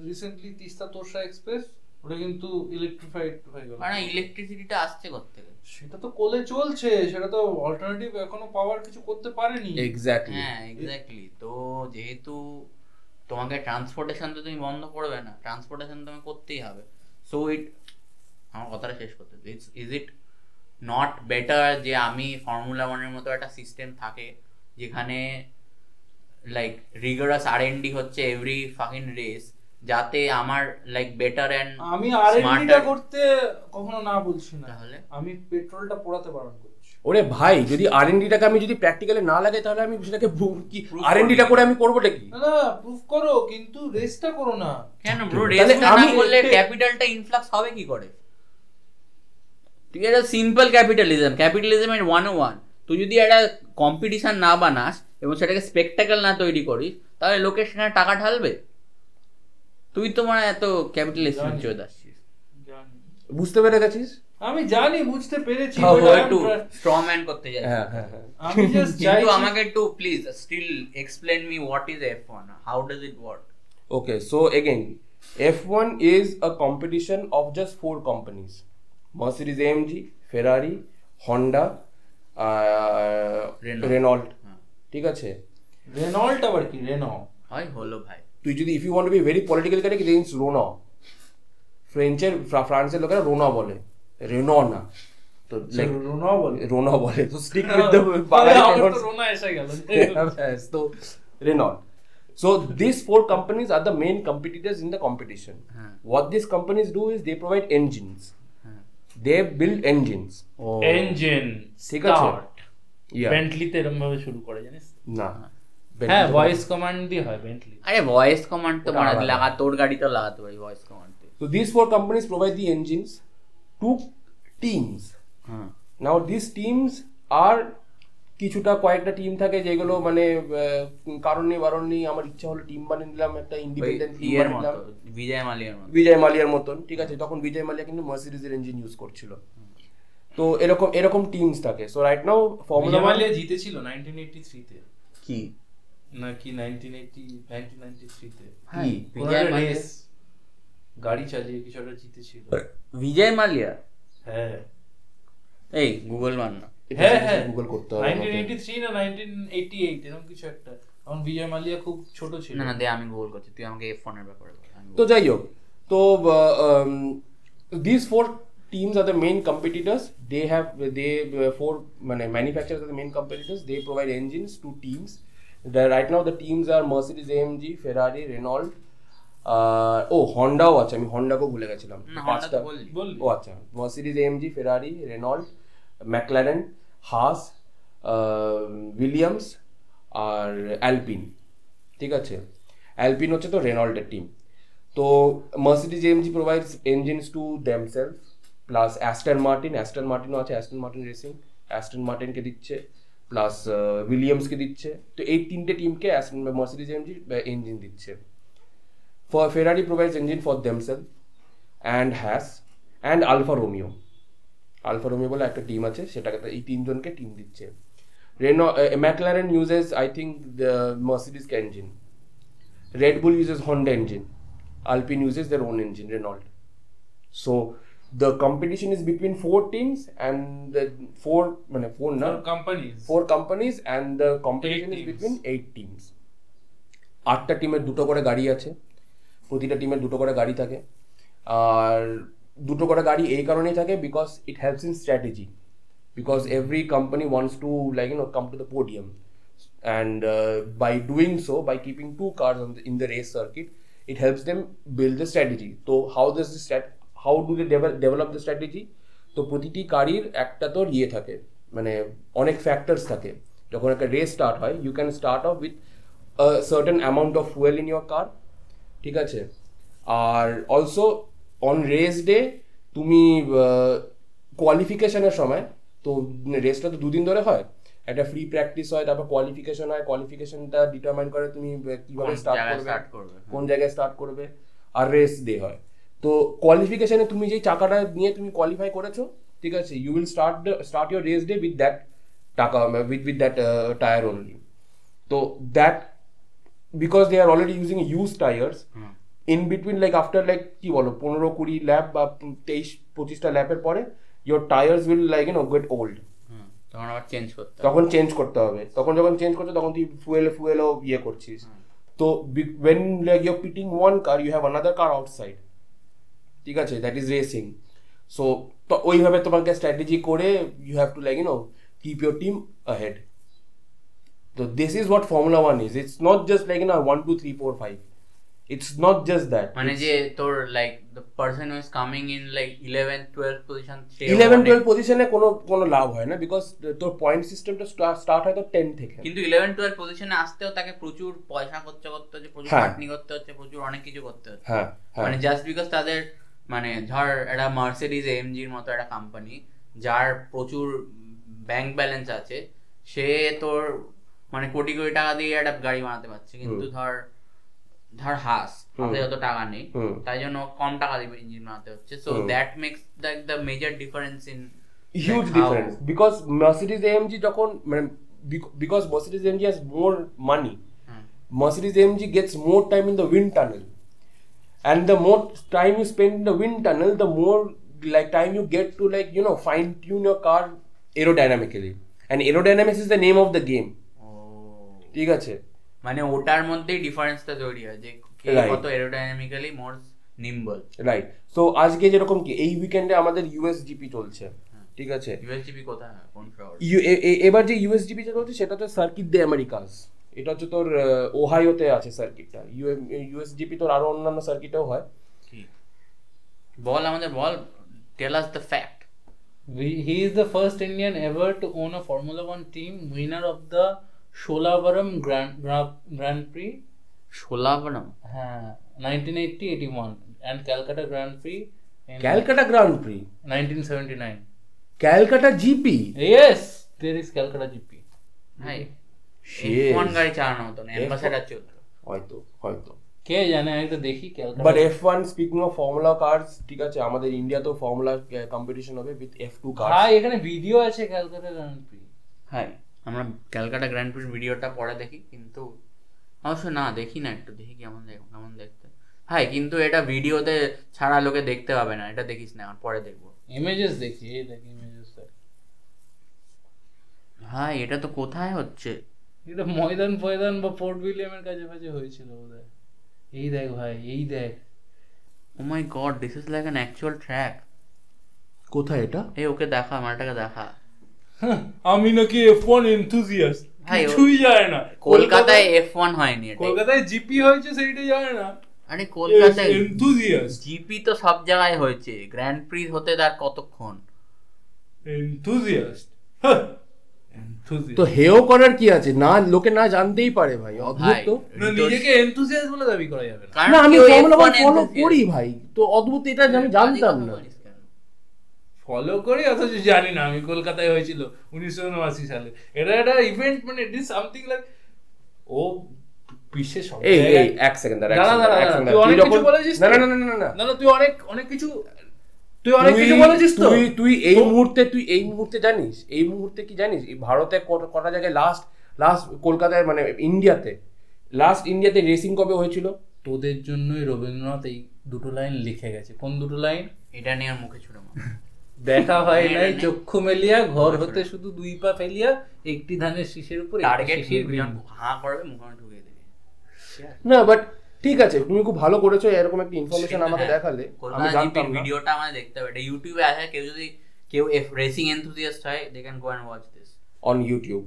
রিসেন্টলি তিস্তা তোরসা এক্সপ্রেস ওটা কিন্তু ইলেকট্রিফাইড হয়ে গেল
মানে ইলেকট্রিসিটিটা আসছে কোত্থেকে
সেটা তো কোলে চলছে সেটা তো অল্টারনেটিভ এখনো পাওয়ার কিছু করতে পারেনি
এক্স্যাক্টলি
হ্যাঁ এক্স্যাক্টলি তো যেহেতু তোমাকে ট্রান্সপোর্টেশন তো তুমি বন্ধ করবে না ট্রান্সপোর্টেশন তোমাকে করতেই হবে সো ইট আমার কথাটা শেষ করতে ইজ ইট নট বেটার যে আমি ফর্মুলা ওয়ানের মতো একটা সিস্টেম থাকে যেখানে like rigorous R N D হচ্ছে এভরি ফাকিং রেস যাতে আমার লাইক বেটার অ্যান্ড
আমি আর
Smarter.
করতে কখনো না বলছি না
তাহলে?
আমি পেট্রোলটা পোড়াতে বারণ করছি
ওরে ভাই যদি আর এনডিটাকে আমি যদি প্র্যাকটিক্যালি না লাগে তাহলে আমি সেটাকে ভু- কি
Proof
আর এনডিটা করে আমি করবোটা কি
না না প্রুফ করো কিন্তু রেসটা করো না
কেন ব্রো
তাহলে
রেসটা না
আমি-
করলে ক্যাপিটালটা ইনফ্লাক্স হবে কি করে তুই একটা সিম্পল ক্যাপিটালিজম ক্যাপিটালিজম এর ওয়ান ওয়ান তুই যদি একটা কম্পিটিশন না বানাস এবং সেটাকে স্পেকটাকেল না তৈরি করিস তাহলে লোকে সেখানে টাকা ঢালবে তুই তো মানে এত ক্যাপিটালিস্ট
জানি।
চলে আসছিস
জানি।
বুঝতে পেরে গেছিস
আমি জানি বুঝতে পেরেছি
তাও
but I'm
হ্যাঁ, একটু
try-
স্ট্রম্যান করতে যাচ্ছিস
হ্যাঁ হ্যাঁ হ্যাঁ
আমি জাস্ট
কিন্তু আমাকে একটু please still explain me what is F one how does it work
Okay, so again, F1 is a competition of just four companies Mercedes AMG, Ferrari, Honda, uh,
Renault.
Renault.
হ্যাঁ।
ঠিক আছে
Renault আবার কি Reno
হয় হলো ভাই
তুই যদি if you want be very political correct রেঞ্জ রোনা ফ্রেঞ্চের ফ্রা- ফ্রান্সের লোকেরা রোনা বলে রেনো না তো তো like,
রোনা বলে
রোনা বলে তো স্টিক উইথ দ্য
Oh,
বাঙালি
আমার
connotation.
তো রোনা এসে গেল
yes, so Renault. So these four companies are the main competitors in the competition.
Huh.
What these companies do is they provide engines.
Huh.
They build engines. Oh,
ও
engine
ঠিক আছে।
Start
Yeah.
বেন্টলিতে এরকম ভাবে শুরু করে জানিস
Nah.
হ্যাঁ voice command দিয়ে হয় বেন্টলি
আরে ভয়েস কমান্ড তো
ওটা
মারা
আলাদা।
লাগা তোর গাড়ি তো লাগাতে পারি voice command
So these four companies provide the engines to teams.
হ্যাঁ
নাও দিস টিমস আর কিছুটা কয়েকটা টিম থাকে যেগুলো মানে আহ, কারণ নেই বারণ নেই আমার ইচ্ছা হলো টিম বানিয়ে নিলাম একটা ইন্ডিপেন্ডেন্ট টিম
ইয়ের
বানিয়ে
মতো
নিলাম।
বিজয় মালিয়ার মতো
বিজয় মালিয়ার মতন ঠিক আছে তখন বিজয় মালিয়া কিন্তু মার্সিডিজের ইঞ্জিন ইউজ করছিল তো এরকম এরকম টিমস থাকে so right now formula one
formula জিতেছিল 1983 তে
কি
নাকি 1980 1993 তে
হ্যাঁ,
কোনো
বিজয়
একটা
মালিয়া
race, গাড়ি চালিয়ে কিছু একটা জিতেছিল
বিজয় মালিয়া
হ্যাঁ
এই গুগল মান না
হ্যাঁ হ্যাঁ
গুগল করতে হবে আমাকে।
1983 না 1988 এরকম কিছু একটা তখন বিজয় মালিয়া খুব ছোট ছিল
না না দে আমি গুগল করছি তুই আমাকে এই ফোনের ব্যাপারে বল আমি
তো
Google-
যাই হোক তো this four teams are the main competitors they have they four মানে manufacture are the main competitors they provide engines to teams right now the teams are Mercedes AMG Ferrari Renault ও হন্ডাও uh, oh, আছে আমি হন্ডাকেও ভুলে গেছিলাম
না হঠাৎ
পাঁচটা
বললি
বললি
ও আচ্ছা Mercedes AMG Ferrari Renault McLaren Haas Williams আর অ্যালপিন ঠিক আছে অ্যালপিন হচ্ছে তো রেনল্ডের টিম তো Mercedes AMG provides engines to themselves plus Aston Martin Aston মার্টিনও আছে অ্যাস্টন মার্টিন রেসিং অ্যাস্টন মার্টিনকে দিচ্ছে প্লাস উইলিয়ামসকে দিচ্ছে তো এই তিনটে টিমকে মার্সিডিজ এএমজি ইঞ্জিন দিচ্ছে For Ferrari provides engine for themselves and has and Alfa Romeo. Alfa Romeo বলে একটা টিম আছে সেটাকে তো- এই তিনজনকে টিম দিচ্ছে Renault McLaren uses I think the Mercedes engine Red Bull uses Honda engine Alpine uses their own engine Renault so the competition is between four teams and the four মানে four না
company
four companies and the competition
Eight
is
teams.
Between eight teams আটটা টিমের দুটো করে গাড়ি আছে প্রতিটা টিমের দুটো করে গাড়ি থাকে আর দুটো করে গাড়ি এই কারণেই থাকে because it helps in strategy because every company wants to like you know come to the podium and by doing so by keeping two cars in the race circuit it helps them build the strategy তো how this how do they develop the strategy তো প্রতিটি গাড়ির একটা তোর ইয়ে থাকে মানে অনেক ফ্যাক্টরস থাকে যখন একটা রেস স্টার্ট হয় you can start off with certain amount of fuel in your car ঠিক আছে আর অলসো অন রেস ডে তুমি কোয়ালিফিকেশনের সময় তো রেসটা তো দুদিন ধরে হয় একটা ফ্রি প্র্যাকটিস হয় তারপর কোয়ালিফিকেশন হয় কোয়ালিফিকেশনটা ডিটারমাইন করে তুমি আহ, কিভাবে
কোন
স্টার্ট
জায়গায়
করবে
start করবে, হ্যাঁ।
কোন জায়গায় স্টার্ট করবে আর রেস ডে হয় তো কোয়ালিফিকেশনে তুমি যেই টাকাটা নিয়ে তুমি কোয়ালিফাই করেছো ঠিক আছে you will start start your race day with that টাকা with with that tyre only uh, তো that because they are already using use tyres
hmm.
In between like after like কি বলো পনেরো কুড়ি ল্যাপ বা তেইশ পঁচিশটা ল্যাপের পরে your tyres will like in get old
hmm, তখন আবার চেঞ্জ করতে হবে।
তখন চেঞ্জ করতে হবে তখন যখন চেঞ্জ করছো তখন তুই ফুয়েল ফুয়েলও ইয়ে করছিস তো when like your pitting one car you have another car outside ঠিক আছে দ্যাট ইজ রেসিং সো তো ওইভাবে তোমাকে স্ট্র্যাটেজি করে you have to like you know keep your team ahead So this is what Formula One is. It's not just like you know one, two, three, four, five. It's not just that.
মানে যে তোর like the person who is coming in like 11 12 position
eleven
মানে-
twelve পজিশনে কোনো কোনো লাভ হয় না বিকজ তোর পয়েন্ট সিস্টেমটা স্টার্ট হয় তো টেন থেকে
কিন্তু 11 12 পজিশনে আসতেও তাকে প্রচুর পয়সা খরচা করতে হচ্ছে প্রচুর
হ্যাঁ।
খাটনি করতে হচ্ছে প্রচুর অনেক কিছু করতে হচ্ছে
হ্যাঁ হ্যাঁ
মানে জাস্ট বিকজ তাদের মানে ধর একটা মার্সিডিজ এমজির মতো একটা কোম্পানি যার প্রচুর ব্যাংক ব্যালেন্স আছে সে তোর মানে কোটি কোটি টাকা দিয়ে একটা গাড়ি বানাতে পারছে কিন্তু ধর ধর হাস হাতে
হুম।
অত টাকা নেই
হুম।
তাই জন্য কম টাকা দিয়ে ইঞ্জিন বানাতে হচ্ছে so
hmm.
That makes like the major difference in
huge difference because Mercedes AMG যখন মানে because Mercedes AMG has more money Mercedes AMG gets more time in the wind tunnel. And the more time you spend in the wind tunnel, the more like time you get to like you know fine tune your car aerodynamically. And aerodynamics is the name of the game. ঠিক আছে
Oh. মানে ওটার মধ্যেই ডিফারেন্সটা তৈরি হয় যে কে
Right.
কত এরোডাইনামিক্যালি মোর নিম্বল
রাইট সো আজকে যেরকম কি এই উইকেন্ডে আমাদের ইউএস জিপি চলছে
হ্যাঁ।
ঠিক আছে
ইউএসজিপি কোথায় হয়? কোন শহর
ইউ এ- এ- এবার যে ইউএসডিপি যেটা হচ্ছে সেটা তো সার্কিট দে আমেরিকাস এটা হচ্ছে তোর আহ, ওহাইওতে আছে সার্কিটটা ইউএসডিপি তোর আরো অন্যান্য সার্কিটেও হয়
কি বল আমাদের বল tell us the fact
We, he is the first Indian ever to own a Formula One team, winner of the Sholavaram Grand, Grand, Grand Prix,
Sholavaram
uh, 1980-81, and Calcutta Grand Prix in
Calcutta Grand Prix
1979.
Calcutta GP
Yes, there is Calcutta GP.
ভাই
Shit.
কোন গাড়ি চালানো হতো না ambassador চলতো
হয়তো হয়তো
কে জানে আমি তো দেখি Calcutta
but F one speaking of formula cars ঠিক আছে আমাদের ইন্ডিয়াতেও ফর্মুলা কম্পিটিশন হবে উইথ এফ টু কার
হ্যাঁ এখানে ভিডিও আছে ক্যালকাটা গ্র্যান্ড প্রি
হাই আমরা ক্যালকাটা গ্র্যান্ড প্রির ভিডিওটা পরে দেখি কিন্তু অবশ্য না দেখি না একটু দেখি কেমন দেখ- কেমন দেখতে হাই কিন্তু এটা ভিডিওতে ছাড়া লোকে দেখতে পাবে না এটা দেখিস না এখন পরে দেখবো
ইমেজেস দেখি এই দেখ ইমেজেস দেখ
হাই এটা তো কোথায় হচ্ছে
এটা ময়দান ফয়দান বা ফোর্ট উইলিয়ামের কাছে কাছে হয়েছিল বোধহয় এই দেখ ভাই এই দেখ
oh my god this is like an actual track
কোথায় এটা
এই ওকে দেখা মালটাকে দেখা
আমি নাকি এফ ওয়ান এনথুজিয়াস্ট
ভাই, ও-
কিছুই যায় না
কলকাতায় এফ ওয়ান হয়নি এটা
কলকাতায় জিপি হয়েছে সেইটা জানে না
আরে কলকাতায়
এনথুজিয়াস্ট
জিপি তো সব জায়গায় হয়েছে গ্র্যান্ড প্রি হতে তার কতক্ষণ
এনথুজিয়াস্ট এনথুজিয়াস্ট
তো হেও করার কি আছে না লোকে না জানতেই পারে ভাই অদ্ভুত
ভাই
তো
না নিজেকে এনথুজিয়াস্ট বলে দাবি করা যাবে না
কারণ
না আমি
কেউ
ফর্মুলা
F1
ফলো
enthusiast।
করি ভাই তো অদ্ভুত এটা আমি জানতাম না
বলিস কেন?
ফলো করি অথচ জানি না আমি কলকাতায় হয়েছিল উনিশশো উনআশি সালে এটা একটা ইভেন্ট মানে ইট ইজ সামথিং লাইক ও বিশ্বের সব
এই এই
জায়গায়-
এক সেকেন্ড দাঁড়া
দাঁড়া, দাঁড়া,
এক
দাঁড়া,
সেকেন্ড
তুই
তুই
অনেক
যখন
কিছু বলেছিস
না
তো?
না না না, না না
না না তুই অনেক অনেক কিছু তুই অনেক কিছু বলেছিস তো
তুই তুই এই
তো-
মুহূর্তে তুই এই মুহূর্তে জানিস এই মুহূর্তে কি জানিস এই ভারতে কত- কটা জায়গায় লাস্ট লাস্ট কলকাতায় মানে ইন্ডিয়াতে লাস্ট ইন্ডিয়াতে রেসিং কবে হয়েছিল
তোদের জন্যই রবীন্দ্রনাথ এই দুটো লাইন লিখে গেছে কোন দুটো লাইন
এটা নিয়ে আর মুখে ছুড়ে মার।
দেখা হয়
না,
নাই
না।
চক্ষু মেলিয়া ঘর হতে শুধু দুই পা ফেলিয়া একটি ধানের শীষের উপর একটি
টার্গেট
শীষের
হিট
বিন্দু।
হাঁ করবে মুখে ঢুকিয়ে দেবে
না বাট ঠিক আছে তুমি খুব ভালো করেছো এরকম একটা ইনফরমেশন
সেটা
আমাকে
হ্যাঁ।
দেখালে আমি
কলকাতা
জানতাম না
জিপির ভিডিওটা আমাদের দেখতে হবে এটা ইউটিউবে আছে কেউ যদি কেউ এফ রেসিং এনথুজিয়াস্ট হয় they can go and watch this
on YouTube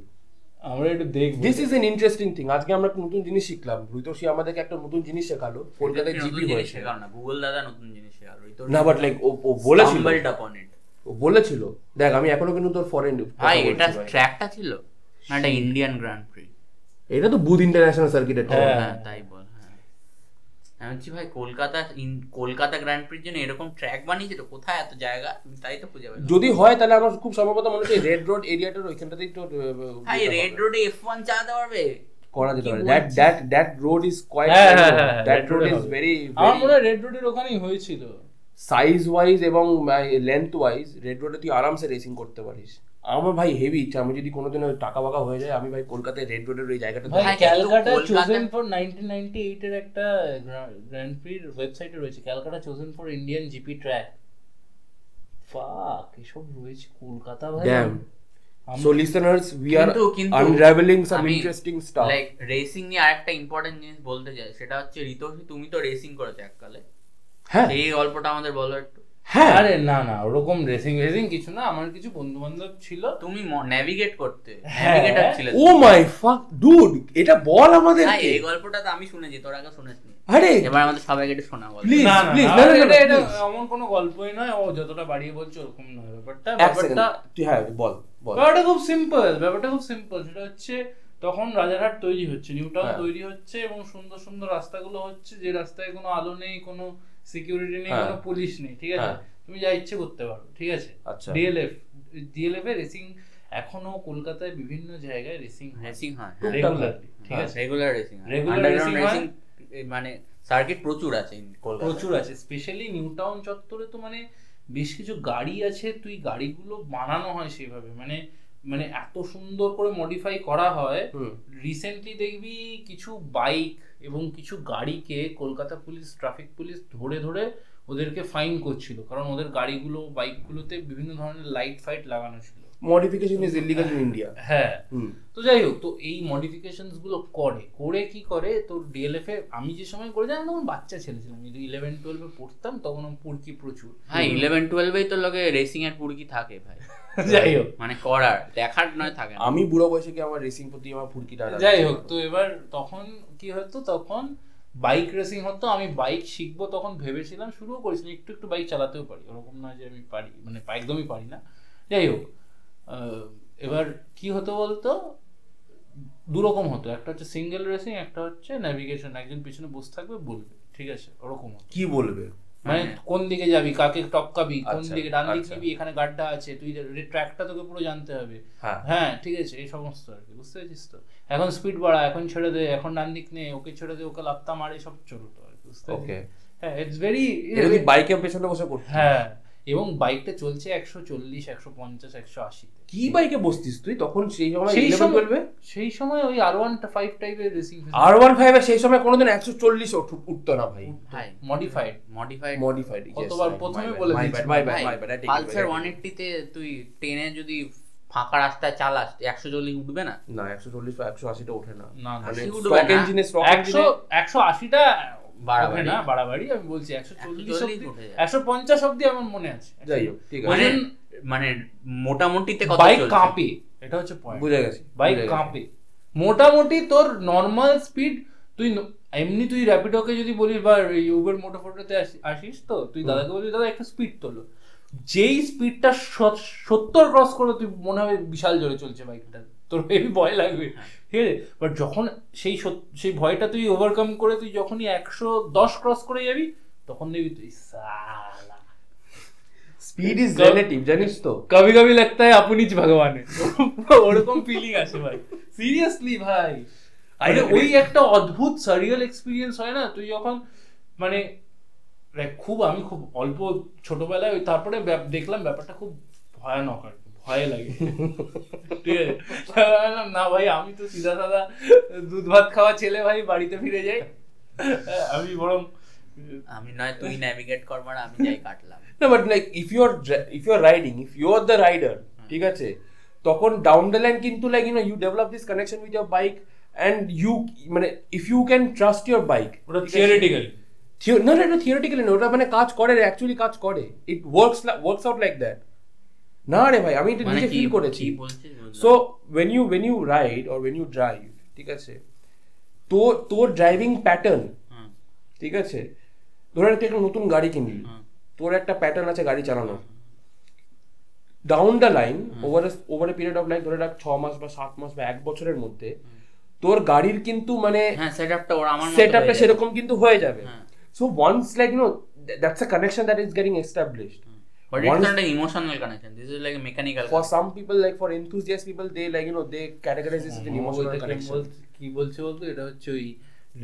আমরা একটু দেখবো
this is an interesting thing আজকে আমরা একটা নতুন জিনিস শিখলাম রুতোষী আমাদেরকে একটা নতুন জিনিস শেখালো কলকাতায় জিপি হয়েছে
শেখাও না গুগল দাদা নতুন জিনিস শেখালো এই তো
না বাট লাইক ও ও বলেছিল
stumbled upon it
ও বলেছিল দেখ আমি এখনো কিন্তু তোর ফরেন
ভাই এটা ট্র্যাকটা ছিল না এটা ইন্ডিয়ান গ্র্যান্ড প্রি
এটা তো বুধ ইন্টারন্যাশনাল সার্কিটের
হ্যাঁ।
হ্যাঁ তাই বল হ্যাঁ আমি বলছি ভাই কলকাতা ইন- কলকাতা গ্র্যান্ড প্রির জন্য এরকম ট্র্যাক বানিয়েছিল কোথায় এত জায়গা আমি তাই তো খুঁজে পেলাম
যদি হয় তাহলে আমার খুব সম্ভবত মনে হচ্ছে রেড রোড এরিয়াটার ওইখানটাতেই তো আহ,
ভাই
যেতে
রেড
হবে।
রোডে এফ ওয়ান চালাতে পারবে
করা যেতে
কি
পারে দ্যাট
বলছিস?
That that road is quite
হ্যাঁ, হ্যাঁ, হ্যাঁ, হ্যাঁ,
দ্যাট
Red
রোড
Road-এ
ইজ
হবে।
ভেরি
আমার মনে হয় রেড রোডের ওখানেই হয়েছিল
সাইজ ওয়াইজ এবং লেন্থ ওয়াইজ রেড রোডে তুই আরামসে রেসিং করতে পারিস আমার ভাই হেভি ইচ্ছা আমি যদি কোনোদিন টাকা বাকা হয়ে যায় আমি ভাই কলকাতায় রেড রোডের ওই জায়গাটা
ভাই
ভাই,
ক্যালকাটা
কিন্তু কলকাতা-
চোজেন ফর 1998 এর একটা গ্র্যান্ড প্রির ওয়েবসাইটে রয়েছে Calcutta chosen for Indian GP track ফাক এসব রয়েছে কলকাতা ভাই
ড্যাম
আমি-
সো লিসনার্স উই আর
কিন্তু কিন্তু
আনরাভেলিং সাম
আমি
ইন্টারেস্টিং স্টাফ
like রেসিং নিয়ে আরেকটা ইম্পর্টেন্ট জিনিস বলতে চাই সেটা হচ্ছে ঋতোষী তুমি তো রেসিং করেছো এককালে
হ্যাঁ
এই গল্পটা আমাদের বলো একটু
হ্যাঁ
আরে না না ওরকম রেসিং রেসিং কিছু না আমার কিছু বন্ধু বান্ধব ছিল
তুমি ন্যাভিগেট করতে
হ্যাঁ।
ন্যাভিগেটর ছিলে
ও মাই ফাক ডুড এটা বল আমাদের
ভাই, এই গল্পটা তো আমি শুনেছি তোর আগে শুনেছি
আরে
এবার আমাদের সবাইকে একটু শোনা বল
Please,
না, না,
please,
না,
না, না, না,
এটা- এটা
please.
এমন কোনো গল্পই নয় ও যতটা বাড়িয়ে বলছে ওরকম নয় ব্যাপারটা
এক সেকেন্ড
ব্যাপারটা
তুই হ্যাঁ বল বল
ব্যাপারটা খুব সিম্পল ব্যাপারটা খুব সিম্পল সেটা হচ্ছে তখন রাজারহাট তৈরি হচ্ছে নিউ টাউন
হ্যাঁ।
তৈরি হচ্ছে এবং সুন্দর সুন্দর রাস্তাগুলো হচ্ছে যে রাস্তায় কোনো আলো নেই কোনো সিকিউরিটি নেই
হ্যাঁ।
কোনো পুলিশ নেই ঠিক আছে
হ্যাঁ।
তুমি যা ইচ্ছে করতে পারো ঠিক আছে
আচ্ছা।
ডিএলএফ ডিএলএফ এ রেসিং এখনো কলকাতায় বিভিন্ন জায়গায় রেসিং
রেসিং হয় হ্যাঁ।
রেগুলারলি ঠিক
হ্যাঁ।
আছে
regular racing
Regular
underground
racing
racing মানে সার্কিট প্রচুর আছে in কলকাতায়
প্রচুর আছে স্পেশালি নিউ টাউন চত্বরে তো মানে বেশ কিছু গাড়ি আছে তুই গাড়িগুলো বানানো হয় সেভাবে মানে মানে এত সুন্দর করে মডিফাই করা হয়
হুম।
রিসেন্টলি দেখবি কিছু বাইক এবং কিছু গাড়িকে কলকাতা পুলিশ ট্রাফিক পুলিশ ধরে ধরে ওদেরকে ফাইন করছিল কারণ ওদের গাড়িগুলো বাইকগুলোতে বিভিন্ন ধরনের লাইট ফাইট লাগানো ছিল
modification is illegal in India
হ্যাঁ
হুম
তো যাই হোক তো এই মডিফিকেশনস গুলো করে করে কি করে তো ডিএলএফ এ আমি যে সময় করে জানি তখন বাচ্চা ছেলে ছিলাম যদি ইলেভেন টুয়েলভে পড়তাম তখন আমি পড়কি প্রচুর
হ্যাঁ ইলেভেন টুয়েলভেই তো লোকে রেসিং এর পুরকি থাকে ভাই
যাই হোক
মানে করার দেখার নয় থাকে না
আমি বুড়ো বয়সে কি আমার রেসিং প্রতি আমার ফুরকিটা
যাই হোক তো এবার তখন কি হতো তখন বাইক রেসিং হতো আমি বাইক শিখবো তখন ভেবেছিলাম শুরুও করেছিলাম একটু একটু বাইক চালাতেও পারি ওরকম না যে আমি পারি মানে একদমই পারি না যাই হোক আহ, এবার কি হতো বলতো দুরকম হতো একটা হচ্ছে সিঙ্গেল রেসিং একটা হচ্ছে ন্যাভিগেশন একজন পিছনে বসে থাকবে বলবে ঠিক আছে ওরকম হতো
কি বলবে
মানে
হ্যাঁ।
কোন দিকে যাবি কাকে টপকাবি কোন
আচ্ছা,
দিকে ডান দিকে
আচ্ছা।
নিবি এখানে গাড্ডা আছে তুই ট্র্যাকটা তোকে পুরো জানতে হবে
হ্যাঁ
হ্যাঁ ঠিক আছে এই সমস্ত আর কি বুঝতে পেরেছিস তো এখন স্পিড বাড়া এখন ছেড়ে দে এখন ডান দিক নে ওকে ছেড়ে দে ওকে লাপ্তা মারে সব চলতো আর কি, বুঝতে
ওকে
পেরেছিস? হ্যাঁ ইটস ভেরি
এটা কি বাইকের পেছনে বসে করতে
হ্যাঁ এবং বাইকটা চলছে একশো চল্লিশ একশো পঞ্চাশ একশো আশিতে
কি বাইকে বসতিস তুই তখন সেই সময়
সেই
ইলেভেন
সময়-
টুয়েলভে
সেই সময় ওই আর ওয়ান ফাইভ টাইপের রেসিং
আর ওয়ান ফাইভে সেই সময় কোনোদিন একশো চল্লিশ উঠতো না ভাই
ভাই
মডিফাইড
মডিফাইড
মডিফাইড
কতবার প্রথমে বলে
মাই
দিয়েছি।
ব্যাড মাই ব্যাড
ভাই
মাই ব্যাড
পালসার ওয়ান এইট্টিতে তুই ট্রেনে যদি ফাঁকা রাস্তায় চালাস একশো চল্লিশ উঠবে না
না একশো চল্লিশ একশো আশিটা ওঠে না
না, না,
মানে
বেশি উঠবে
স্টক
না।
ইঞ্জিনে স্টক
একশো একশো আশিটা
বাড়াবাড়ি।
না বাড়াবাড়ি আমি বলছি একশো চল্লিশ
140 উঠে যায়।
একশো পঞ্চাশ অব্দি আমার মনে আছে
যাই হোক ঠিক
ওই
আছে
মানে
জন্য-
মানে মোটামুটিতে কত
বাইক
চলছে?
কাঁপে এটা হচ্ছে পয়েন্ট
বুঝে গেছি
বাইক
বুঝে গেছি।
কাঁপে মোটামুটি তোর নর্মাল স্পিড তুই ন- এমনি তুই র্যাপিডোকে যদি বলিস বা উবের মোটো ফোটোতে আসিস তো তুই দাদাকে বলবি দাদা একটা স্পিড তোলো যেই স্পিডটা সত্তর ক্রস করবে তুই মনে হবে বিশাল জোরে চলছে বাইকটা তোর হেভি ভয় লাগবে ঠিক আছে বাট যখন সেই সত- সেই ভয়টা তুই ওভারকাম করে তুই যখনই একশো দশ ক্রস করে যাবি তখন দেখবি তুই সালা
স্পিড ইজ
তো-
রিলেটিভ জানিস তো
কবি কবি লাগতা হ্যায় আপনি জ ভগবান হ্যায়। ওরকম ফিলিং আসে ভাই সিরিয়াসলি ভাই আরে
agree.
ওই একটা অদ্ভুত সারিয়াল এক্সপিরিয়েন্স হয় না তুই যখন মানে like খুব আমি খুব অল্প ছোটবেলায় ওই তারপরে ব্যাপ- দেখলাম ব্যাপারটা খুব ভয়ানক আর কি, ভয় লাগে ঠিক আছে তারপর আমি বললাম, না ভাই আমি তো সিধা সাদা দুধ ভাত খাওয়া ছেলে ভাই বাড়িতে ফিরে যাই হ্যাঁ, আমি বরং
আমি নয় তুই ন্যাভিগেট করবার আমি যাই কাটলাম
না but like if you are if you are riding if you are the rider ঠিক আছে তখন ডাউন দ্য লাইন কিন্তু like you know you develop this connection with your bike and you মানে if you can trust your bike
ওটা theoretically
না না এটা theoretically না ওটা মানে কাজ করে অ্যাকচুয়ালি কাজ করে it works works out like that না রে ভাই আমি এটা
মানে
নিজে
কি
ফিল করেছি
কি বলছিস বুঝলাম
so when you when you ride or when you drive ঠিক আছে তো তোর ড্রাইভিং প্যাটার্ন
হুম,
ঠিক আছে ধরে নে তুই একটা নতুন গাড়ি কিনবি
হুম।
তোর একটা প্যাটার্ন আছে গাড়ি চালানোর down the line over over a period of like ধরে রাখ ছ মাস বা সাত মাস বা এক বছরের মধ্যে তোর গাড়ির কিন্তু মানে
হ্যাঁ সেট আপটা ওরা আমার মতো
সেট আপটা
হয়ে
সেরকম কিন্তু হয়ে যাবে
হ্যাঁ।
So once like you know that's a connection that is getting established
But it's
Once-
not an emotional connection. This is like a mechanical.
for some people like for enthusiast people they like you know they categorize this as an emotional connection
কি বলছে বলতো এটা হচ্ছে ওই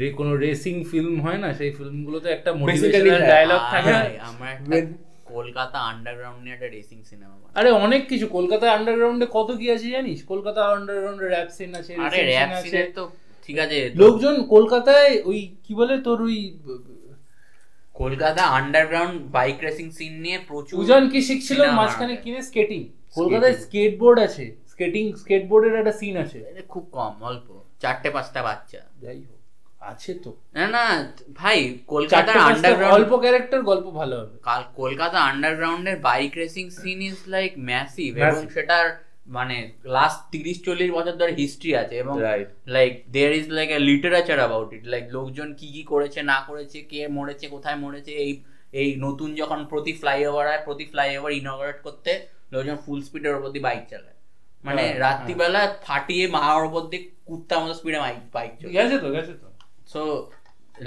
রে কোনো racing film হয় না সেই ফিল্মগুলোতে একটা
Basically,
মোটিভেশনাল
হ্যাঁ।
ডায়লগ থাকে না?
আয়, আমার একটা
When-
কলকাতা আন্ডারগ্রাউন্ড নিয়ে একটা রেসিং সিনেমা
আরে অনেক কিছু কলকাতা আন্ডারগ্রাউন্ডে কত কি আছে জানিস কলকাতা আন্ডারগ্রাউন্ডে র‍্যাপ সিন আছে
আরে
racing
র‍্যাপ
scene আছে।
সিনের তো ঠিক আছে
লোকজন কলকাতায় ওই কি বলে তোর ওই
Kolkata underground bike racing scene নিয়ে প্রচুর
সুজন কি শিখছিল
cinema
মাঝখানে
বানানো
কিনে স্কেটিং কলকাতায় স্কেটবোর্ড আছে স্কেটিং স্কেটবোর্ডের একটা সিন আছে
যায়। এটা খুব কম অল্প চারটে পাঁচটা বাচ্চা
যাই হোক আছে তো
না না ভাই
চারটে
কলকাতার
পাঁচটা
আন্ডারগ্রাউন্ড
অল্প ক্যারেক্টার গল্প ভালো হবে
কলকাতা আন্ডারগ্রাউন্ডের bike racing scene is like massive এবং
Massive.
সেটার মানে লাস্ট তিরিশ চল্লিশ বছর ধরে হিস্ট্রি আছে এবং
Right.
Like there is like a literature about it like লোকজন কি কি করেছে না করেছে কে মরেছে কোথায় মরেছে এই এই নতুন যখন প্রতি ফ্লাইওভার হয় প্রতি ফ্লাইওভার ইনগ্রেট করতে লোকজন ফুল স্পিডের ওপর দিয়ে বাইক চালায় মানে
হ্যাঁ,
রাত্রিবেলা ফাটিয়ে মাহার ওপর দিয়ে কুত্তার মতো স্পিডে বাইক চলে
গেছে তো গেছে তো
সো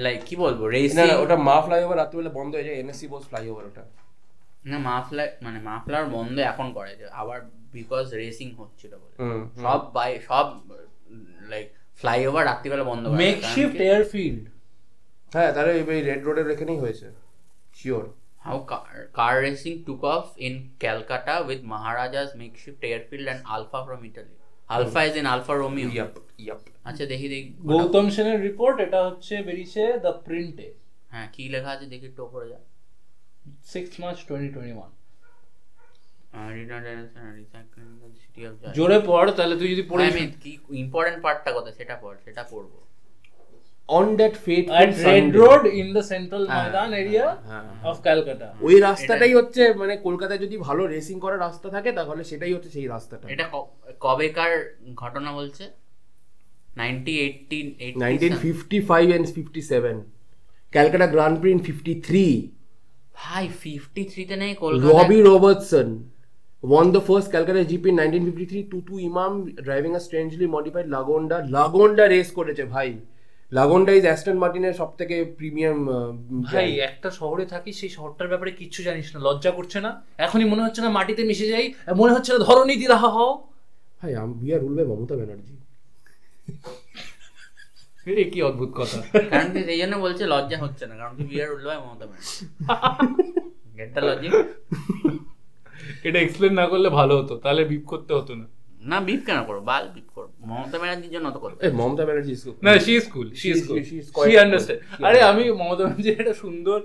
লাইক কি বলবো
না
রেসিং
না, ওটা মা ফ্লাইওভার রাত্রিবেলা বন্ধ হয়ে যায় এনএসসি বস ফ্লাইওভার ওটা
না মাফলার মানে মাফলার বন্ধ এখন করে যে আবার বিকজ রেসিং হচ্ছিল বলে
হুম, হুম।
সব বাই সব লাইক ফ্লাইওভার রাত্রিবেলা বন্ধ করে দেয়। কারণ
মেকশিফট এয়ারফিল্ড
হ্যাঁ তাহলে এই রেড রোডের এখানেই হয়েছে sure
How car, car racing took off in Calcutta with Maharaja's makeshift airfield and Alpha from Italy. Alpha is in Alfa Romeo.
Yup yup
আচ্ছা দেখি দেখি
গৌতম সেনের রিপোর্ট এটা হচ্ছে বেরিয়েছে দ্য প্রিন্টে
হ্যাঁ কি লেখা আছে দেখি একটু উপরে যা
six March twenty twenty one জোরে পড় তাহলে তুই যদি পড়ে
হ্যাঁ, ইম্পর্টেন্ট পার্টটা কথা সেটা পড় সেটা পড়বো
on that faith
at Red Road in the central Maidan area
হ্যাঁ,
of Calcutta.
ওই রাস্তাটাই হচ্ছে মানে কলকাতায় যদি ভালো রেসিং করার রাস্তা থাকে তাহলে সেটাই হচ্ছে সেই রাস্তাটা
এটা ক- কবেকার ঘটনা বলছে ninety eighteen
nineteen fifty five and fifty seven Calcutta Grand Prix fifty three
ভাই ফিফটি থ্রিতে নেই Kolkata
Robbie Robertson won the first Calcutta GP in 1953. Tutu Imam driving a strangely modified Lagonda. Lagonda race করেছে ভাই Lagonda is Aston Martin'ের সব থেকে premium
ভাই একটা শহরে থাকি সেই শহরটার ব্যাপারে কিচ্ছু জানিস না লজ্জা করছে না এখনই মনে হচ্ছে না মাটিতে মিশে যাই মনে হচ্ছে না ধরণী দিরাহা হও
ভাই um be are rule by Mamata Banerjee
এ কি অদ্ভুত কথা
কারণ কি সেই জন্য বলছে লজ্জা হচ্ছে না কারণ কি বিয়ার উঠলো ভাই মমতা ব্যানার্জি গেটটা লজিক
এটা এক্সপ্লেন না করলে ভালো হতো তাহলে বিপ করতে হতো না
না বিপ কেন করো বাল বিপ করো মমতা ব্যানার্জির জন্য তো করবে
এ মমতা ব্যানার্জি is good.
না she is cool she is
She-
cool
she is
she
quite
understand
cool. She
আরে আমি মমতা ব্যানার্জির একটা সুন্দর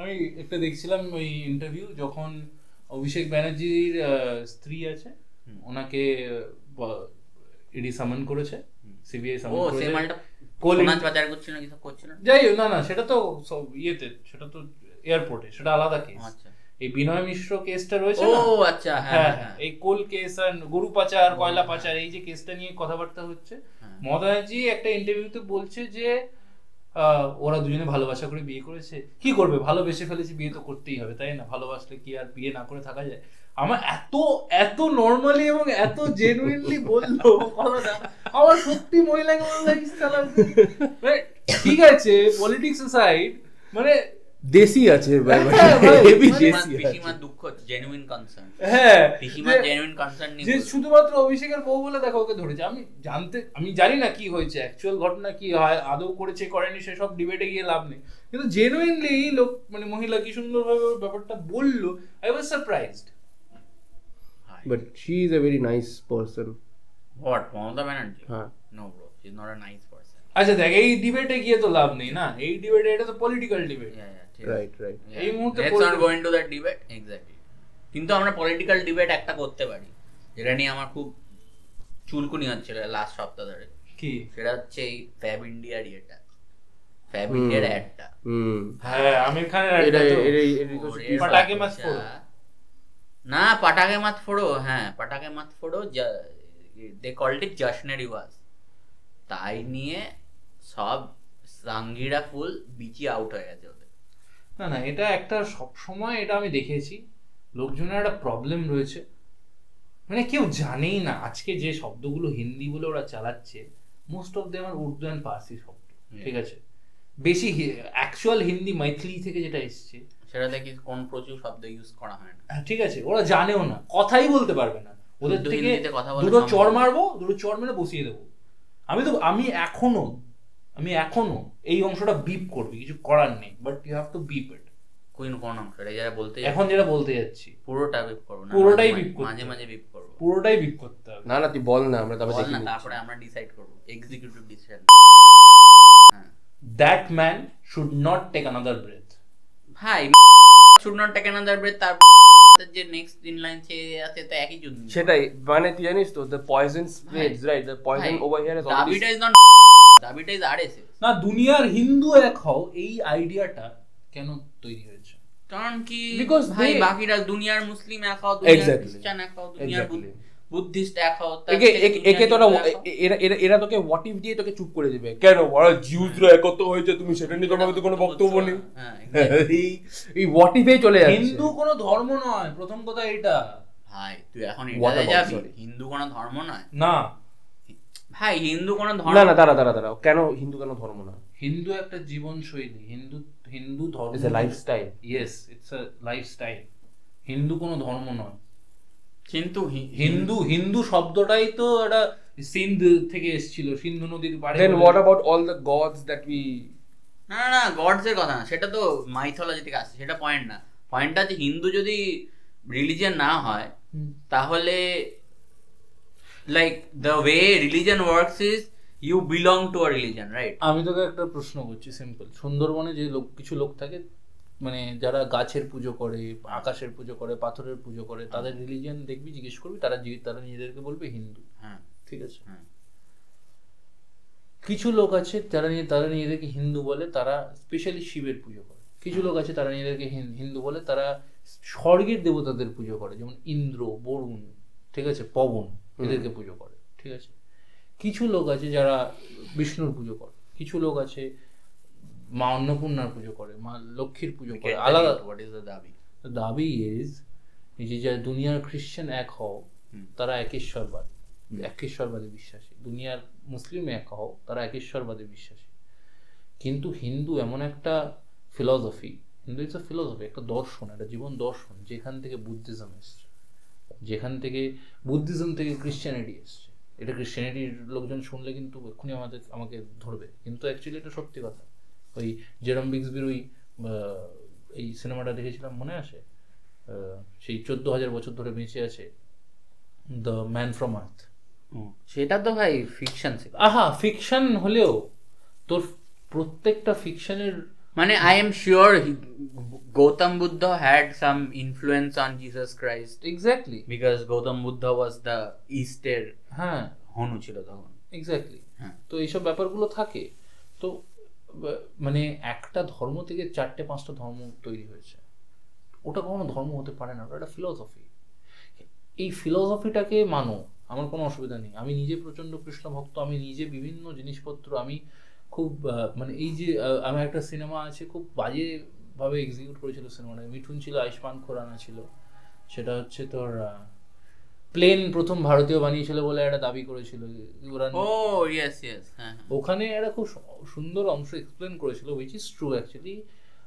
আমি একটা দেখছিলাম ওই ইন্টারভিউ যখন অভিষেক ব্যানার্জির আহ, স্ত্রী আছে ওনাকে ইডি সামন করেছে সিবিআই
ও
সামন
সেই
করেছে
মালটা
Call in-
সোনাজ পাচার করছিল না, কি সব করছিল না?
যাই হোক, না না সেটা তো সব ইয়েতে সেটা তো এয়ারপোর্টে সেটা আলাদা কেস
আচ্ছা
এই বিনয় মিশ্র কেসটা রয়েছে
ও
না
আচ্ছা হ্যাঁ
হ্যাঁ
হ্যাঁ
এই কোল কেস আর গরু পাচার কয়লা পাচার এই যে কেসটা নিয়ে কথাবার্তা হচ্ছে
হ্যাঁ।
মমতা ব্যানার্জি একটা ইন্টারভিউতে বলছে যে আহ, ওরা দুজনে ভালোবাসা করে বিয়ে করেছে কি করবে ভালোবেসে ফেলেছে বিয়ে তো করতেই হবে তাই না ভালোবাসলে কি আর বিয়ে না করে থাকা যায় আমার এত এত নর্মালি এবং এত জেনুইনলি বললো কথাটা আমার সত্যি মহিলাকে মনে লাগিস মানে ঠিক আছে পলিটিক্স সাইড মানে
দেশি আছে ভাই
হ্যাঁ, ভাই,
হেভি
মানে
দেশি
পিসিমার-
আছে
পিসিমার দুঃখ হচ্ছে জেনুইন কনসার্ন
হ্যাঁ
পিসিমার
যে-
জেনুইন কনসার্ন নিয়ে
যে
বলছে।
শুধুমাত্র অভিষেকের বউ বলে দেখো ওকে ধরেছে আমি জানতে আমি জানি না কি হয়েছে অ্যাকচুয়াল ঘটনা কি হয় আদৌ করেছে করেনি সেসব ডিবেটে গিয়ে লাভ নেই কিন্তু জেনুইনলি লোক মানে মহিলা কি সুন্দরভাবে ওর ব্যাপারটা বললো আই ওয়াজ সারপ্রাইজড
ভাই,
but she is a very nice person
what, Mamata Banerjee
হ্যাঁ
no bro she is not a nice person
আচ্ছা দেখ এই ডিবেটে গিয়ে তো লাভ নেই না এই ডিবেটে এটা তো political debate
yeah yeah
right right
এই মুহূর্তে
let's not
political-
go into that debate exactly কিন্তু আমরা পলিটিক্যাল ডিবেট একটা করতে পারি যেটা নিয়ে আমার খুব চুলকুনি হচ্ছিল লাস্ট সপ্তাহ ধরে
কি
সেটা হচ্ছে এই ফ্যাব ইন্ডিয়ার ইয়েটা ফ্যাব ইন্ডিয়ার অ্যাডটা
হুম
হ্যাঁ আমির খানের
এটা
একটা তো।
এটা এটা তো সত্যি-
पटाखे मत फोड़ो।
না পটাকে মত ফোড়ো হ্যাঁ পটাকে মত ফোড়ো দে কল্ড ইট জশনারি ওয়াজ তাই নিয়ে সব সাঙ্গিরা ফুল বিচি আউট হয়ে গেছে ওদের
না না এটা একটা সব সময় এটা আমি দেখেছি লোকজনের একটা প্রবলেম রয়েছে মানে কেউ জানেই না আজকে যে শব্দগুলো হিন্দি বলে ওরা চালাচ্ছে মোস্ট অফ দেম আর উর্দু অ্যান্ড পার্সি শব্দ ঠিক আছে বেশি অ্যাকচুয়াল হিন্দি মাইথিলি থেকে যেটা এসছে
সেটা দেখি কোন প্রচুর শব্দ ইউজ করা হয় না
হ্যাঁ, ঠিক আছে ওরা জানেও না কথাই বলতে পারবে না ওদের
শুদ্ধ
থেকে
হিন্দিতে কথা বলা
দুটো
সম্ভব
চর
না।
মারবো দুটো চর মেরে বসিয়ে দেবো আমি তো আমি এখনো আমি এখনো এই অংশটা বিপ করবে কিছু করার নেই but you have to beep it
কোন কোন অংশ এটা যারা বলতে
এখন যেটা বলতে যাচ্ছি
পুরোটা বিপ করবো না
পুরোটাই
মাঝে
beep করতে
মাঝে
হবে।
মাঝে বিপ করবো
পুরোটাই বিপ করতে হবে
না না তুই বল না আমরা তারপর
বল
দেখি
না তারপরে আমরা ডিসাইড করবো এক্সিকিউটিভ ডিসিশন
হ্যাঁ।
That man should not take another breath
ভাই should not take another breath তার যে নেক্সট ইন লাইন চেয়ে আছে তো একই জন্য
সেটাই মানে তুই জানিস তো the poison spreads right the poison over here is
হ্যাঁ। দাবিটা ইজ নট দাবিটা ইজ আরএসএস
না দুনিয়ার হিন্দু এক হও এই আইডিয়াটা কেন তৈরি হয়েছে
কারণ কি
Because
ভাই
they-
বাকিরা দুনিয়ার মুসলিম এক হও দুনিয়ার
Exactly.
খ্রিস্টান এক হও দুনিয়ার
Exactly.
বুদ্ধিস্ট এক হও তার
একে
থেকে
একে-
দুনিয়ার
একে তোরা
হিন্দু এক হও।
এ- এরা এরা- এরা তোকে হোয়াট ইফ দিয়ে তোকে চুপ করে দেবে কেন ওরা জিউসরা একত্র হয়েছে তুমি সেটা নিয়ে তোমাকে তো কোনো বক্তব্য নেই
হ্যাঁ,
এই- এই হোয়াট ইফে চলে যাচ্ছে
হিন্দু কোনো ধর্ম নয় প্রথম কথা এটা
ভাই তুই এখন
What
এটাতে
about-
যাবি
sorry.
হিন্দু কোনো ধর্ম নয়
না
ভাই হিন্দু কোনো
না
ধর্ম
না দাঁড়া দাঁড়া দাঁড়া কেন হিন্দু কেন ধর্ম না
হিন্দু একটা জীবন শৈলী হিন্দু হিন্দু ধর্ম
is a lifestyle
yes it's a lifestyle Hindu কোনো ধর্ম নয়
কিন্তু হি-
হিন্দু হিন্দু শব্দটাই তো একটা সিন্ধ থেকে এসেছিল সিন্ধু নদীর পাড়ে
দেন
বলে-
what about all the gods that we
না না গডস এর কথা না সেটা তো মাইথোলজি থেকে আসছে সেটা পয়েন্ট না পয়েন্টটা যে হিন্দু যদি রিলিজিয়ান না হয়
হুম।
তাহলে like the way religion works is you belong to a religion right
আমি তোকে একটা প্রশ্ন করছি সিম্পল সুন্দরবনে যে লোক কিছু লোক থাকে মানে যারা গাছের পুজো করে আকাশের পুজো করে পাথরের পুজো করে তাদের রিলিজিয়ান দেখবি জিজ্ঞেস করবি তারা জি- তারা নিজেদেরকে বলবে হিন্দু
হ্যাঁ
ঠিক আছে
হ্যাঁ।
কিছু লোক আছে যারা নিয়ে তারা নিজেদেরকে হিন্দু বলে তারা স্পেশালি শিবের পুজো করে কিছু লোক আছে তারা নিজেদেরকে হিন- হিন্দু বলে তারা স্বর্গের দেবতাদের পুজো করে যেমন ইন্দ্র বরুণ ঠিক আছে পবন এদেরকে পুজো করে ঠিক আছে কিছু লোক আছে যারা বিষ্ণুর পুজো করে কিছু লোক আছে মা অন্নপূর্ণার পুজো করে মা লক্ষ্মীর পুজো করে আলাদা
হোয়াট ইজ দ্য দাবি
দাবি ইজ যে যা দুনিয়ার খ্রিশ্চান এক হও
হুম।
তারা একেশ্বরবাদ একেশ্বরবাদে বিশ্বাসী দুনিয়ার মুসলিম এক হও তারা একেশ্বরবাদে বিশ্বাসী কিন্তু হিন্দু এমন একটা ফিলসফি হিন্দু ইজ ফিলসফি একটা দর্শন একটা জীবন দর্শন যেখান থেকে বুদ্ধিজম এসছে যেখান থেকে বুদ্ধিজম থেকে ক্রিশ্চিয়ানিটি এসছে এটা ক্রিশ্চিয়ানিটির লোকজন শুনলে কিন্তু এক্ষুনি আমাদের আমাকে ধরবে কিন্তু অ্যাকচুয়ালি এটা সত্যি কথা ওই জেরম বিক্সবির ওই আহ, এই সিনেমাটা দেখেছিলাম মনে আছে আহ, সেই চোদ্দ হাজার বছর ধরে বেঁচে আছে দ্য ম্যান ফ্রম আর্থ
সেটা তো ভাই ফিকশন
আহা ফিকশন হলেও তোর প্রত্যেকটা ফিকশনের
মানে I am sure Gautam Buddha had some influence on Jesus Christ
exactly
because Gautam Buddha was the ইস্টের
হ্যাঁ
হনু ছিল তখন
এক্স্যাক্টলি
হ্যাঁ।
তো এইসব ব্যাপারগুলো থাকে তো ব- মানে একটা ধর্ম থেকে চারটে পাঁচটা ধর্ম তৈরি হয়েছে ওটা কখনো ধর্ম হতে পারে না ওটা একটা ফিলসফি এই ফিলসফিটাকে মানো আমার কোনো অসুবিধা নেই আমি নিজে প্রচণ্ড কৃষ্ণ ভক্ত আমি নিজে বিভিন্ন জিনিসপত্র আমি খুব আহ, মানে এই যে আহ, আমার একটা সিনেমা আছে খুব বাজেভাবে এক্সিকিউট করেছিল সিনেমাটা মিঠুন ছিল আয়ুষ্মান খোরানা ছিল সেটা হচ্ছে তোর প্লেন প্রথম ভারতীয় বানিয়েছিল বলে একটা দাবি করেছিল ওরা
ও ইয়েস ইয়েস হ্যাঁ হ্যাঁ।
ওখানে একটা খুব সু- সুন্দর অংশ এক্সপ্লেন করেছিল উইচ ইজ ট্রু অ্যাকচুয়ালি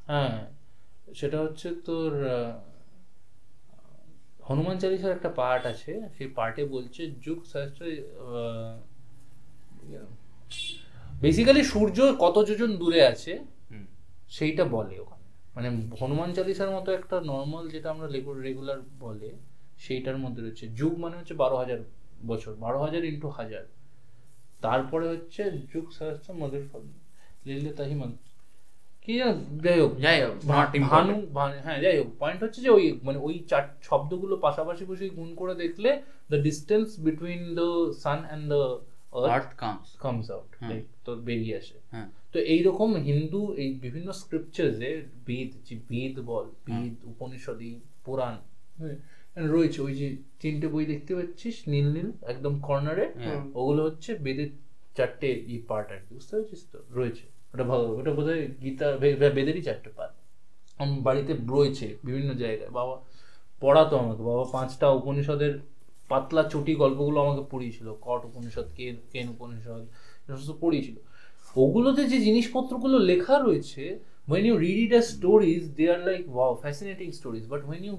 হ্যাঁ সেটা হচ্ছে তোর আহ, হনুমান চালিসার একটা পার্ট আছে সেই পার্টে বলছে যুগ শাস্ত্র বেসিক্যালি সূর্য কত যোজন দূরে আছে
হুম।
সেইটা বলে ওখানে মানে হনুমান চালিসার মতো একটা নর্মাল যেটা আমরা রেগুলার বলে সেইটার মধ্যে রয়েছে যুগ মানে হচ্ছে বারো হাজার বছর বারো হাজার ইন্টু হাজার তারপরে হচ্ছে যুগ সহস্র মধুর ফল লিলে তাহি মন কি জানো, যাই হোক
যাই হোক নট
ভানু ভান- হ্যাঁ যাই হোক পয়েন্ট হচ্ছে যে ওই মানে ওই চার শব্দগুলো পাশাপাশি বসে গুণ করে দেখলে the distance between the sun and the earth
earth comes
comes out
হ্যাঁ।
তো বেরিয়ে আসে
হ্যাঁ
তো এইরকম হিন্দু এই বিভিন্ন স্ক্রিপচার্সে বেদ যে বেদ বল বেদ উপনিষদ এই পুরাণ হ্যাঁ, রয়েছে ওই যে তিনটে বই দেখতে পাচ্ছিস নীল নীল একদম কর্নারে
হ্যাঁ।
ওগুলো হচ্ছে বেদের চারটে ই পার্ট আর কি বুঝতে পেরেছিস তো রয়েছে ওটা ভালো ওটা বোধ হয় গীতা বে- বে- বেদেরই চারটে পার্ট আমার বাড়িতে রয়েছে বিভিন্ন জায়গায় বাবা পড়াতো আমাকে বাবা পাঁচটা উপনিষদের পাতলা চটি গল্পগুলো আমাকে পড়িয়েছিল কট উপনিষদ কেন কেন উপনিষদ এ সমস্ত পড়িয়েছিল ওগুলোতে যে জিনিসপত্রগুলো লেখা রয়েছে when you read it as stories they are like wow fascinating stories but when you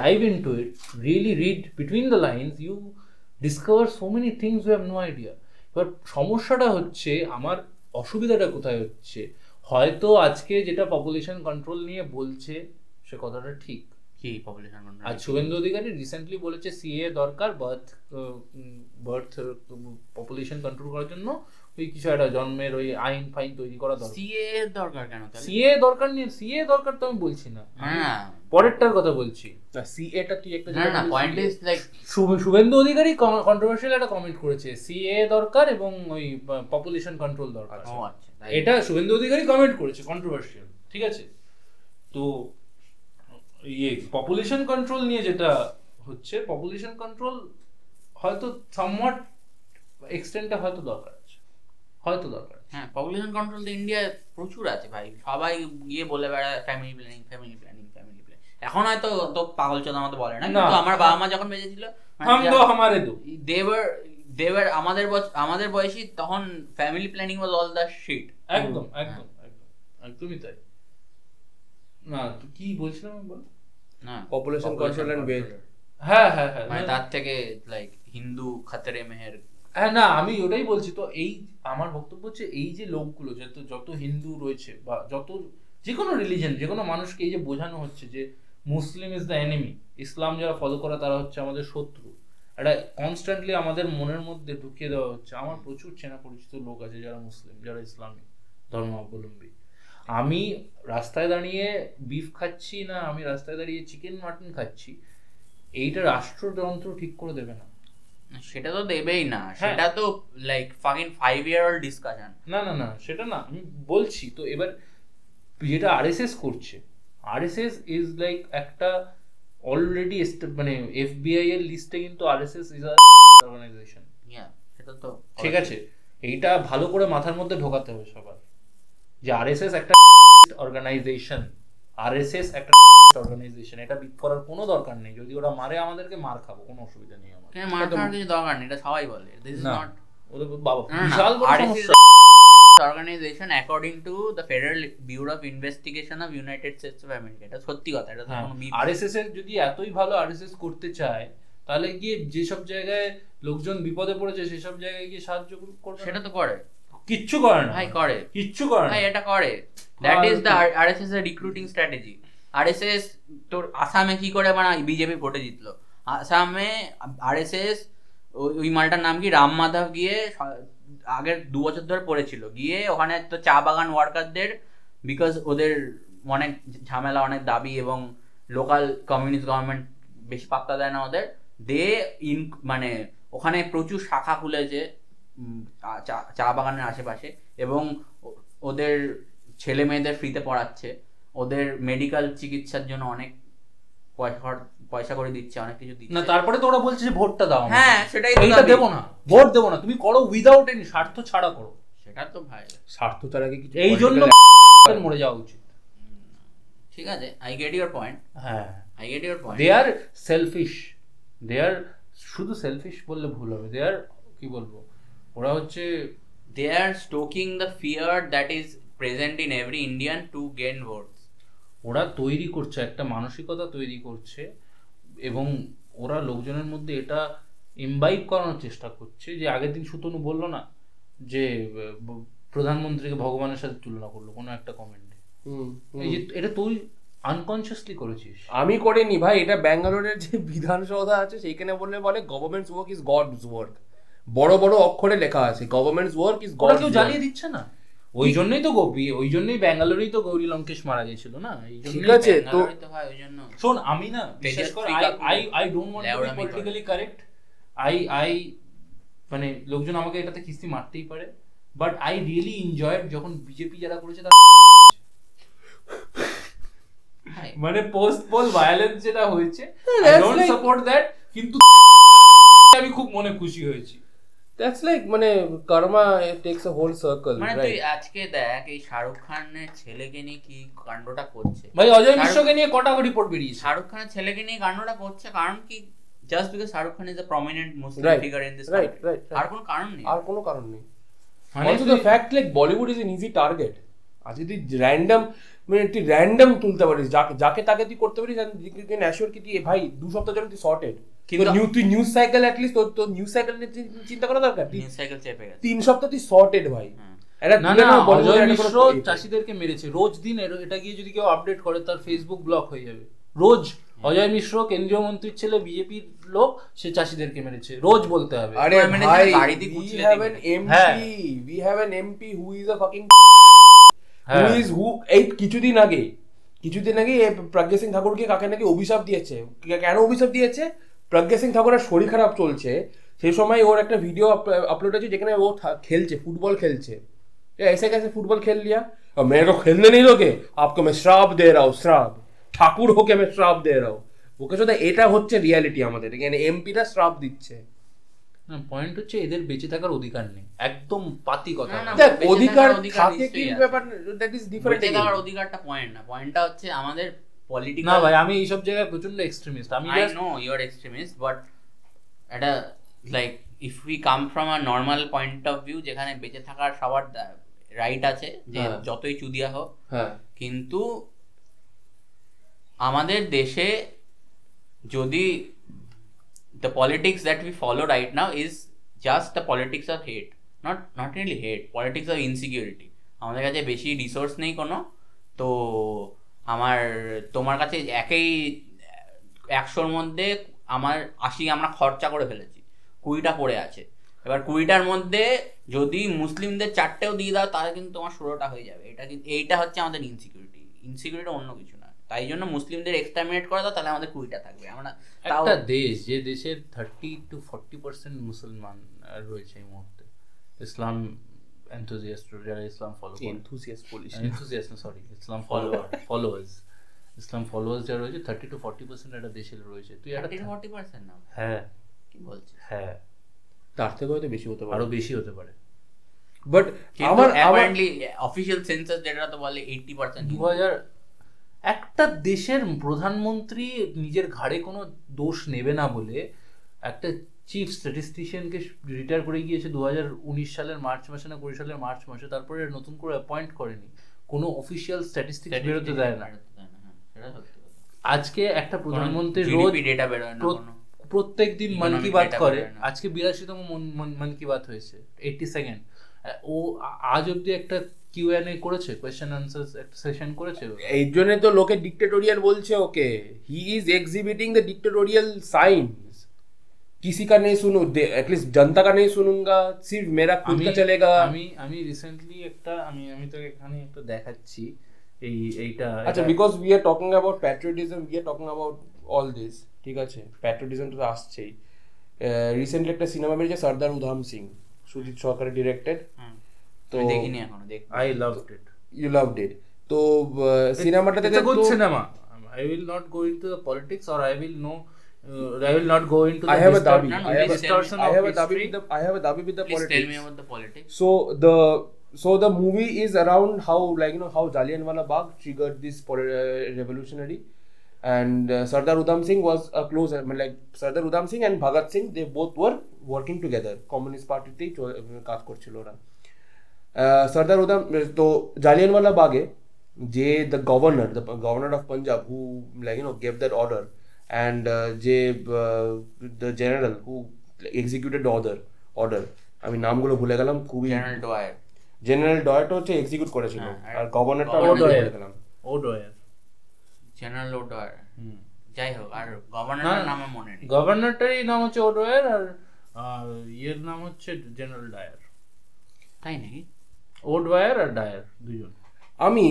dive into it, really read between the lines, you discover so many things you have no idea. এবার সমস্যাটা হচ্ছে আমার অসুবিধাটা কোথায় হচ্ছে হয়তো আজকে যেটা পপুলেশন কন্ট্রোল নিয়ে বলছে সে কথাটা ঠিক
কি পপুলেশন
আর শুভেন্দু অধিকারী রিসেন্টলি বলেছে সিএ দরকার বার্থ বার্থ পপুলেশন কন্ট্রোল করার জন্য ওই কিছু একটা জন্মের ওই আইন ফাইন তৈরি করা দরকার
সিএ এর দরকার কেন তাহলে
সিএ দরকার নেই সিএ দরকার তো আমি বলছি না
হ্যাঁ
পরেরটার কথা বলছি
সি এটা তুই একটা
না না পয়েন্ট ইজ লাইক
শু- শুভেন্দু অধিকারী কন্ট্রোভার্সিয়াল একটা কমেন্ট করেছে সিএ দরকার এবং ওই পপুলেশন কন্ট্রোল দরকার
ও আচ্ছা তাই।
এটা শুভেন্দু অধিকারী কমেন্ট করেছে কন্ট্রোভার্সিয়াল ঠিক আছে তো ইয়ে পপুলেশন কন্ট্রোল নিয়ে যেটা হচ্ছে পপুলেশন কন্ট্রোল হয়তো সামওয়াট এক্সটেন্টটা হয়তো দরকার আছে হয়তো দরকার আছে।
হ্যাঁ পপুলেশন কন্ট্রোল তো ইন্ডিয়ায় প্রচুর আছে ভাই সবাই গিয়ে বলে বেড়ায় family planning family planning family planning এখন হয়তো তো পাগল চোদা মতো বলে না
না।
কিন্তু আমার বাবা মা যখন বেঁচে ছিল মানে
হাম দো হামারে দো
দেবার দেবার আমাদের বছ- আমাদের বয়সী তখন family planning was all the shit
একদম
হ্যাঁ।
একদম একদম একদমই তাই না তো কি বলছিলাম আমি বল
না
পপুলেশন কন্ট্রোল এন্ড বেদ
হ্যাঁ হ্যাঁ হ্যাঁ
মানে
না-
তার থেকে লাইক হিন্দু খাতরে মেহের
হ্যাঁ না আমি ওটাই বলছি তো এই আমার বক্তব্য হচ্ছে এই যে লোকগুলো যত যত হিন্দু রয়েছে বা যত যে কোনো রিলিজন যে কোনো মানুষকে এই যে বোঝানো হচ্ছে যে Muslim is the enemy Islam যারা ফলো করে তারা হচ্ছে আমাদের শত্রু এটা কনস্ট্যান্টলি আমাদের মনের মধ্যে ঢুকিয়ে দেওয়া হচ্ছে আমার প্রচুর চেনা পরিচিত লোক আছে যারা মুসলিম যারা ইসলামিক ধর্মাবলম্বী আমি রাস্তায় দাঁড়িয়ে বিফ খাচ্ছি না আমি রাস্তায় দাঁড়িয়ে চিকেন মাটন খাচ্ছি এইটা রাষ্ট্রযন্ত্র ঠিক করে দেবে না
সেটা তো দেবেই না
হ্যাঁ।
সেটা তো like fucking five year all discussion
না না না সেটা না আমি বলছি তো এবার যেটা আরএসএস করছে আরএসএস ইজ লাইক একটা অলরেডি মানে এফবিআই এর লিস্টে কিন্তু আরএসএস ইজ আ অর্গানাইজেশন
সেটা তো
ঠিক আছে এইটা ভালো করে মাথার মধ্যে ঢোকাতে হবে সবার যে আরএসএস একটা অর্গানাইজেশন আরএসএস একটা অর্গানাইজেশন এটা বিট করার কোনো দরকার নেই যদি ওরা মারে আমাদেরকে মার খাবো কোনো অসুবিধা নেই আমার
হ্যাঁ, মার খাওয়ার কিছু দরকার নেই এটা সবাই বলে দিস ইজ
না।
নট
ওদের বাবা
Mm-hmm.
বিশাল বড় সমস্যা
organization according to the Federal Bureau of Investigation of United States of America এটা সত্যি কথা এটা তো
হ্যাঁ,
কোনো myth না।
আরএসএস এর যদি এতই ভালো আরএসএস করতে চায় তাহলে গিয়ে যেসব জায়গায় লোকজন বিপদে পড়েছে সেসব জায়গায় গিয়ে সাহায্য করবে
সেটা
সেটা
তো করে
কিচ্ছু করে না
ভাই করে
কিচ্ছু করে না
ভাই এটা করে দ্যাট
ভাই,
ইজ দ্য
তো-
আরএসএস এর রিক্রুটিং স্ট্র্যাটেজি আরএসএস তোর আসামে কি করে মানে বিজেপি ভোটে জিতলো আসামে আরএসএস ওই মালটার নাম কি রাম মাধব গিয়ে স- আগের দু বছর ধরে পড়েছিল গিয়ে ওখানে তো চা বাগান ওয়ার্কারদের বিকজ ওদের অনেক ঝামেলা অনেক দাবি এবং লোকাল কমিউনিস্ট গভর্নমেন্ট বেশি পাত্তা দেয় না ওদের দে ইন মানে ওখানে প্রচুর শাখা খুলেছে উম, আ- চা- চা বাগানের আশেপাশে এবং ও- ওদের ছেলে মেয়েদের ফ্রিতে পড়াচ্ছে ওদের মেডিকেল চিকিৎসার জন্য অনেক পয়সা খর- পয়সা করে দিচ্ছে অনেক কিছু
না
দিচ্ছে
তারপরে তো ওরা বলছে যে ভোটটা দাও আমাকে।
হ্যাঁ সেটাই তো
এইটা
দাবি।
দেবো না ভোট দেবো না তুমি করো উইদাউট এনি স্বার্থ ছাড়া করো
সেটা তো ভাই
স্বার্থ তার আগে কিছু
এই জন্য
political-
মরে যাওয়া উচিত
ঠিক আছে আই গেট ইউর পয়েন্ট
হ্যাঁ
I get your point
they are selfish they are শুধু সেলফিশ বললে ভুল হবে দে আর কি বলবো ওরা হচ্ছে
they are stoking the fear that is present in every Indian to gain votes.
ওরা তৈরি করছে একটা মানসিকতা তৈরি করছে এবং ওরা লোকজনের মধ্যে এটা ইমবাইব করানোর চেষ্টা করছে যে আগের দিন সুতনু বললো না যে আহ, ব- প্রধানমন্ত্রীকে ভগবানের সাথে তুলনা করলো কোনো একটা কমেন্টে
হুম, হুম।
এই যে এটা তুই আনকনসিয়াসলি করেছিস
আমি করিনি ভাই এটা ব্যাঙ্গালোরের যে বিধানসভা আছে সেইখানে বললে বলে government's work is God's work বড় বড় অক্ষরে লেখা আছে গভর্নমেন্টস ওয়ার্ক ইজ
ওরা
গড
কেউ জ্বালিয়ে দিচ্ছে না ওই জন্যই তো গৌরী ওই জন্যই ব্যাঙ্গালোরেই তো গৌরী লঙ্কেশ মারা গেছিল না এই জন্যই-
ঠিক আছে তো
ব্যাঙ্গালোরে তো হয় ওই জন্য।
শোন আমি না বিশেষ করে I I I don't want to
লেওড়ামি
বি
করে।
পলিটিক্যালি কারেক্ট আই আই মানে লোকজন আমাকে এটাতে কিস্তি মারতেই পারে বাট আই রিয়েলি এনজয়েড যখন বিজেপি যারা করেছে তারা
ভাই,
মানে পোস্ট পোল ভায়োলেন্স যেটা হয়েছে
Yeah,
I
that's
don't
like-
support that কিন্তু আমি খুব মনে খুশি হয়েছি
দ্যাটস লাইক মানে কর্মা টেকস আ হোল সার্কেল
মানে তুই
রাইট
আজকে দেখ এই শাহরুখ খানের ছেলেকে নিয়ে কি কাণ্ডটা করছে
ভাই অজয়
তার-
বিশ্বকে নিয়ে কটা রিপোর্ট বেরিয়েছে
শাহরুখ খানের ছেলেকে নিয়ে কাণ্ডটা করছে কারণ কি just because Shahrukh Khan is a prominent Muslim
Right.
Figure in this
Right, right, right.
আর কোনো কারণ নেই
আর কোনো কারণ নেই
মানে
অলসো দ্য
তুই-
fact like Bollywood is an easy target আর যদি র্যান্ডম মানে তুই র্যান্ডম তুলতে পারিস যাকে যাকে তাকে তুই করতে পারিস অ্যাসিওর কি তুই এ ভাই দু সপ্তাহ জন্য তুই সর্টেড কিন্তু
কিন্তু-
নিউ তুই নিউজ সাইকেল অ্যাটলিস্ট তোর তোর নিউজ সাইকেল নিয়ে চিন- চিন্তা করা দরকার তুই
নিউজ সাইকেল চেপে গেছে
তিন সপ্তাহ তুই সর্টেড ভাই
হ্যাঁ।
এটা
না
তুলে
না
নাও, Bollywood
অজয়
এর একটা
মিশ্র
কোনো ইয়ে।
চাষিদেরকে মেরেছে রোজ দিন এর- এটা গিয়ে যদি কেউ আপডেট করে তার ফেসবুক ব্লক হয়ে যাবে রোজ অজয় মিশ্র কেন্দ্রীয় মন্ত্রীর ছেলে বিজেপির লোক সে চাষিদেরকে মেরেছে রোজ বলতে হবে
আরে
মানে যে
ভাই
গাড়ি দিয়ে
we
কুচলে
have an
দিয়ে মেরে।
MP
হ্যাঁ।
we have an MP who is a fucking who
হ্যাঁ।
is who এই কিছুদিন আগে কিছুদিন আগে এ প্রজ্ঞা সিং ঠাকুরকে কাকে নাকি অভিশাপ দিয়েছে কে- কেন অভিশাপ দিয়েছে প্রজ্ঞা সিং ঠাকুরের শরীর খারাপ চলছে সেই সময় ওর একটা ভিডিও আপলোড আছে যেখানে ও থা- খেলছে ফুটবল খেলছে এ ऐसे कैसे फुटबॉल खेल लिया अब मेरे को खेलने नहीं दोगे आपको मैं श्राप दे रहा हूँ श्राप ठाकुर होके मैं श्राप दे रहा हूँ ওকে শুধু এটা হচ্ছে রিয়ালিটি আমাদের এখানে এমপিরা শ্রাপ দিচ্ছে
পয়েন্ট হচ্ছে এদের বেঁচে থাকার অধিকার নেই একদম পাতি কথা
না, না,
দেখ
বেঁচে
অধিকার
থাকার অধিকার
থাকে কি
নিশ্চয়ই আছে।
ব্যাপার দ্যাট ইজ ডিফারেন্ট
বেঁচে থাকার অধিকারটা পয়েন্ট না পয়েন্টটা হচ্ছে আমাদের
না
পলিটিক্যাল
ভাই আমি এইসব জায়গায় প্রচন্ড এক্সট্রিমিস্ট আমি
I
just-
know you're extremist, but at a like if we come from a normal point of view, যেখানে বেঁচে থাকার সবার রাইট আছে যে
হ্যাঁ।
যতই চুদিয়া হোক
হ্যাঁ
কিন্তু আমাদের দেশে যদি the politics that we follow right now is just the politics of hate not not really hate politics of insecurity আমাদের কাছে বেশি রিসোর্স নেই কোনো তো আমার তোমার কাছে একই একশোর মধ্যে আমার আশি আমরা খরচা করে ফেলেছি কুড়িটা পড়ে আছে এবার কুড়িটার মধ্যে যদি মুসলিমদের চারটেও দিয়ে দাও তাহলে কিন্তু তোমার ষোলোটা হয়ে যাবে এটা কিন্তু এইটা হচ্ছে আমাদের ইনসিকিউরিটি ইনসিকিউরিটি অন্য কিছু না তাই জন্য মুসলিমদের এক্সটারমিনেট করে দাও তাহলে আমাদের কুড়িটা থাকবে আমরা তাও
একটা দেশ যে দেশের থার্টি টু ফর্টি পার্সেন্ট মুসলমান আহ, রয়েছে এই মুহূর্তে ইসলাম এনথুজিয়াস্ট যারা ইসলাম ফলো করে
এনথুসিয়াস বলিস
enthusiast sorry Islam follower followers Islam followers যারা রয়েছে থার্টি টু ফর্টি পার্সেন্ট একটা দেশে রয়েছে তুই একটা
ফর্টি পার্সেন্ট না
হ্যাঁ
কি বলছিস
হ্যাঁ
তার থেকে হয়তো বেশি হতে পারে
আরো বেশি হতে পারে
বাট
কিন্তু
আমার আমার
অ্যাপারেন্টলি অফিসিয়াল সেন্সাস যেটা তো বলে এইটি পার্সেন্ট
দু হাজার একটা দেশের প্রধানমন্ত্রী নিজের ঘাড়ে কোনো দোষ নেবে না বলে একটা চিফ স্ট্যাটিস্টিশিয়ানকে রিটায়ার করে গিয়েছে দু হাজার উনিশ সালের মার্চ মাসে না কুড়ি সালের মার্চ মাসে তারপরে নতুন করে অ্যাপয়েন্ট করেনি কোনো অফিসিয়াল স্ট্যাটিস্টিক্স বেরোতে দেয় না
হ্যাঁ,
আজকে একটা প্রধানমন্ত্রী রোজ
ডেটা বেরোয় না
প্রো-
কোনো।
প্রত্যেক দিন মন
Economic
কি বাত
data
করে
বেরোয় না।
আজকে বিরাশিতম মন- মন- মন কি বাত হয়েছে এইটি সেকেন্ড ও আ- আজ অব্দি একটা কিউ এন এ করেছে কোয়েশ্চেন আনসার একটা সেশন করেছে ও?
এই জন্য তো লোকে ডিক্টেটোরিয়াল বলছে ওকে he is exhibiting the dictatorial signs किसी का नहीं सुनू एटलीस्ट जनता का नहीं सुनूंगा सिर्फ मेरा खुद
আমি
का चलेगा
আমি আমি রিসেন্টলি একটা আমি আমি তো এখানে একটু দেখাচ্ছি এই এইটা
আচ্ছা
এটা-
because we are talking about patriotism we are talking about all this ঠিক আছে প্যাট্রিয়টিজম তো আসছেই রিসেন্টলি একটা সিনেমা বেরিয়েছে সর্দার উধাম সিং সুজিত সরকারের ডিরেক্টেড
হ্যাঁ।
তো
আমি দেখিনি এখনো দেখ
I loved it.
You love did তো সিনেমাটা
It's
থেকে
a good cinema. I will not go into the politics or I will know uh, I will not go
तो
into the
I have a
distor-
dabi.
No, no,
I have a-
please tell me.
distortion
I
of
have a dabi
history.
with the I have a dabi with the
Please tell me
politics.
about the politics.
So the so the movie is around how like you know how Jallianwala Bagh triggered this pol- uh, revolutionary, and uh, Sardar Udham Singh was a close I mean, like Sardar Udham Singh and Bhagat Singh they both were working together. Communist Party uh, তেই চল- কাজ করছিল ওরা আহ, সর্দার উদাম তো জালিয়ানওয়ালা বাগে যে the governor the governor of Punjab who like you know gave that order and যে the general who executed order order আমি নামগুলো ভুলে গেলাম খুবই
জেনারেল ডোয়ার
জেনারেল ডয়েট হচ্ছে এক্সিকিউট করেছিল
হ্যাঁ,
আর
আর
গভর্নরটা
governor
ভুলে
Dwyer।
গেলাম
O'Dwyer.
জেনারেল ডোয়ার
হুম।
যাই হোক আর
না,
গভর্নরের
না।
নাম আমার মনে নেই
গভর্নরটারই নাম হচ্ছে O'Dwyer আর আর ইয়ের নাম হচ্ছে জেনারেল ডায়ার
তাই নাকি
O'Dwyer আর ডায়ার দুজন
আমি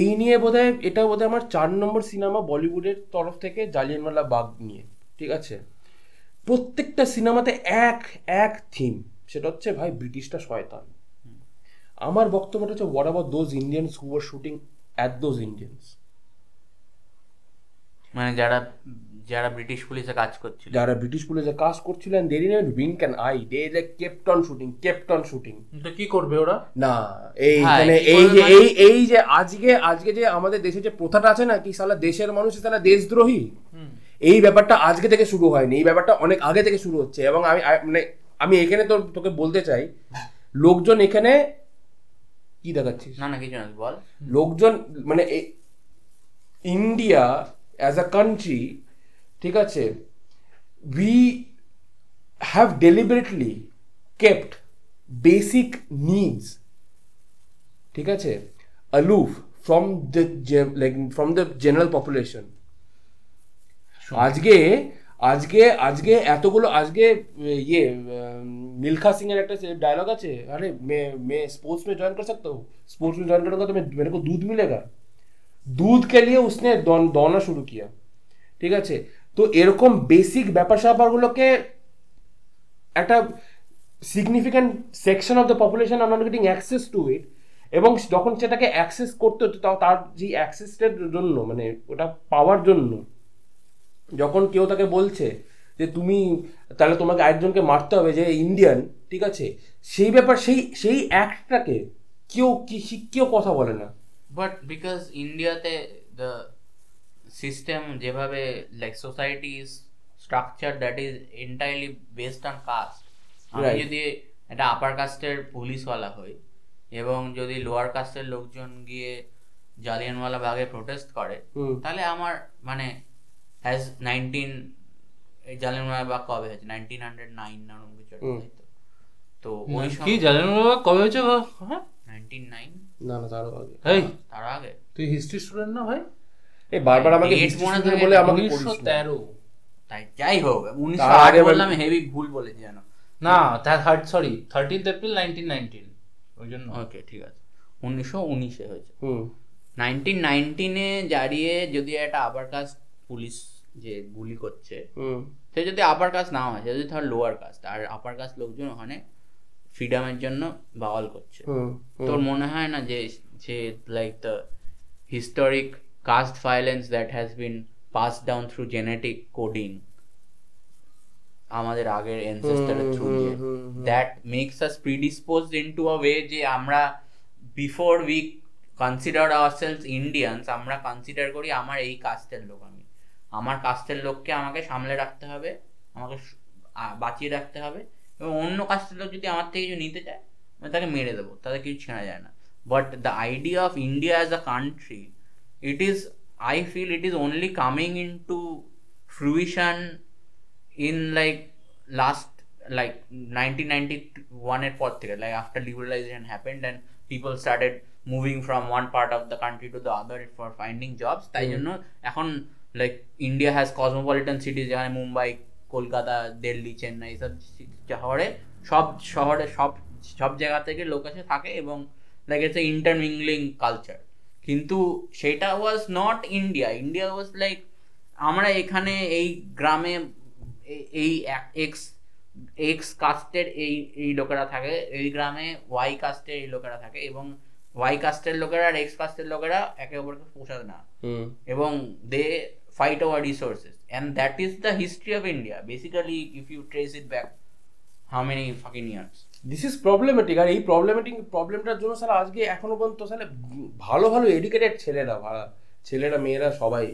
এই নিয়ে বোধহয় এটা বোধহয় আমার চার নম্বর সিনেমা বলিউডের তরফ থেকে জালিয়ানওয়ালা বাগ নিয়ে ঠিক আছে প্রত্যেকটা সিনেমাতে এক এক থিম সেটা হচ্ছে ভাই ব্রিটিশটা শয়তান আমার বক্তব্যটা হচ্ছে what about those Indians who are shooting at those Indians
মানে যারা যারা ব্রিটিশ পুলিশে কাজ করছিল
যারা ব্রিটিশ পুলিশে কাজ করছিলেন দেরি নেন wink and I they like captain shooting captain shooting
তো কি করবে ওরা
না এই
হ্যাঁ,
মানে
কি
এই
করবে
যে
মানে?
এই এই যে আজকে আজকে যে আমাদের দেশে যে প্রথাটা আছে না কি সালা দেশের মানুষ সালা দেশদ্রোহী এই ব্যাপারটা আজকে থেকে শুরু হয়নি এই ব্যাপারটা অনেক আগে থেকে শুরু হচ্ছে এবং আমি আ- মানে আমি এখানে তোর তোকে বলতে চাই লোকজন এখানে কি দেখাচ্ছিস
না না কিছু না বল
লোকজন মানে ইন্ডিয়া অ্যাজ আ কান্ট্রি ঠিক আছে we have deliberately kept basic needs ঠিক আছে aloof from the like from the general population আজকে আজকে আজকে এতগুলো আজকে এ, ইয়ে উম, মিলখা সিং এর একটা ডায়লগ আছে আরে মে মে स्पोर्ट्स में ज्वाइन कर सकता हूँ स्पोर्ट्स में ज्वाइन करूंगा तो मैं मेरे को दूध मिलेगा दूध के लिए उसने दौन, दौड़ना शुरू किया ঠিক আছে তো এরকম বেসিক ব্যাপার স্যাপারগুলোকে একটা significant section of the population are not getting access to it এবং যখন সেটাকে অ্যাক্সেস করতে হতো তা- তার যে অ্যাক্সেসটার জন্য মানে ওটা পাওয়ার জন্য যখন কেউ তাকে বলছে যে তুমি তাহলে তোমাকে আরেকজনকে মারতে হবে যে ইন্ডিয়ান ঠিক আছে সেই ব্যাপার সেই সেই অ্যাক্টটাকে কেউ কি সে- কেউ কথা বলে না
বাট বিকজ ইন্ডিয়াতে দ্য সিস্টেম যেভাবে like society is structure that is entirely based on caste আমি
Right.
যদি একটা আপার কাস্টের পুলিশওয়ালা হই এবং যদি লোয়ার কাস্টের লোকজন গিয়ে জালিয়ানওয়ালা বাগে প্রোটেস্ট করে
হুম।
তাহলে আমার মানে অ্যাজ নাইনটিন জালিয়ানওয়ালা বাগ কবে হয়েছে নাইনটিন হান্ড্রেড নাইন না ওরকম কিছু একটা,
হুম।
তাই তো? তো ওই
কি
সময়
জানেন বাবা কবে হয়েছে বাবা? হ্যাঁ
নাইনটিন নাইন
না না তারও আগে
এই
তার আগে
তুই হিস্ট্রি স্টুডেন্ট না ভাই
এই বারবার আমাকে
Date
history
মনে
student
থাকে
বলে
না,
আমাকে
উনিশশো
করিস না।
তেরো
তাই যাই হোক উনিশশো
তার
আট
আগে বল-
বললাম হেভি ভুল বলেছি যেন
না third sorry thirteenth April nineteen nineteen ওই জন্য
ওকে ঠিক আছে উনিশশো উনিশে হয়েছে
হুম
নাইনটিন নাইনটিনে জারিয়ে যদি একটা আপার কাস্ট পুলিশ যে গুলি করছে
হুম
সে যদি আপার কাস্ট না হয় সে যদি ধর লোয়ার কাস্ট আর আপার কাস্ট লোকজন ওখানে ফ্রিডমের জন্য বাওয়াল করছে
হুম হুম।
তোর মনে হয় না যে যে like the historic caste violence that has been pass down through genetic coding আমাদের আগের এনসেস্টারের থ্রু
হুম,
দিয়ে
হুম, হুম।
That makes us predisposed into a way যে আমরা before we consider ourselves Indians আমরা কনসিডার করি আমার এই কাস্টের লোক আমি আমার কাস্টের লোককে আমাকে সামলে রাখতে হবে আমাকে স- আ- বাঁচিয়ে রাখতে হবে এবং অন্য কাস্টের লোক যদি আমার থেকে কিছু নিতে চায় আমি তাকে মেরে দেবো তাতে কিছু ছেঁড়া যায় না but the idea of India as a country it is I feel it is only coming into fruition in like last like nineteen ninety ওয়ানের পর থেকে like after liberalisation happened and people started moving from one part of the country to the other for finding jobs তাই জন্য এখন like India has cosmopolitan city যেখানে মুম্বাই কলকাতা দিল্লি চেন্নাই এসব শহরে সব শহরে সব সব জায়গা থেকে লোক এসে থাকে এবং like it's a intermingling culture কিন্তু সেটা was not India India was like আমরা এখানে এই গ্রামে এ- এই এক্স এক্স কাস্টের এই এই লোকেরা থাকে এই গ্রামে ওয়াই কাস্টের এই লোকেরা থাকে এবং ওয়াই কাস্টের লোকেরা আর এক্স কাস্টের লোকেরা একে অপরকে পোষায় না
হুম
এবং they fight over resources and that is the history of India basically if you trace it back how many fucking years
this is problematic আর এই প্রবলেমেটিক প্রবলেমটার জন্য স্যার আজকে এখনো পর্যন্ত স্যার ভালো ভালো এডুকেটেড ছেলেরা ভাড়া ছেলেরা মেয়েরা সবাই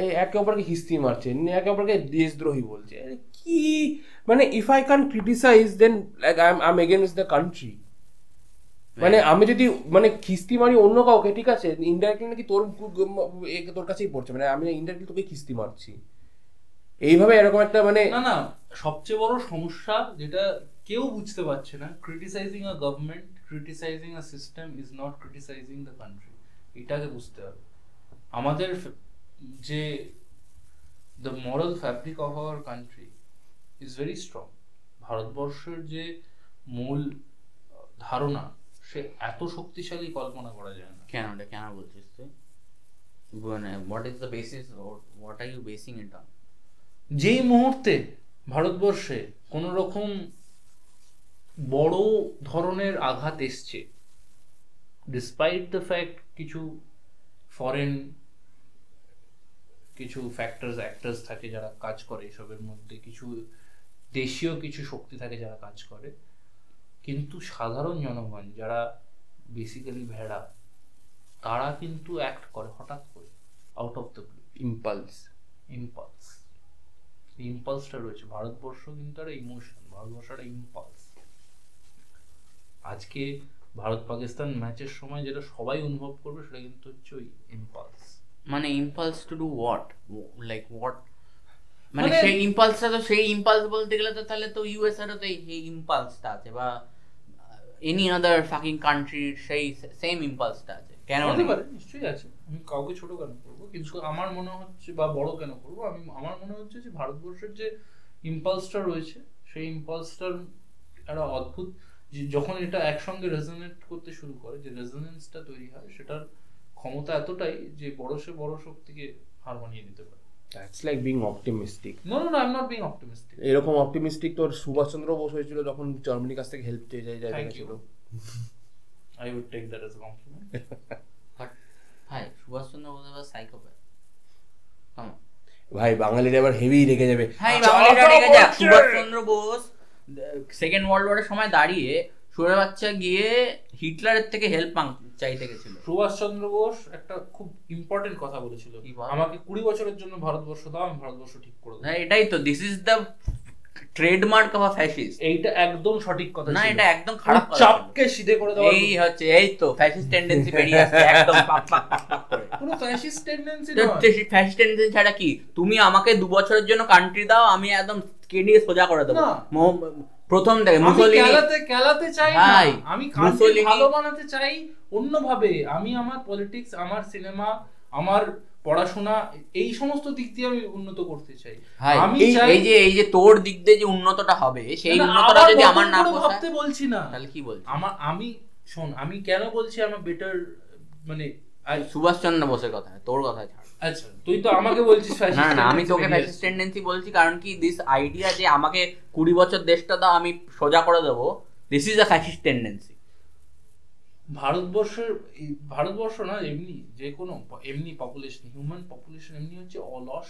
এ একে অপরকে হিস্তি মারছে নি- একে অপরকে দেশদ্রোহী বলছে আরে কি মানে if I can criticise then like I am against the country মানে আমি যদি মানে খিস্তি মারি অন্য কাউকে ঠিক আছে ইনডাইরেক্টলি নাকি তোর এ- তোর কাছেই পড়ছে মানে আমি ইনডাইরেক্টলি তোকে খিস্তি মারছি এইভাবে এরকম একটা মানে
না না সবচেয়ে বড় সমস্যা যেটা কেউ বুঝতে পারছে না criticising a government criticising a system is not criticising the country এটাকে বুঝতে হবে আমাদের ফ- যে the moral fabric of our country is very strong ভারতবর্ষের যে মূল ধারণা সে এত শক্তিশালী কল্পনা করা যায় না
কেন ওটা কেন বলছিস তুই মানে
uh,
what is the basis what are you basing it on
যেই মুহূর্তে ভারতবর্ষে কোনো রকম বড় ধরনের আঘাত এসছে ডিসপাইট দ্য ফ্যাক্ট কিছু ফরেন কিছু ফ্যাক্টরস অ্যাক্টার্স থাকে যারা কাজ করে এসবের মধ্যে কিছু দেশীয় কিছু শক্তি থাকে যারা কাজ করে কিন্তু সাধারণ জনগণ যারা বেসিক্যালি ভেড়া তারা কিন্তু অ্যাক্ট করে হঠাৎ করে out of the blue
impulse
impulse ইম্পালসটা রয়েছে ভারতবর্ষ কিন্তু একটা ইমোশন ভারতবর্ষ একটা ইম্পালস আজকে ভারত পাকিস্তান ম্যাচের সময় যেটা সবাই অনুভব করবে সেটা কিন্তু হচ্ছে ওই ইম্পালস
মানে impulse to do what like what মানে
মানে-
সেই ইম্পালসটা তো সেই ইম্পালস বলতে গেলে তো তাহলে তো ইউএস এর তো এই ইম্পালসটা আছে বা uh, এনি আদার ফাকিং কান্ট্রির সেই সেম ইম্পালসটা আছে কেন
হতে
নেই?
পারে নিশ্চয়ই আছে আমি কাউকে ছোট কেন করবো কিন্তু আমার মনে হচ্ছে বা বড় কেন করবো আমি আমার মনে হচ্ছে যে ভারতবর্ষের যে ইম্পালসটা রয়েছে সেই ইম্পালসটার একটা অদ্ভুত যে যখন এটা একসঙ্গে রেজোনেট করতে শুরু করে যে রেজোনেন্সটা তৈরি হয় সেটার ক্ষমতা এতটাই যে বড় সে বড় শক্তিকে হার মানিয়ে নিতে পারে
that's like being optimistic
no no no I am not being optimistic
এরকম অপটিমিস্টিক তোর সুভাষচন্দ্র বোস হয়েছিল যখন জার্মানির কাছ থেকে হেল্প চেয়ে যায় যায়
Thank
গেছিল
you. I would take that as a compliment
But, ভাই সুভাষচন্দ্র বোস আবার সাইকোপ্যাথ
ভাই বাঙালিরা এবার হেভি রেগে যাবে আচ্ছা,
হ্যাঁ এই
চাপা
বাঙালিরা রেগে যাক
পড়ছে!
সুভাষচন্দ্র বোস সেকেন্ড ওয়ার্ল্ড ওয়ারের সময় দাঁড়িয়ে সুরে বাচ্চা গিয়ে হিটলারের থেকে হেল্প চাইতে গেছিল
সুভাষচন্দ্র বোস একটা খুব ইম্পর্টেন্ট কথা বলেছিল
কি বল?
আমাকে কুড়ি বছরের জন্য ভারতবর্ষ দাও আমি ভারতবর্ষ ঠিক করে দেবো
হ্যাঁ এটাই তো this is the trademark of a fascist
এইটা একদম সঠিক কথা
না
ছিল।
এটা একদম খারাপ
পুরো
কথা ছিল।
চাপকে সিধে করে দেওয়া
এই হচ্ছে এই তো ফ্যাসিস্ট টেন্ডেন্সি বেরিয়ে আসছে একদম পাপ পাপ পাপ পাপ করে
পুরো ফ্যাসিস্ট টেন্ডেন্সি
ফ্যাসিস্ট টেন্ডেন্সি ছাড়া কি তুমি আমাকে দু বছরের জন্য কান্ট্রি দাও আমি একদম কেনিয়ে সোজা করে দেবো
না।
মো- প্রথম থেকে
আমি
মুসলিম
খেলাতে খেলাতে চাই না
ভাই,
আমি কান্ট্রি
মুসলিনি-
ভালো বানাতে চাই অন্যভাবে আমি আমার পলিটিক্স আমার সিনেমা আমার পড়াশোনা এই সমস্ত দিক দিয়ে আমি উন্নত করতে চাই
ভাই
আমি
এই-
চাই-
এই যে এই যে তোর দিক দিয়ে যে উন্নতটা হবে সেই
না, না,
উন্নতটা
আবার
যদি
নতুন
আমার না
করে
পোষায়
ভাবতে বলছি না
তাহলে কি বলছি
আমার আমি শোন আমি কেন বলছি আমার বেটার মানে I-
সুভাষ চন্দ্র বোসের কথা তোর কথা ছাড়
আচ্ছা তুই তো আমাকে বলছিস
না না,
fascist
না আমি
tendency
তোকে
বেরিয়ে
ফ্যাসিস্ট টেন্ডেন্সি বলছি কারণ কি দিস আইডিয়া যে আমাকে কুড়ি বছর দেশটা দাও আমি সোজা করে দেবো this is a fascist tendency
আসছে। ভারতবর্ষের এই ভারতবর্ষ না এমনি যে কোনো প- এমনি পপুলেশন হিউম্যান পপুলেশন এমনি হচ্ছে অলস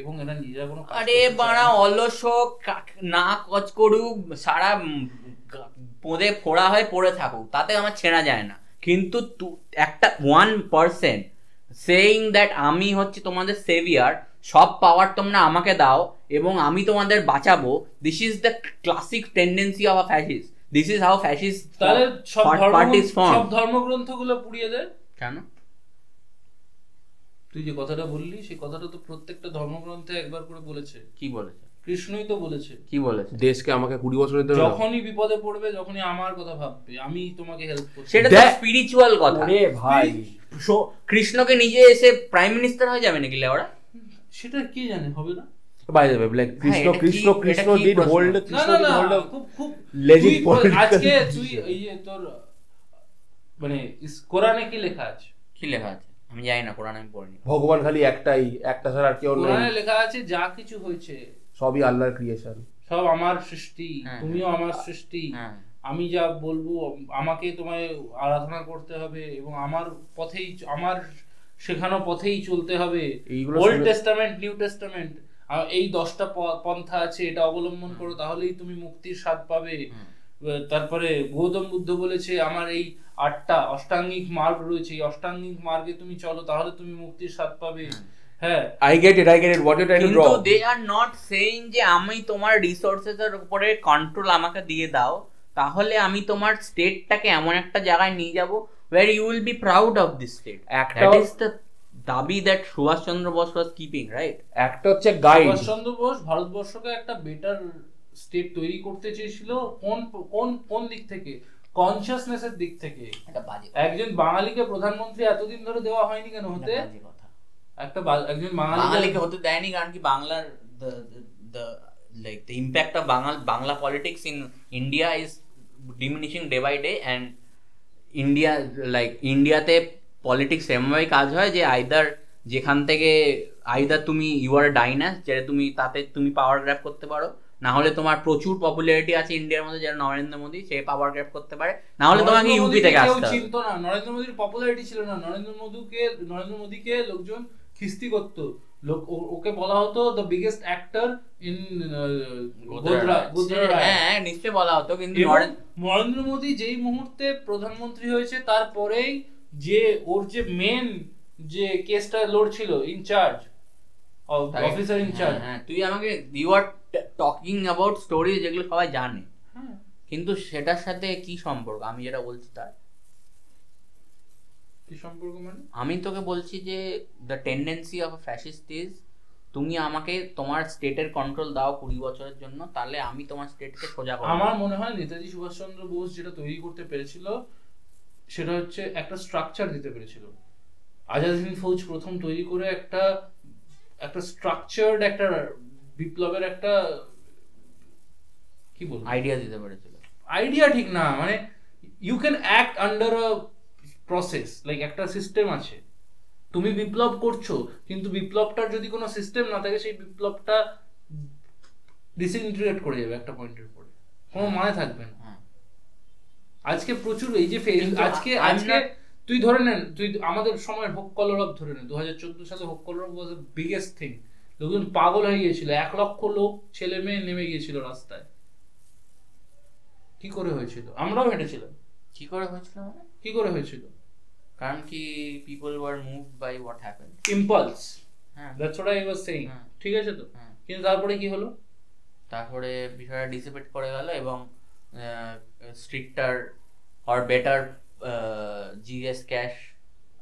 এবং এরা নিজেরা কোনো কাজ
আরে
করতে চায়
বাড়া
না।
অলস হোক, কাক- না কচ করুক সারা উম গা- পোঁদে ফোড়া হয়ে পড়ে থাকুক তাতে আমার ছেঁড়া যায় না কিন্তু তু- একটা ওয়ান পার্সেন্ট সেইং দ্যাট আমি হচ্ছে তোমাদের সেভিয়ার সব পাওয়ার তোমরা আমাকে দাও এবং আমি তোমাদের বাঁচাবো this is the classic tendency of a fascist this is how fascist
তাহলে সব ধর্ম
পার্টিস
সব
ফর্ম
ধর্মগ্রন্থগুলো পুড়িয়ে দেয়
কেন
তুই যে কথাটা বললি সেই কথাটা তো প্রত্যেকটা ধর্মগ্রন্থে একবার করে বলেছে
কি বলেছে
কৃষ্ণই তো বলেছে
কি বলেছে
দেশকে আমাকে কুড়ি বছরের ধরে দাও।
যখনই বিপদে পড়বে যখনই আমার কথা ভাববে আমি তোমাকে হেল্প করব
সেটা তো
দেখ-
স্পিরিচুয়াল কথা
ওরে
আচ্ছা।
ভাই
শো- কৃষ্ণকে নিজে এসে প্রাইম মিনিস্টার হয়ে যাবে নাকি লেওরা
সেটা কে জানে হবে না
বাইরে যাবে like কৃষ্ণ
এটা কি-
কৃষ্ণ
এটা কি
কৃষ্ণ
প্রশ্ন?
did hold
না
কৃষ্ণ
না
did
না
hold a-
খুব খুব
legit
তুই-
political
আজকে তুই
decision.
এই যে তোর মানে ইস- কোরআনে কি লেখা আছে
কি লেখা আছে আমি জানি না কোরআন আমি পড়িনি
ভগবান খালি একটাই একটা ছাড়া আর কেউ নেই
কোরআনে লেখা আছে যা কিছু হয়েছে
সবই আল্লাহর ক্রিয়েশন
সব আমার সৃষ্টি
হ্যাঁ।
তুমিও আমার সৃষ্টি
হ্যাঁ
আমি যা বলবো আমাকে তোমায় আরাধনা করতে হবে এবং আমার পথেই চ- আমার শেখানো পথেই চলতে হবে
এইগুলো
ওল্ড
শুনে-
টেস্টামেন্ট নিউ টেস্টামেন্ট এই দশটা প- পন্থা আছে এটা অবলম্বন করো তাহলেই তুমি মুক্তির স্বাদ পাবে
হুম।
আহ, তারপরে গৌতম বুদ্ধ বলেছে আমার এই আটটা অষ্টাঙ্গিক মার্গ রয়েছে এই অষ্টাঙ্গিক মার্গে তুমি চলো তাহলে তুমি মুক্তির স্বাদ পাবে হ্যাঁ
I get it I get it what you trying to
কিন্তু
draw
they are not saying যে আমি তোমার রিসোর্সেস এর উপরে কন্ট্রোল আমাকে দিয়ে দাও তাহলে আমি তোমার স্টেটটাকে এমন একটা জায়গায় নিয়ে যাব where you will be proud of this state
একটা-
দ্যাট ইজ দ্য দাবি that Subhash Chandra Bose was keeping right
একটা হচ্ছে গাইড
সুভাষচন্দ্র বোস ভারতবর্ষকে একটা বেটার স্টেট তৈরি করতে চেয়েছিল কোন কোন কোন দিক থেকে কনসিয়াসনেসের দিক থেকে
এটা বাজে
একজন বাঙালিকে প্রধানমন্ত্রী এতদিন ধরে দেওয়া হয়নি কেন হতে
কথা
একটা বা- একজন বাঙালি
বাঙালিকে হতে দেয়নি কারণ কি বাংলার the like the impact of Bangal Bangla politics in India is diminishing day by day and India like ইন্ডিয়াতে পলিটিক্স এমনভাবে কাজ হয় যে আইদার যেখান থেকে আইদার তুমি ইউ আর ডাইনাস যেটা তুমি তাতে তুমি পাওয়ার গ্র্যাপ করতে পারো না হলে তোমার প্রচুর পপুলারিটি আছে ইন্ডিয়ার মধ্যে যারা নরেন্দ্র মোদী সে পাওয়ার গ্র্যাপ করতে পারে না হলে তোমাকে
নরেন্দ্র
ইউপি
মোদীকে
থেকে
কেউ
আসতে হবে
চিনতো না নরেন্দ্র মোদীর পপুলারিটি ছিল না নরেন্দ্র মোদীকে নরেন্দ্র মোদীকে লোকজন খিস্তি করত লোক ও- ওকে বলা হতো the biggest actor in Godhra
হ্যাঁ হ্যাঁ, নিশ্চয়ই বলা হতো কিন্তু
এবং
নরেন্দ্র
নরেন্দ্র মোদী যেই মুহূর্তে প্রধানমন্ত্রী হয়েছে তারপরেই যে ওর যে মেন যে কেসটা লড়ছিল ইনচার্জ অফিসার ইনচার্জ
হ্যাঁ, হ্যাঁ, তুই আমাকে you are talking about story যেগুলো সবাই জানে
হ্যাঁ,
কিন্তু সেটার সাথে কি সম্পর্ক আমি যেটা বলছি তার
কি সম্পর্ক মানে
আমি তোকে বলছি যে the tendency of fascist is তুমি আমাকে তোমার স্টেটের কন্ট্রোল দাও কুড়ি বছরের জন্য তাহলে আমি তোমার স্টেটকে সোজা করবো
আমার মনে হয় নেতাজি সুভাষচন্দ্র বোস যেটা তৈরি করতে পেরেছিল সেটা হচ্ছে একটা স্ট্রাকচার দিতে পেরেছিল আজাদ হিন্দ ফৌজ প্রথম তৈরি করে একটা একটা স্ট্রাকচার্ড একটা বিপ্লবের একটা কি বলবো
আইডিয়া দিতে পেরেছিল
আইডিয়া ঠিক না মানে you can act under a process like একটা সিস্টেম আছে তুমি বিপ্লব করছো কিন্তু বিপ্লবটার যদি কোনো সিস্টেম না থাকে সেই বিপ্লবটা ডিসইন্টিগ্রেট করে যাবে একটা পয়েন্টের পরে কোনো মানে থাকবে না
হ্যাঁ।
আজকে প্রচুর এই যে ফেস
কিন্তু
আজকে
আ- I'm
আজকে
not-
তুই ধরে নেন তুই আমাদের সময় হোক কলরব ধরে নেন দু হাজার চোদ্দ সালে Hok Kolorob was the biggest thing লোকজন পাগল হয়ে গিয়েছিল এক লক্ষ লোক ছেলে মেয়ে নেমে গিয়েছিল রাস্তায় কি করে হয়েছিল আমরাও হেঁটেছিলাম
কি করে হয়েছিল মানে?
কি করে হয়েছিল
কারণ কি people were move by what happen
impulse
হ্যাঁ
that's what I was saying
হ্যাঁ।
ঠিক আছে তো
হ্যাঁ।
কিন্তু তারপরে কি হলো
তারপরে বিষয়টা ডিসিপেট করে গেল এবং stricter or better GS CASH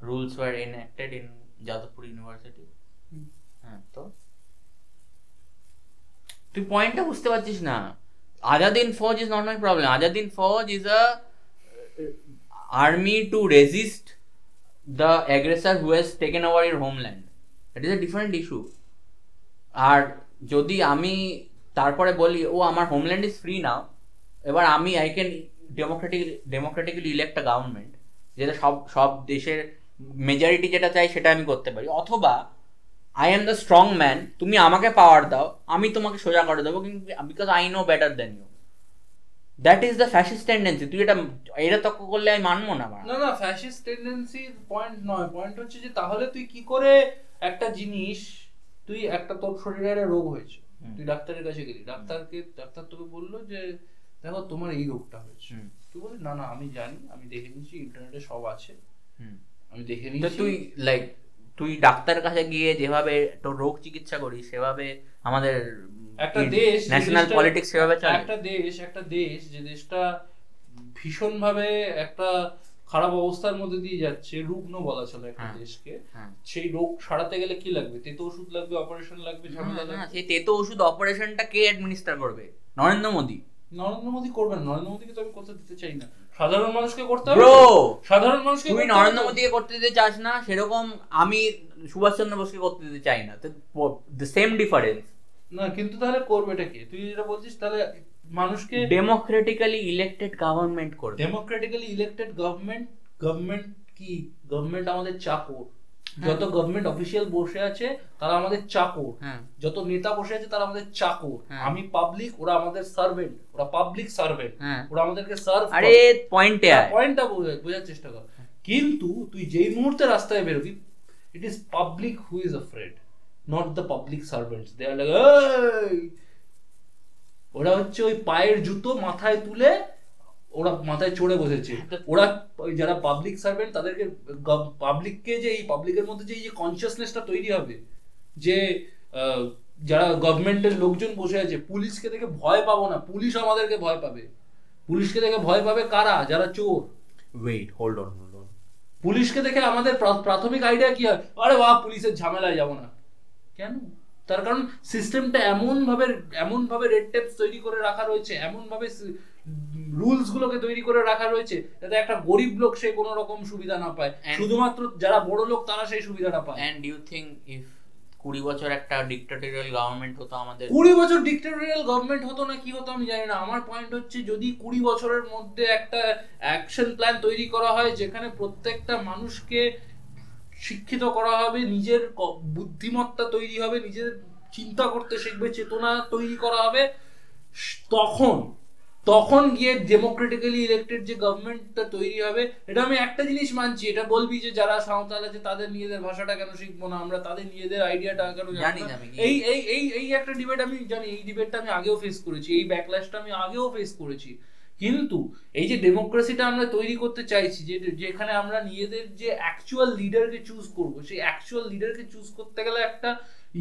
rules were enacted in Jadavpur university
hmm.
হ্যাঁ তো তুই পয়েন্টটা বুঝতে পারছিস না Azad Hind Fauj is not my problem Azad Hind Fauj uh, is a army to resist the aggressor who has taken over your homeland it is a different issue আর যদি আমি তারপরে বলি ও আমার হোমল্যান্ড ইজ ফ্রি নাও এবার আমি I can democratic democratically elect a government যেটা সব সব দেশের মেজরিটি যেটা চাই সেটা আমি করতে পারি অথবা I am the strong man তুমি আমাকে পাওয়ার দাও আমি তোমাকে সোজা করে দেবো কিন্তু because I know better than you that is the fascist tendency তুই এটা এটা তক্ক করলে আমি মানবো না আমার
না না ফ্যাসিস্ট টেন্ডেন্সি পয়েন্ট নয় পয়েন্ট হচ্ছে যে তাহলে তুই কি করে একটা জিনিস তুই একটা তোর শরীরে একটা রোগ হয়েছে
হুম।
তুই ডাক্তারের কাছে গেলি ডাক্তারকে ডাক্তার তোকে বললো যে দেখো তোমার এই রোগটা হয়েছে
হুম।
তুই বলি না না আমি জানি আমি দেখে নিয়েছি ইন্টারনেটে সব আছে
হুম।
আমি দেখে
তো
নিয়েছি
তুই লাইক তুই ডাক্তারের কাছে গিয়ে যেভাবে তোর রোগ চিকিৎসা করিস সেভাবে আমাদের
একটা দেশ যে
ন্যাশনাল
দেশটা-
পলিটিক্স সেভাবে চলে
একটা দেশ একটা দেশ যে দেশটা ভীষণভাবে একটা খারাপ অবস্থার মধ্যে দিয়ে যাচ্ছে রুগ্ন বলা চলে একটা
হ্যাঁ।
দেশকে
হ্যাঁ।
সেই রোগ সারাতে গেলে কি লাগবে তেতো ওষুধ লাগবে অপারেশন লাগবে ঝামেলা
না, না,
লাগবে
সেই তেতো ওষুধ অপারেশনটা কে অ্যাডমিনিস্টার করবে নরেন্দ্র মোদি
নরেন্দ্র মোদী করবেন না। নরেন্দ্র মোদীকে তো আমি করতে দিতে চাই না সাধারণ মানুষকে করতে হবে
ব্রো
সাধারণ মানুষকে
তুমি
করতে হবে।
নরেন্দ্র মোদিকে করতে দিতে চাস না সেরকম আমি সুভাষচন্দ্র বোসকে করতে দিতে চাই না দ্য সেম ডিফারেন্স
না কিন্তু তাহলে করবে এটা কে তুই যেটা বলছিস তাহলে মানুষকে
ডেমোক্রেটিক্যালি ইলেক্টেড গভর্নমেন্ট করবে
ডেমোক্রেটিক্যালি ইলেক্টেড গভর্নমেন্ট গভর্নমেন্ট কি গভর্নমেন্ট আমাদের চাকর
হ্যাঁ।
যত গভর্নমেন্ট অফিসিয়াল বসে আছে তারা আমাদের চাকর
হ্যাঁ
যত নেতা বসে আছে তারা আমাদের চাকর
হ্যাঁ।
আমি পাবলিক ওরা আমাদের সার্ভেন্ট ওরা পাবলিক সার্ভেন্ট
হ্যাঁ
ওরা আমাদেরকে সার্ভ
আরে পয়েন্টে আয়
পয়েন্টটা বোঝা বোঝার চেষ্টা কর কিন্তু তুই যেই মুহূর্তে রাস্তায় বেরোবি it is public who is afraid not the public servants they are like ওরা হচ্ছে ওই পায়ের জুতো মাথায় তুলে ওরা মাথায় চড়ে বসেছে ওরা ওই যারা পাবলিক সার্ভেন্ট তাদেরকে পাবলিককে যে এই পাবলিকের মধ্যে যে এই যে কনসিয়াসনেসটা তৈরি হবে যে আহ, যারা গভর্নমেন্টের লোকজন বসে আছে পুলিশকে দেখে ভয় পাবো না পুলিশ আমাদেরকে ভয় পাবে পুলিশকে দেখে ভয় পাবে কারা যারা চোর
wait hold on hold on
পুলিশকে দেখে আমাদের প্রা- প্রাথমিক আইডিয়া কি হয় আরে বাহ পুলিশের ঝামেলায় যাবো না কেন তার কারণ সিস্টেমটা এমন ভাবে এমন ভাবে রেড টেপস তৈরি করে রাখা রয়েছে এমন ভাবে রুলস গুলোকে তৈরি করে রাখা রয়েছে যাতে একটা গরিব লোক সে কোনো রকম সুবিধা না পায়
And-
শুধুমাত্র যারা বড় লোক তারা সেই সুবিধাটা পায়
অ্যান্ড ইউ থিঙ্ক ইফ কুড়ি বছর একটা ডিক্টাটোরিয়াল গভর্নমেন্ট হতো আমাদের
কুড়ি বছর ডিক্টেটোরিয়াল গভর্নমেন্ট হতো না কি হতো আমি জানি না আমার পয়েন্ট হচ্ছে যদি কুড়ি বছরের মধ্যে একটা অ্যাকশন প্ল্যান তৈরি করা হয় যেখানে প্রত্যেকটা মানুষকে শিক্ষিত করা হবে নিজের ক- বুদ্ধিমত্তা তৈরি হবে নিজের চিন্তা করতে শিখবে চেতনা তৈরি করা হবে স- তখন তখন গিয়ে ডেমোক্রেটিক্যালি ইলেক্টেড যে গভর্নমেন্টটা তৈরি হবে এটা আমি একটা জিনিস মানছি এটা বলবি যে যারা সাঁওতাল আছে তাদের নিজেদের ভাষাটা কেন শিখবো না আমরা তাদের নিজেদের আইডিয়াটা কেন জানবো
জানি
না?
না আমি কি-
এই এই এই এই একটা ডিবেট আমি জানি এই ডিবেটটা আমি আগেও ফেস করেছি এই ব্যাকল্যাশটা আমি আগেও ফেস করেছি কিন্তু এই যে ডেমোক্রেসিটা আমরা তৈরি করতে চাইছি যে যেখানে আমরা নিজেদের যে অ্যাকচুয়াল লিডারকে চুজ করব সেই অ্যাকচুয়াল লিডারকে চুজ করতে গেলে একটা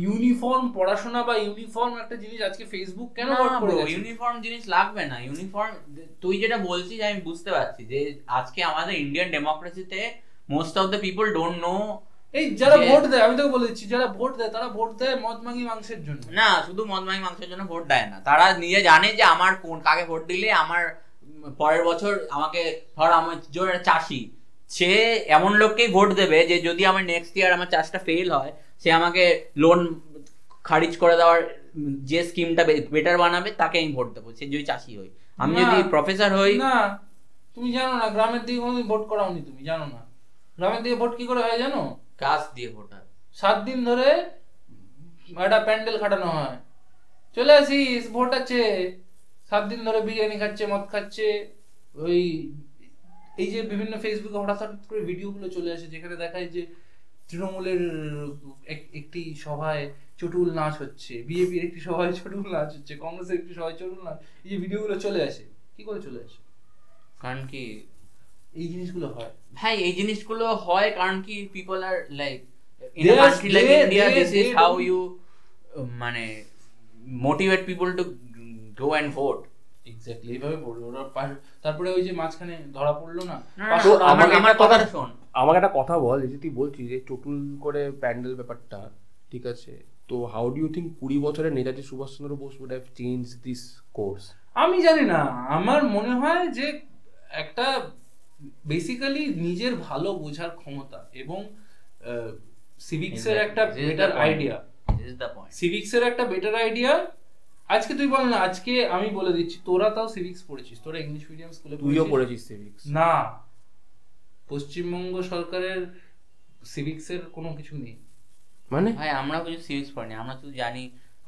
ইউনিফর্ম পড়াশোনা বা ইউনিফর্ম একটা জিনিস আজকে ফেসবুক কেন work করে গেছে?
ইউনিফর্ম জিনিস লাগবে না ইউনিফর্ম তুই যেটা বলছিস আমি বুঝতে পারছি যে আজকে আমাদের ইন্ডিয়ান ডেমোক্রেসিতে most of the people don't know
এই যারা
যে-
ভোট দেয় আমি তোকে বলে দিচ্ছি যারা ভোট দেয় তারা ভোট দেয় মদ মাগি মাংসের জন্য
না শুধু মদমাই মাংসের জন্য ভোট দেয় না তারা নিজে জানে যে আমার কোন কাকে ভোট দিলে আমার উম পরের বছর আমাকে ধর আমার যে চাষি সে এমন লোককেই ভোট দেবে যে যদি আমার নেক্সট ইয়ার আমার চাষটা ফেল হয় সে আমাকে লোন খারিজ করে দেওয়ার উম যে স্কিমটা বেটার বানাবে তাকে আমি ভোট দেবো সে যদি চাষি হই আমি
না।
যদি প্রফেসর হই
না তুমি জানো না গ্রামের দিকে কোনোদিন ভোট করাওনি তুমি জানো না গ্রামের দিকে ভোট কি করে হয় জানো
কাজ দিয়ে ভোট হয়।
সাত দিন ধরে একটা প্যান্ডেল খাটানো হয় চলে আসিস ভোট আছে সাত দিন ধরে বিরিয়ানি খাচ্ছে মদ খাচ্ছে ওই এই যে বিভিন্ন ফেসবুকে হঠাৎ হঠাৎ করে ভিডিওগুলো চলে আসে যেখানে দেখায় যে তৃণমূলের এক- একটি সভায় চটুল নাচ হচ্ছে বিজেপির একটি সভায় চটুল নাচ হচ্ছে কংগ্রেসের একটি সভায় চটুল নাচ এই যে ভিডিওগুলো চলে আসে কি করে চলে আসে
কারণ কি
এই জিনিসগুলো হয়
ভাই এই জিনিসগুলো হয় কারণ কি people are like in
They are-
country like
they-
India
they-
this is
they
how
don't-
you মানে motivate people to go and vote
exactly এইভাবে পড়লো ওরা পাশ- তারপরে ওই যে মাঝখানে ধরা পড়লো না
তো
আমার
আমাকে
আমার
একটা
কথা
কথা-
শোন
আমাকে একটা কথা বল এই যে তুই বলছিস যে চটুল করে প্যান্ডেল ব্যাপারটা ঠিক আছে তো হাউ ডু ইউ থিঙ্ক কুড়ি বছরে Netaji Subhash Chandra Bose would have change this course
আমি জানি না আমার মনে হয় যে একটা বেসিক্যালি নিজের ভালো বোঝার ক্ষমতা এবং আহ, সিভিক্সের
Exactly.
একটা
This is the
better
point.
Idea
This is the point.
সিভিক্সের একটা বেটার আইডিয়া আজকে তুই বল না আজকে আমি বলে দিচ্ছি তোরা তাও সিভিক্স পড়েছিস তোরা ইংলিশ মিডিয়াম স্কুলে
তুইও পড়েছিস সিভিক্স
না পশ্চিমবঙ্গ সরকারের সিভিক্সের কোনো কিছু নেই
মানে
ভাই আমরা কিছু সিরিজ পড়িনি আমরা শুধু জানি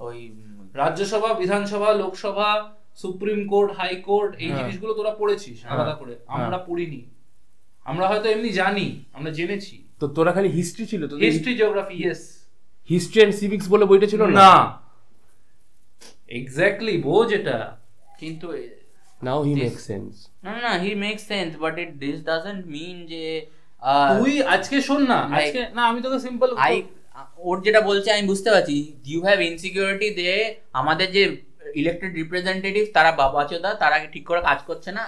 ওই উম,
Rajya Sabha Vidhan Sabha Lok Sabha supreme court high court এই
হ্যাঁ।
জিনিসগুলো তোরা পড়েছিস আলাদা করে আমরা পড়িনি আমরা হয়তো এমনি জানি আমরা জেনেছি
তো তোরা খালি হিস্ট্রি ছিল তো
history geography yes
history and civics বলে বইটা ছিল না
না এক্স্যাক্টলি বোঝ এটা
কিন্তু এ-
now he
This-
make sense
না না he make sense but it this doesn't mean যে
তুই আজকে শোন না
Like-
আজকে না আমি তোকে সিম্পল
আই ওর যেটা বলছে আমি বুঝতে পারছি ইউ হ্যাভ ইনসিকিউরিটি যে আমাদের যে ইলেক্টেড রিপ্রেজেন্টেটিভ তারা বাবাচোদা তারা ঠিক করে কাজ করছে না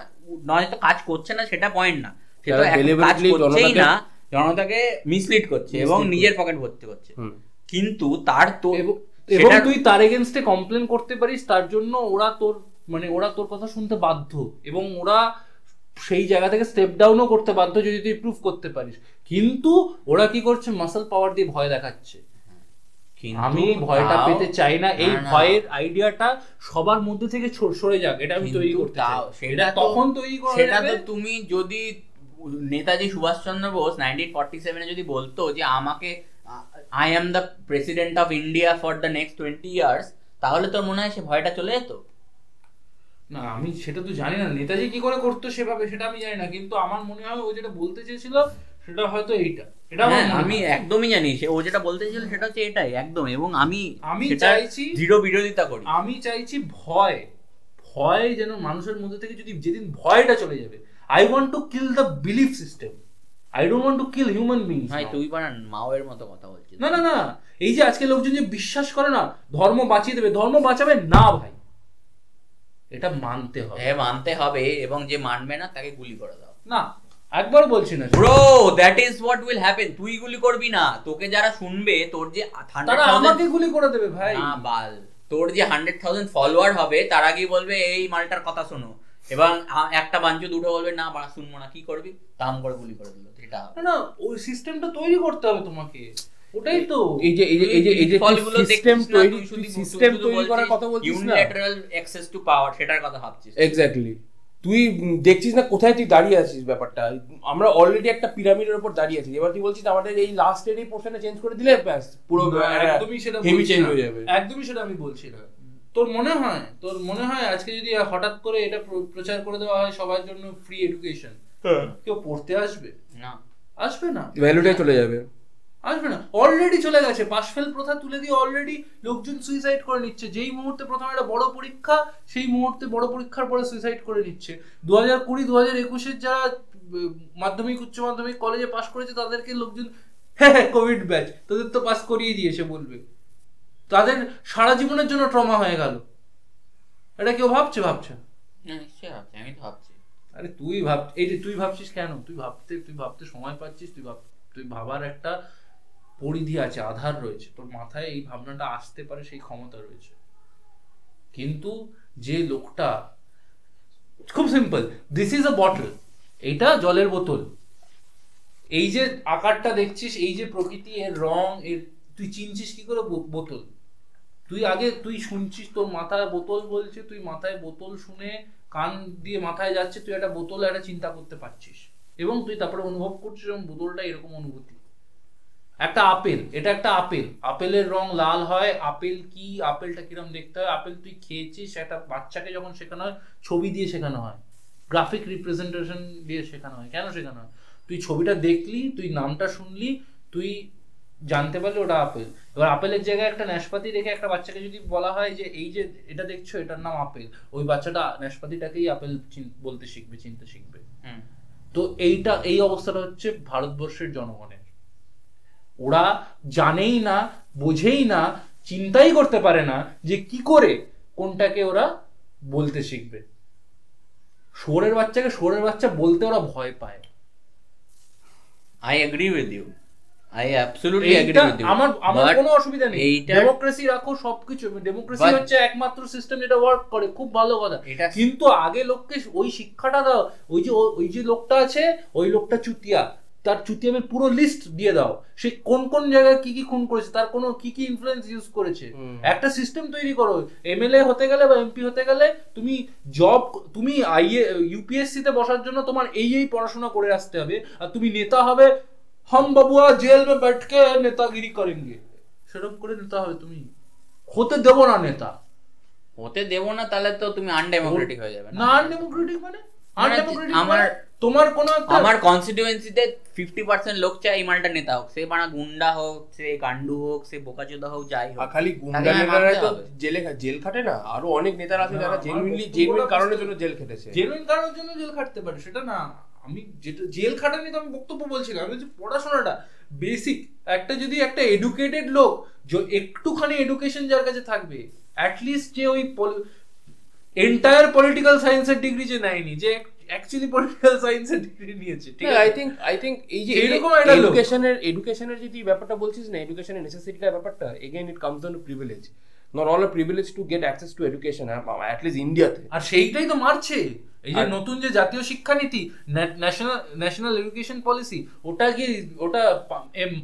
নয় তো কাজ করছে না সেটা পয়েন্ট না সে তো
তারা
এখন কাজ
deliberately
করছেই
জনতাকে-
না জনতাকে মিসলিড করছে এবং
Mislead
নিজের পকেট ভর্তি করছে
হুম
কিন্তু তার তো
এবং
সেটা-
তুই তার এগেনস্টে কমপ্লেন করতে পারিস তার জন্য ওরা তোর মানে ওরা তোর কথা শুনতে বাধ্য এবং ওরা সেই জায়গা থেকে স্টেপ ডাউনও করতে বাধ্য যদি তুই প্রুফ করতে পারিস কিন্তু ওরা কি করছে মাসল পাওয়ার দিয়ে ভয় দেখাচ্ছে
কিন্তু
আমি ভয়টা
তাও-
পেতে চাই না এই
না, না।
ভয়ের আইডিয়াটা সবার মধ্যে থেকে ছো- সরে যাক এটা আমি
কিন্তু
তৈরি করতে চাই
তাও- সেটা
এটা
তো-
তখন তৈরি করা
সেটা
যাবে।
তো তুমি যদি নেতাজি সুভাষচন্দ্র বোস নাইনটিন ফর্টি সেভেনে যদি বলতো যে আমাকে I am the president of India for the next twenty years তাহলে তোর মনে হয় সে ভয়টা চলে যেত
না আমি সেটা তো জানি না নেতাজি কি করে করতো সেভাবে সেটা আমি জানি না কিন্তু আমার মনে হয় ও যেটা বলতে চেয়েছিল সেটা হয়তো এইটা এটা আমার
হ্যাঁ,
মনে হয়।
আমি একদমই জানি সে ও যেটা বলতে চাইছিল সেটা হচ্ছে এটাই একদম এবং আমি
আমি
সেটা
চাইছি-
দৃঢ় বিরোধিতা করি
আমি চাইছি ভয় ভয় যেন মানুষের মধ্যে থেকে যদি যেদিন ভয়টা চলে যাবে I want to kill the belief system I don't want to kill human beings
ভাই তুই বানান মাওয়ের মতো কথা বলছিস
না না না এই যে আজকে লোকজন যে বিশ্বাস করে না ধর্ম বাঁচিয়ে দেবে ধর্ম বাঁচাবে না ভাই এটা মানতে হবে
হ্যাঁ মানতে হবে এবং যে মানবে না তাকে গুলি করে দাও
না একবার বলছি না
bro that is what will happen তুই গুলি করবি না তোকে যারা শুনবে তোর যে হান্ড্রেড
তারা আমাকে গুলি করে দেবে ভাই
না বাল তোর যে হান্ড্রেড থাউজেন্ড ফলোয়ার হবে তারা গিয়ে বলবে এই মালটার কথা শোনো এবং আ- একটা বাঞ্চু দুটো বলবে না বাড়া শুনবো না কি করবি তাম করে গুলি করে দিল এটা হবে।
না না ওই সিস্টেমটা তৈরি করতে হবে তোমাকে ওটাই তো
এই যে এই যে এই যে এই যে
তুই ফলগুলো
সিস্টেম
দেখছিস না,
তৈরি
তুই শুধু-
সিস্টেম
শুধু
তৈরি করার
বলছিস
কথা বলছিস না
unilateral access to power, সেটার কথা ভাবছিস
এক্স্যাক্টলি তুই উম দেখছিস না কোথায় তুই দাঁড়িয়ে আছিস ব্যাপারটা আমরা অলরেডি একটা পিরামিডের উপর দাঁড়িয়ে আছি এবার তুই বলছিস আমাদের এই লাস্টের এই পোর্শনে চেঞ্জ করে দিলে ব্যাস পুরো
না, একদমই সেটা
হেভি
বলছি
চেঞ্জ
না।
হয়ে যাবে
একদমই সেটা আমি বলছি না তোর মনে হয় তোর মনে হয় আজকে যদি হঠাৎ করে এটা প্র- প্রচার করে দেওয়া হয় সবার জন্য ফ্রি এডুকেশন কেউ পড়তে আসবে
না
আসবে না
ভ্যালুটাই চলে যাবে
আসবে না অলরেডি চলে গেছে পাশ ফেল প্রথা তুলে দিয়ে অলরেডি লোকজন সুইসাইড করে নিচ্ছে যেই মুহূর্তে প্রথম একটা বড় পরীক্ষা সেই মুহূর্তে বড় পরীক্ষার পরে সুইসাইড করে নিচ্ছে দু হাজার কুড়ি দু হাজার একুশের যারা উম, মাধ্যমিক উচ্চ মাধ্যমিক কলেজে পাশ করেছে তাদেরকে লোকজন হ্যাঁ হ্যাঁ কোভিড ব্যাচ তোদের তো পাস করিয়ে দিয়েছে বলবে তাদের সারা জীবনের জন্য ট্রমা হয়ে গেল এটা কেউ ভাবছে ভাবছে না।
না, নিশ্চয়ই ভাবছি আমি তো ভাবছি
আরে তুই ভাব এই যে তুই ভাবছিস কেন তুই ভাবতে তুই ভাবতে সময় পাচ্ছিস তুই ভাব তুই ভাবার একটা পরিধি আছে আধার রয়েছে তোর মাথায় এই ভাবনাটা আসতে পারে সেই ক্ষমতা রয়েছে কিন্তু যে লোকটা খুব simple this is a bottle এটা জলের বোতল এই যে আকারটা দেখছিস এই যে প্রকৃতি এর রং এর তুই চিনছিস কি করে বো- বোতল তুই আগে তুই শুনছিস তোর মাথায় বোতল বলছে তুই মাথায় বোতল শুনে কান দিয়ে মাথায় যাচ্ছে তুই একটা বোতল একটা চিন্তা করতে পারছিস এবং তুই তারপরে অনুভব করছিস এবং বোতলটা এরকম অনুভূতি একটা আপেল এটা একটা আপেল আপেলের রং লাল হয় আপেল কি আপেলটা কিরম দেখতে হয় আপেল তুই খেয়েছিস একটা বাচ্চাকে যখন শেখানো হয় ছবি দিয়ে শেখানো হয় গ্রাফিক রিপ্রেজেন্টেশন দিয়ে শেখানো হয় কেন শেখানো হয় তুই ছবিটা দেখলি তুই নামটা শুনলি তুই জানতে পারলি ওটা আপেল এবার আপেলের জায়গায় একটা নাশপাতি রেখে একটা বাচ্চাকে যদি বলা হয় যে এই যে এটা দেখছো এটার নাম আপেল ওই বাচ্চাটা নাশপাতিটাকেই আপেল চিন- বলতে শিখবে চিনতে শিখবে
হুম।
তো এইটা এই অবস্থাটা হচ্ছে ভারতবর্ষের জনগণের ওরা জানেই না বোঝেই না চিন্তাই করতে পারে না যে কি করে কোনটাকে ওরা বলতে শিখবে শোরের বাচ্চাকে শোরের বাচ্চা বলতে ওরা ভয় পায়
I agree with you. I absolutely agree
এইটা
with you.
আমার আমার
But
কোনো অসুবিধা নেই
এইটা-
ডেমোক্রেসি রাখো সবকিছু ডেমোক্রেসি
But-
হচ্ছে একমাত্র সিস্টেম যেটা ওয়ার্ক করে খুব ভালো কথা
এটা-
কিন্তু আগে লোককে ওই শিক্ষাটা দাও ওই যে ও- ওই যে লোকটা আছে ওই লোকটা চুতিয়া তার চুতিয়ামের পুরো লিস্ট দিয়ে দাও সে কোন কোন জায়গায় কি কি খুন করেছে তার কোনো কি কি ইনফ্লুয়েন্স ইউজ করেছে
হুম।
একটা সিস্টেম তৈরি করো এমএলএ হতে গেলে বা এমপি হতে গেলে তুমি জব তুমি আইএ ইউপিএসসি তে বসার জন্য তোমার এই এই পড়াশোনা করে আসতে হবে আর তুমি নেতা হবে হম বাবুয়া জেল মে बैठके নেতাগিরি করেনগে সেরকম করে নেতা হবে তুমি হতে দেবো না নেতা
হতে দেবো না তাহলে তো তুমি আনডেমোক্রেটিক হয়ে যাবে
না আনডেমোক্রেটিক মানে
মানে
আনডেমোক্রেটিক আমার
আমার-
তোমার কোনো একটা
আমার কনস্টিটিউয়েন্সিতে ফিফটি পার্সেন্ট লোক চায় এই মালটা নেতা হোক সে মানা গুন্ডা হোক সে গান্ডু হোক সে বোকাচোদা হোক যাই হোক
আর খালি
তাকে
গুন্ডা
মানতে
নেতারাই তো
হবে।
জেলে খা- জেল খাটে না আরো অনেক নেতারা আছে
না,
যারা
আমার
জেনুইনলি
বক্তব্যটা
জেনুইন কারণের
বুঝতে-
জন্য জেল খেটেছে
জেনুইন কারোর জন্য জেল খাটতে পারে সেটা না আমি যেটা জেল খাটা নিয়ে তো আমি বক্তব্য বলছি না আমি যে পড়াশোনাটা বেসিক একটা যদি একটা এডুকেটেড লোক য- একটুখানি এডুকেশন যার কাছে থাকবে অ্যাট লিস্ট যে ওই এন্টায়ার পলিটিক্যাল সায়েন্সের ডিগ্রি যে নেয়নি যে অ্যাকচুয়ালি পলিটিক্যাল সায়েন্সের ডিগ্রি নিয়েছে ঠিক
হ্যাঁ,
আই
আছে
থিঙ্ক আই থিঙ্ক এই যে
সেইরকম একটা লোক।
এডুকেশনের এডুকেশনের যে তুই ব্যাপারটা বলছিস না এডুকেশনের নেসেসিটিটার ব্যাপারটা again it comes down to privilege not all a privilege to get access to education at least ইন্ডিয়াতে
আর সেইটাই তো মারছে এই যে
আর-
নতুন যে জাতীয় শিক্ষানীতি ন্যাশনাল ন্যাশনাল এডুকেশন পলিসি ওটা কি ওটা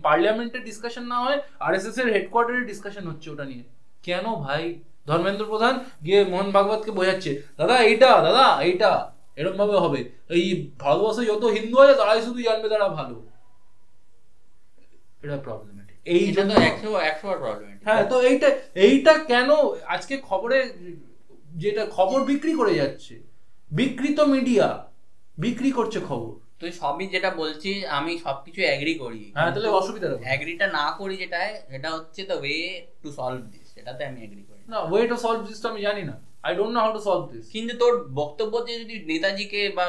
পার্লামেন্টের ডিসকাশন না হয় আরএসএস এর হেডকোয়ার্টারে ডিসকাশন হচ্ছে ওটা নিয়ে কেন ভাই ধর্মেন্দ্র প্রধান গিয়ে মোহন ভাগবতকে বোঝাচ্ছে দাদা এইটা দাদা এইটা এরকম ভাবে হবে এই ভারতবর্ষে যত হিন্দু আছে তারাই শুধু জানবে তারা ভালো এটা প্রবলেমেটিক এই
এটা তো
জন্য-
একশো একশো প্রবলেম
হ্যাঁ তো এইটা এইটা কেন আজকে খবরে যেটা খবর বিক্রি করে যাচ্ছে বিকৃত মিডিয়া বিক্রি করছে খবর
তুই সবই যেটা বলছিস আমি সবকিছু অ্যাগ্রি করি
হ্যাঁ তাহলে অসুবিধাটা কোথায়?
অ্যাগ্রিটা না করি যেটা সেটা হচ্ছে the way to solve this সেটাতে আমি এগ্রি করি
না ওয়ে টু সলভ দিস আমি জানি না I don't know how to solve this
কিন্তু তোর বক্তব্য যে যদি নেতাজিকে বা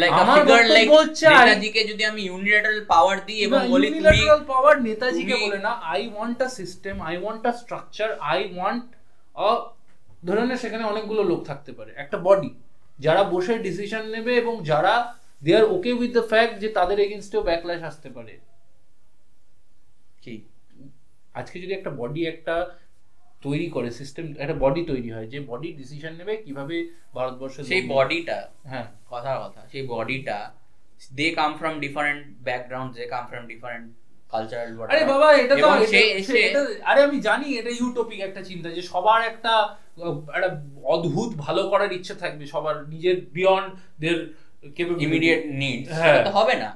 লাইক
আমার
ফিগার
বক্তব্য
লাইক
হচ্ছে I-
নেতাজিকে যদি আমি ইউনিলেটারাল পাওয়ার দিই এবং বলি তুমি
ইউনিল্যাটারাল পাওয়ার নেতাজিকে
তুমি-
বলে না I want a system I want a structure I want a ধরে নে সেখানে অনেকগুলো লোক থাকতে পারে একটা বডি যারা বসে ডিসিশন নেবে এবং যারা they are okay with the fact যে তাদের এগেনস্টেও ব্যাকল্যাশ আসতে পারে
কি
আজকে যদি একটা বডি একটা তৈরি করে সিস্টেম একটা বডি তৈরি হয় যে বডি ডিসিশন নেবে কিভাবে ভারতবর্ষে
সেই
দুর্নীতি-
বডিটা
হ্যাঁ
কথা কথা সেই বডিটা they come from different background they come from different cultural
আরে বাবা এটা তো
এবং সে
এটা-
এসে
এটা- আরে আমি জানি এটা ইউটোপিক একটা চিন্তা যে সবার একটা আহ, একটা অদ্ভুত ভালো করার ইচ্ছে থাকবে সবার নিজের বিয়ন্ড দের
ইমিডিয়েট নিডস
হ্যাঁ।
তো হবে না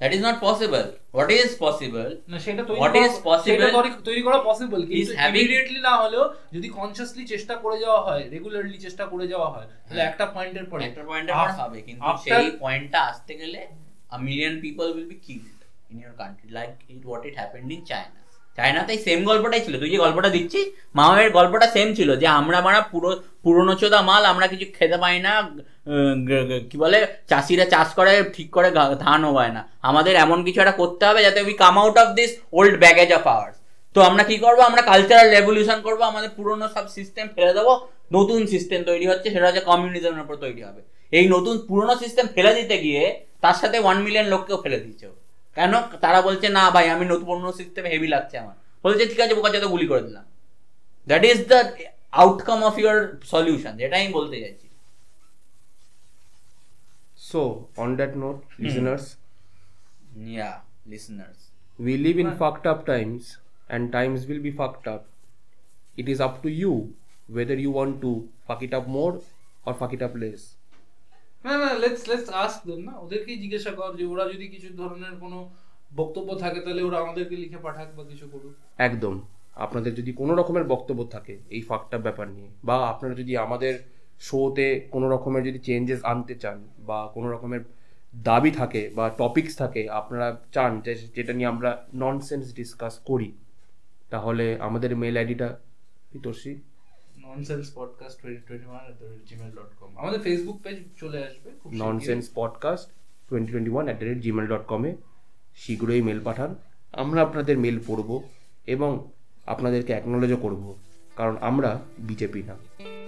that is not possible what is possible
না সেটা তৈরি
What
করা-
is possible
সেটা তৈরি- তৈরি করা পসিবল
is
কিন্তু
having-
ইমিডিয়েটলি না হলেও যদি কনসিয়াসলি চেষ্টা করে যাওয়া হয় রেগুলারলি চেষ্টা করে যাওয়া হয় তাহলে
হ্যাঁ।
একটা পয়েন্টের পরে
একটা পয়েন্টে আমার হবে কিন্তু
after-
সেই পয়েন্টটা আসতে গেলে a million people will be killed in your country like it what it happened in China চায়নাতে সেম গল্পটাই ছিল তুই যে গল্পটা দিচ্ছিস মামায়ের গল্পটা সেম ছিল যে আমরা মারা পুরো পুরনো চোদা মাল আমরা কিছু খেতে পাই না উম, গ- গ- কি বলে চাষিরা চাষ করে ঠিক করে ঘা- ধানও হয় না আমাদের এমন কিছু একটা করতে হবে যাতে we come out of this old baggage of ours তো আমরা কি করব আমরা কালচারাল রেভলিউশন করব আমাদের পুরনো সব সিস্টেম ফেলে দেবো নতুন সিস্টেম তৈরি হচ্ছে সেটা হচ্ছে কমিউনিজমের উপর তৈরি হবে এই নতুন পুরনো সিস্টেম ফেলে দিতে গিয়ে তার সাথে ওয়ান মিলিয়ন লোককেও ফেলে দিয়েছে ও। কেন তারা বলছে না ভাই আমি নতুন পুরনো সিস্টেম হেভি লাগছে আমার বলছে ঠিক আছে বোকা যাতে গুলি করে দিলাম that is the outcome of your solution যেটা আমি বলতে চাইছি
So, on that note, listeners,
yeah listeners
we live in fucked up times and times will be fucked up. It is up to you whether you want to fuck it up more or fuck it up less.
না না let's let's ask them না ওদেরকেই জিজ্ঞাসা কর যে ওরা যদি কিছু ধরনের কোনো বক্তব্য থাকে তাহলে ওরা আমাদেরকে লিখে পাঠাক বা কিছু করুক
একদম আপনাদের যদি কোনো রকমের বক্তব্য থাকে এই ফাঁকটা ব্যাপার নিয়ে বা আপনারা যদি আমাদের শোতে কোনো রকমের যদি চেঞ্জেস আনতে চান বা কোনো রকমের দাবি থাকে বা টপিকস থাকে আপনারা চান যে যেটা নিয়ে আমরা ননসেন্স ডিসকাস করি তাহলে আমাদের মেল আইডিটা পিতর্ষী
nonsense podcast twenty twenty one Gmail dot com আমাদের ফেসবুক পেজ চলে আসবে খুব শিগগিরই।
Nonsense podcast twenty twenty one at the rate Gmail dot কমে শীঘ্রই মেল পাঠান আমরা আপনাদের মেল পড়ব এবং আপনাদেরকে অ্যাকনোলেজও করব কারণ আমরা বিজেপি না